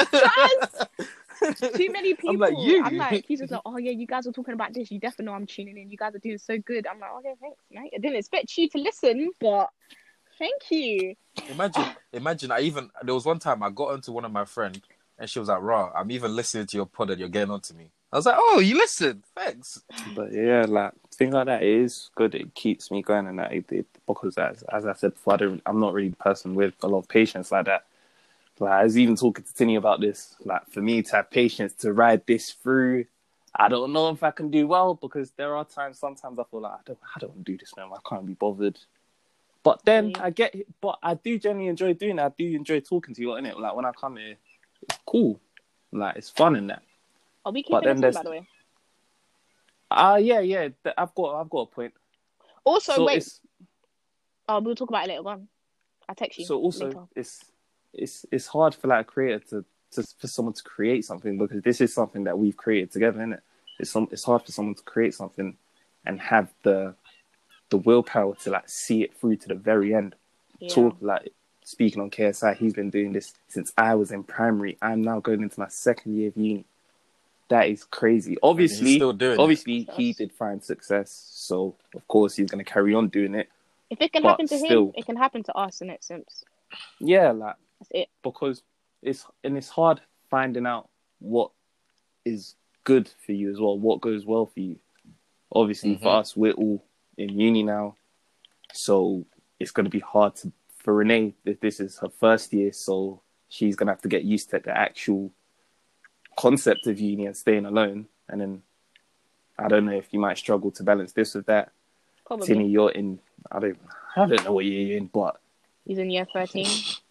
S2: bullseye.
S4: guys, too many people.
S2: [LAUGHS] I'm
S4: I'm
S2: like,
S4: like,
S2: you?
S4: he's just like, oh yeah, you guys are talking about this. You definitely know I'm tuning in. You guys are doing so good. I'm like, okay, thanks, mate. I didn't expect you to listen, but thank you.
S3: Imagine, imagine. I even there was one time I got onto one of my friend, and she was like, "Raw, I'm even listening to your pod, and you're getting onto me." I was like, "Oh, you listen? Thanks."
S2: But yeah, like things like that it is good. It keeps me going, and that it, it because as as I said before, I don't, I'm not really a person with a lot of patience like that. Like I was even talking to Tinny about this. Like for me to have patience to ride this through, I don't know if I can do well because there are times. Sometimes I feel like I don't. I don't want to do this, man. I can't be bothered. But then
S4: Mm.
S2: I get. But I do generally enjoy doing. It. I do enjoy talking to you, innit? Like when I come here, it's cool. Like it's fun in that.
S4: Are we
S2: But
S4: keeping
S2: then
S4: this on,
S2: there's-
S4: by the way?
S2: Ah, yeah, yeah. th- I've got. I've got a point.
S4: Also,
S2: so
S4: wait.
S2: it's
S4: Oh, we'll talk about it later on. I'll text you.
S2: so also
S4: later.
S2: it's it's it's hard for like a creator to, to for someone to create something because this is something that we've created together isn't it it's some it's hard for someone to create something and have the the willpower to like see it through to the very end
S4: Yeah.
S2: talk like speaking on ksi he's been doing this since i was in primary i'm now going into my second year of uni that is crazy obviously
S3: he's still doing it.
S2: obviously he did find success so of course he's going to carry on doing it
S4: If it can
S2: but
S4: happen to
S2: still-
S4: him, it can happen to us, and it simps.
S2: yeah like
S4: That's it.
S2: because it's and it's hard finding out what is good for you as well, what goes well for you. Obviously, for us, we're all in uni now, so it's going to be hard to for Renee if this is her first year, so she's going to have to get used to the actual concept of uni and staying alone, and then. I don't know if you might struggle to balance this with that.
S4: Probably.
S2: Tini, you're in. I don't. I don't know what year you're in, but
S4: He's in year
S2: [LAUGHS]
S4: thirteen. As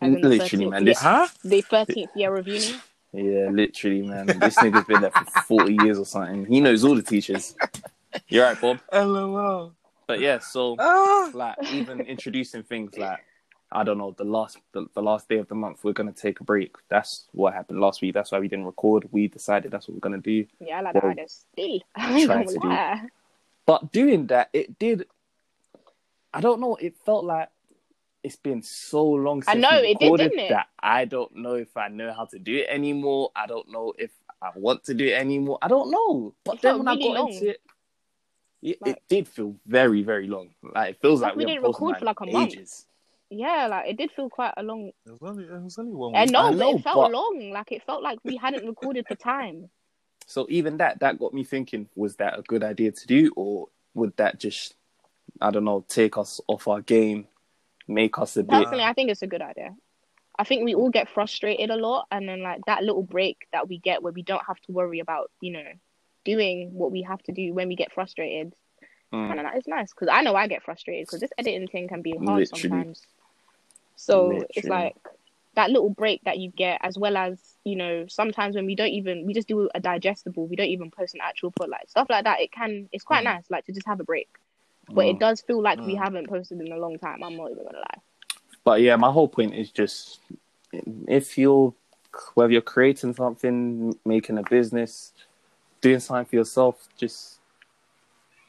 S4: in the
S2: literally,
S4: 13th
S2: man, this
S4: year- the thirteenth year of uni.
S2: Yeah, literally, man. This nigga's been there for 40 years or something. He knows all the teachers. You're right, Bob.
S3: LOL.
S2: But yeah, so
S3: Ah.
S2: like even introducing things like I don't know, the last the, the last day of the month we're gonna take a break. That's what happened last week. That's why we didn't record. We decided that's what we're gonna do.
S4: Yeah, I like
S2: Well,
S4: that idea. Still, [LAUGHS] I ain't
S2: trying
S4: gonna
S2: to do-
S4: lie.
S2: But doing that, it did I don't know, it felt like it's been so long
S4: I
S2: since
S4: know,
S2: we
S4: it did,
S2: recorded
S4: didn't it?
S2: that I don't know if I know how to do it anymore. I don't know if I want to do it anymore. I don't know. But
S4: It
S2: then
S4: felt
S2: when
S4: really
S2: I got
S4: long.
S2: into it, it, it
S4: Like-
S2: did feel very, very long. Like it feels
S4: Like
S2: like
S4: we
S2: haven't
S4: didn't record
S2: posted,
S4: for, like, a month.
S2: ages.
S4: Yeah, like it did feel quite a long.
S3: It was only, it was only one
S4: I
S3: week.
S4: know,
S2: I
S4: but
S2: know,
S4: it felt
S2: but-
S4: long. Like it felt like we hadn't recorded for time.
S2: So even that, that got me thinking: was that a good idea to do, or would that just, I don't know, take us off our game, make us a bit?
S4: Personally, I think it's a good idea. I think we all get frustrated a lot, and then like that little break that we get where we don't have to worry about, you know, doing what we have to do when we get frustrated.
S2: Mm.
S4: And it's nice because I know I get frustrated because this editing thing can be hard
S2: Literally.
S4: sometimes. So it's
S2: Literally.
S4: like that little break that you get, as well as you know, sometimes when we don't even we just do a digestible, we don't even post an actual put like stuff like that. It can it's quite
S3: Mm.
S4: nice like to just have a break, but
S2: Mm.
S4: it does feel like we
S3: Mm.
S4: haven't posted in a long time. I'm not even gonna lie.
S2: But yeah, my whole point is just if you're whether you're creating something, making a business, doing something for yourself, just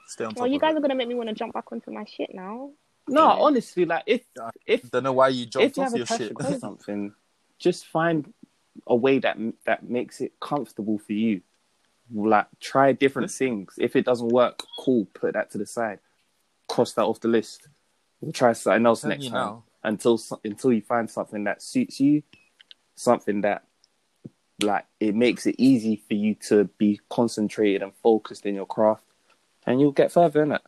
S3: Stay on top
S4: Well, you
S3: of
S4: guys
S3: it.
S4: are gonna make me want to jump back onto my shit now.
S2: no,
S4: Yeah.
S2: honestly, like if
S3: Yeah.
S2: if
S3: Don't know why you
S2: if
S3: jumped
S2: you
S3: off
S2: have a
S3: your
S2: passion
S3: shit. [LAUGHS]
S2: for something, just find a way that that makes it comfortable for you. Like try different
S3: Hmm?
S2: things. If it doesn't work, cool, put that to the side, cross that off the list. We'll try something else
S3: Tell
S2: next
S3: you
S2: time
S3: now.
S2: until so- until you find something that suits you, something that like it makes it easy for you to be concentrated and focused in your craft, and you'll get further in it.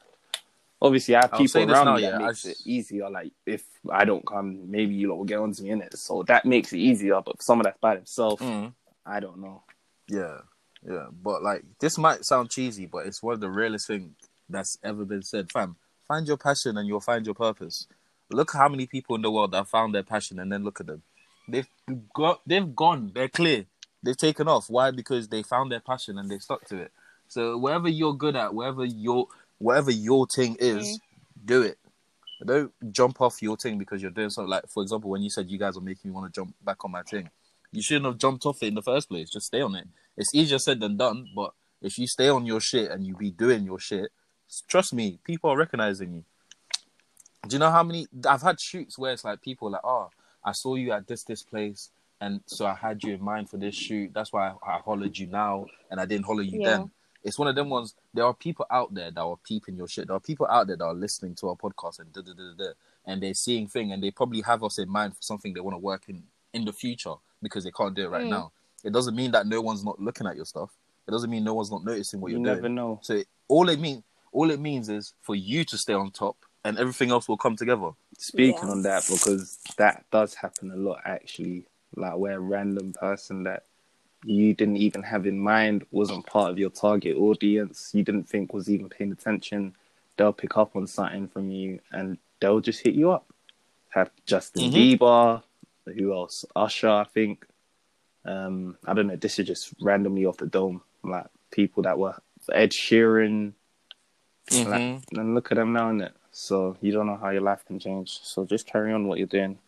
S2: Obviously, I have
S3: I'll
S2: people
S3: say this
S2: around
S3: now,
S2: me that
S3: yeah, I
S2: makes
S3: s-
S2: it easier. Like if I don't come, maybe you lot will get onto me in it, so that makes it easier. But for someone that's by themselves,
S3: Mm.
S2: I don't know.
S3: Yeah, yeah. But like, this might sound cheesy, but it's one of the realest things that's ever been said. Fam, find your passion and you'll find your purpose. Look how many people in the world that found their passion and then look at them. They've got, they've gone. They're clear. They've taken off. Why? Because they found their passion and they stuck to it. So wherever you're good at, wherever your whatever your thing is, do it. Don't jump off your thing because you're doing something. Like for example, when you said you guys are making me want to jump back on my thing, you shouldn't have jumped off it in the first place. Just stay on it. It's easier said than done, but if you stay on your shit and you be doing your shit, s- trust me, people are recognizing you. Do you know how many I've had shoots where it's like people are like, oh, I saw you at this this place, and so I had you in mind for this shoot. That's why I, I hollered you now, and I didn't holler you
S4: Yeah.
S3: then. It's one of them ones. There are people out there that are peeping your shit. There are people out there that are listening to our podcast and da da da da, da, and they're seeing thing, and they probably have us in mind for something they want to work in in the future because they can't do it right
S4: Mm.
S3: now. It doesn't mean that no one's not looking at your stuff. It doesn't mean no one's not noticing what
S2: you
S3: you're
S2: never
S3: doing.
S2: know.
S3: So it, all it mean all it means is for you to stay on top, and everything else will come together.
S2: Speaking
S4: Yeah.
S2: on that, because that does happen a lot actually. Like where a random person that you didn't even have in mind wasn't part of your target audience, you didn't think was even paying attention, they'll pick up on something from you and they'll just hit you up. Have Justin
S3: Mhm.
S2: Bieber, who else? Usher, I think. Um, I don't know, this is just randomly off the dome. Like people that were Ed Sheeran,
S3: Mhm.
S2: like, and look at them now, innit? So you don't know how your life can change. So just carry on what you're doing.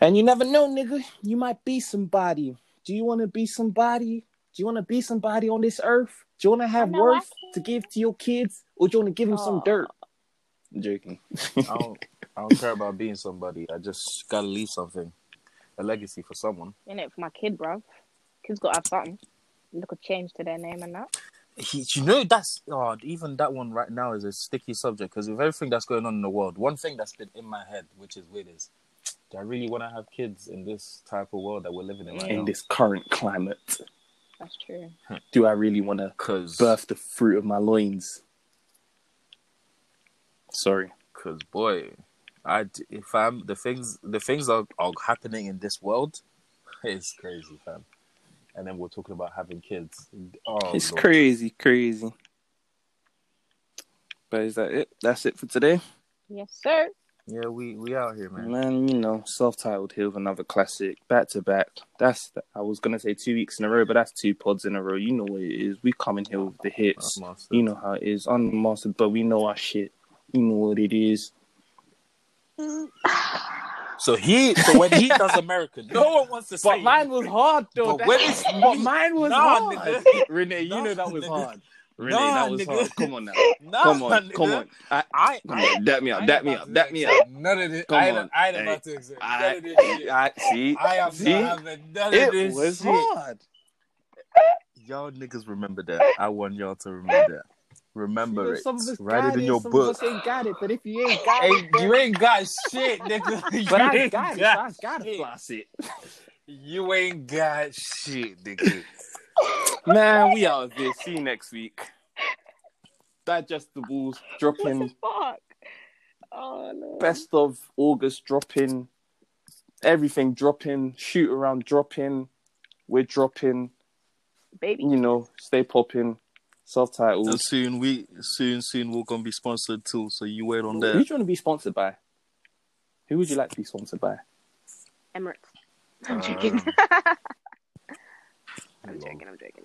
S2: And you never know, nigga. You might be somebody. Do you want to be somebody? Do you want to be somebody on this earth? Do you want to have
S4: I know I
S2: worth to give to your kids, or do you want to give them some
S4: Aw.
S2: dirt? I'm joking.
S3: I don't, I don't care about being somebody. I just gotta leave something, a legacy for someone.
S4: in it for my kid, bro. Kids got to have something. Look a change to their name and that.
S3: He, you know, that's oh, even that one right now is a sticky subject because with everything that's going on in the world, one thing that's been in my head, which is weird, is do I really want to have kids in this type of world that we're living in right
S2: In
S3: now?
S2: this current climate,
S4: That's true.
S2: do I really want to
S3: Because
S2: birth the fruit of my loins? Sorry.
S3: Cause boy, I d- fam the things the things are, are happening in this world [LAUGHS] is crazy, fam. And then we're talking about having kids. Oh,
S2: it's
S3: Lord.
S2: crazy, crazy. But is that it? That's it for today,
S4: Yes, sir.
S3: Yeah, we we out here, man.
S2: man. You know, self-titled here with another classic, back to back. That's the, I was gonna say two weeks in a row, but that's two pods in a row. You know what it is. We come in here with the hits.
S3: That's master.
S2: You know how it is, unmastered, but we know our shit. You know what it is.
S3: So he, so when he does American, no one wants to say. it.
S2: was hard
S3: But when it's me-
S2: mine was
S3: Nah, [LAUGHS] nigga.
S2: Renee, you
S3: Nah,
S2: know that was
S3: nigga.
S2: hard. Renee,
S3: Nah,
S2: that was
S3: nigga.
S2: hard. Come on
S3: [LAUGHS]
S2: now.
S3: Nah,
S2: come on,
S3: nigga.
S2: come on. I,
S3: I,
S2: come
S3: I,
S2: on. Dap me
S3: I
S2: up.
S3: ain't
S2: Dap me
S3: about
S2: up.
S3: to
S2: Dap me up.
S3: accept None of this.
S2: Come
S3: I ain't,
S2: on.
S3: I ain't about
S2: Hey,
S3: to accept none
S2: I,
S3: of this shit.
S2: I see.
S3: I am
S2: see,
S3: not having none of
S2: it
S3: this
S2: was
S3: shit.
S2: hard.
S3: Y'all niggas remember that. I want y'all to remember that. Remember it. Write it in your book.
S2: ain't got it, but if you ain't
S3: Hey, you ain't got shit, [LAUGHS] nigga.
S2: but
S3: you
S2: I
S3: ain't
S2: got it, so
S3: got
S2: I gotta
S3: shit.
S2: floss it.
S3: You ain't got shit, nigga.
S2: Man, we out of here. See you next week.
S3: [LAUGHS]
S2: Digestibles
S4: What the
S2: dropping.
S4: fuck? Oh, no.
S2: Best of August dropping. Everything dropping. Shoot around dropping. We're dropping.
S4: Baby.
S2: You know, stay popping. Self
S3: And
S2: titles.
S3: soon we soon soon we're gonna be sponsored too. So you wait on
S2: Who do
S3: that.
S2: you want to be sponsored by? Who would you like to be sponsored by?
S4: Emirates. I'm
S3: Uh,
S4: joking. [LAUGHS] I'm joking. I'm joking.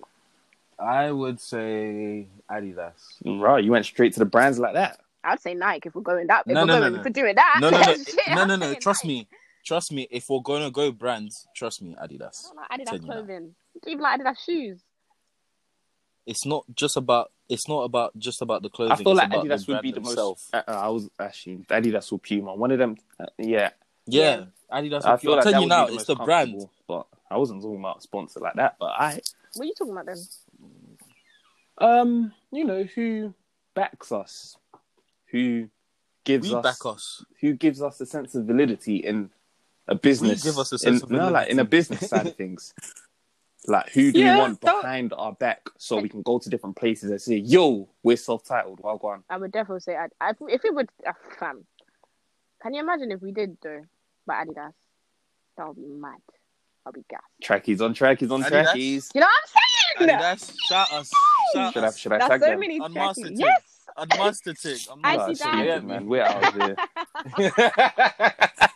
S3: I would say Adidas.
S2: Right, you went straight to the brands like that.
S4: I'd say Nike if we're going that. If
S3: No,
S4: we're
S3: no, no,
S4: going
S3: no.
S4: for doing that.
S3: No, no, no,
S4: Shit, [LAUGHS]
S3: no,
S4: I'm
S3: no, no.
S4: saying
S3: Trust
S4: Nike.
S3: me, trust me. If we're gonna go brands, trust me, Adidas.
S4: I don't like Adidas
S3: Tell you that.
S4: clothing. I don't even like Adidas shoes.
S3: It's not just about. It's not about just about the clothing.
S2: I feel
S3: it's
S2: like
S3: about
S2: Adidas would
S3: brand
S2: be the
S3: themselves.
S2: most. Uh, uh, I was actually Adidas or Puma. One of them. Uh, yeah,
S3: Yeah, Adidas.
S2: I feel like that
S3: I'm telling you
S2: would
S3: now,
S2: be the
S3: it's
S2: most
S3: the brand.
S2: comfortable, But I wasn't talking about a sponsor like that. But I,
S4: What are you talking about then?
S2: um, you know who backs us, who gives
S3: We
S2: us,
S3: back us.
S2: who gives us a sense of validity in a business.
S3: give us a
S2: in-
S3: sense of
S2: No, like in a
S3: validity.
S2: business side of things.
S3: [LAUGHS]
S2: Like who do
S4: Yeah,
S2: we want
S4: don't-
S2: behind our back so we can go to different places and say, "Yo, we're self-titled." Well, go on.
S4: I would definitely say Ad- I, if it would uh, fam. Can you imagine if we did though? But Adidas, that would be mad. I'll be gassed.
S2: Trackies on trackies on
S3: Adidas?
S2: trackies.
S4: You know what I'm saying?
S3: Adidas, shout us. Shout
S2: Should I
S3: us.
S2: should I tag
S4: That's so
S2: them?
S4: many
S3: Unmasked
S4: trackies.
S3: it.
S4: Yes,
S3: Unmastered tick.
S4: I
S2: Nah, [LAUGHS]
S4: see
S2: shouldn't
S4: that.
S2: do it, man. We're out of here.
S3: that.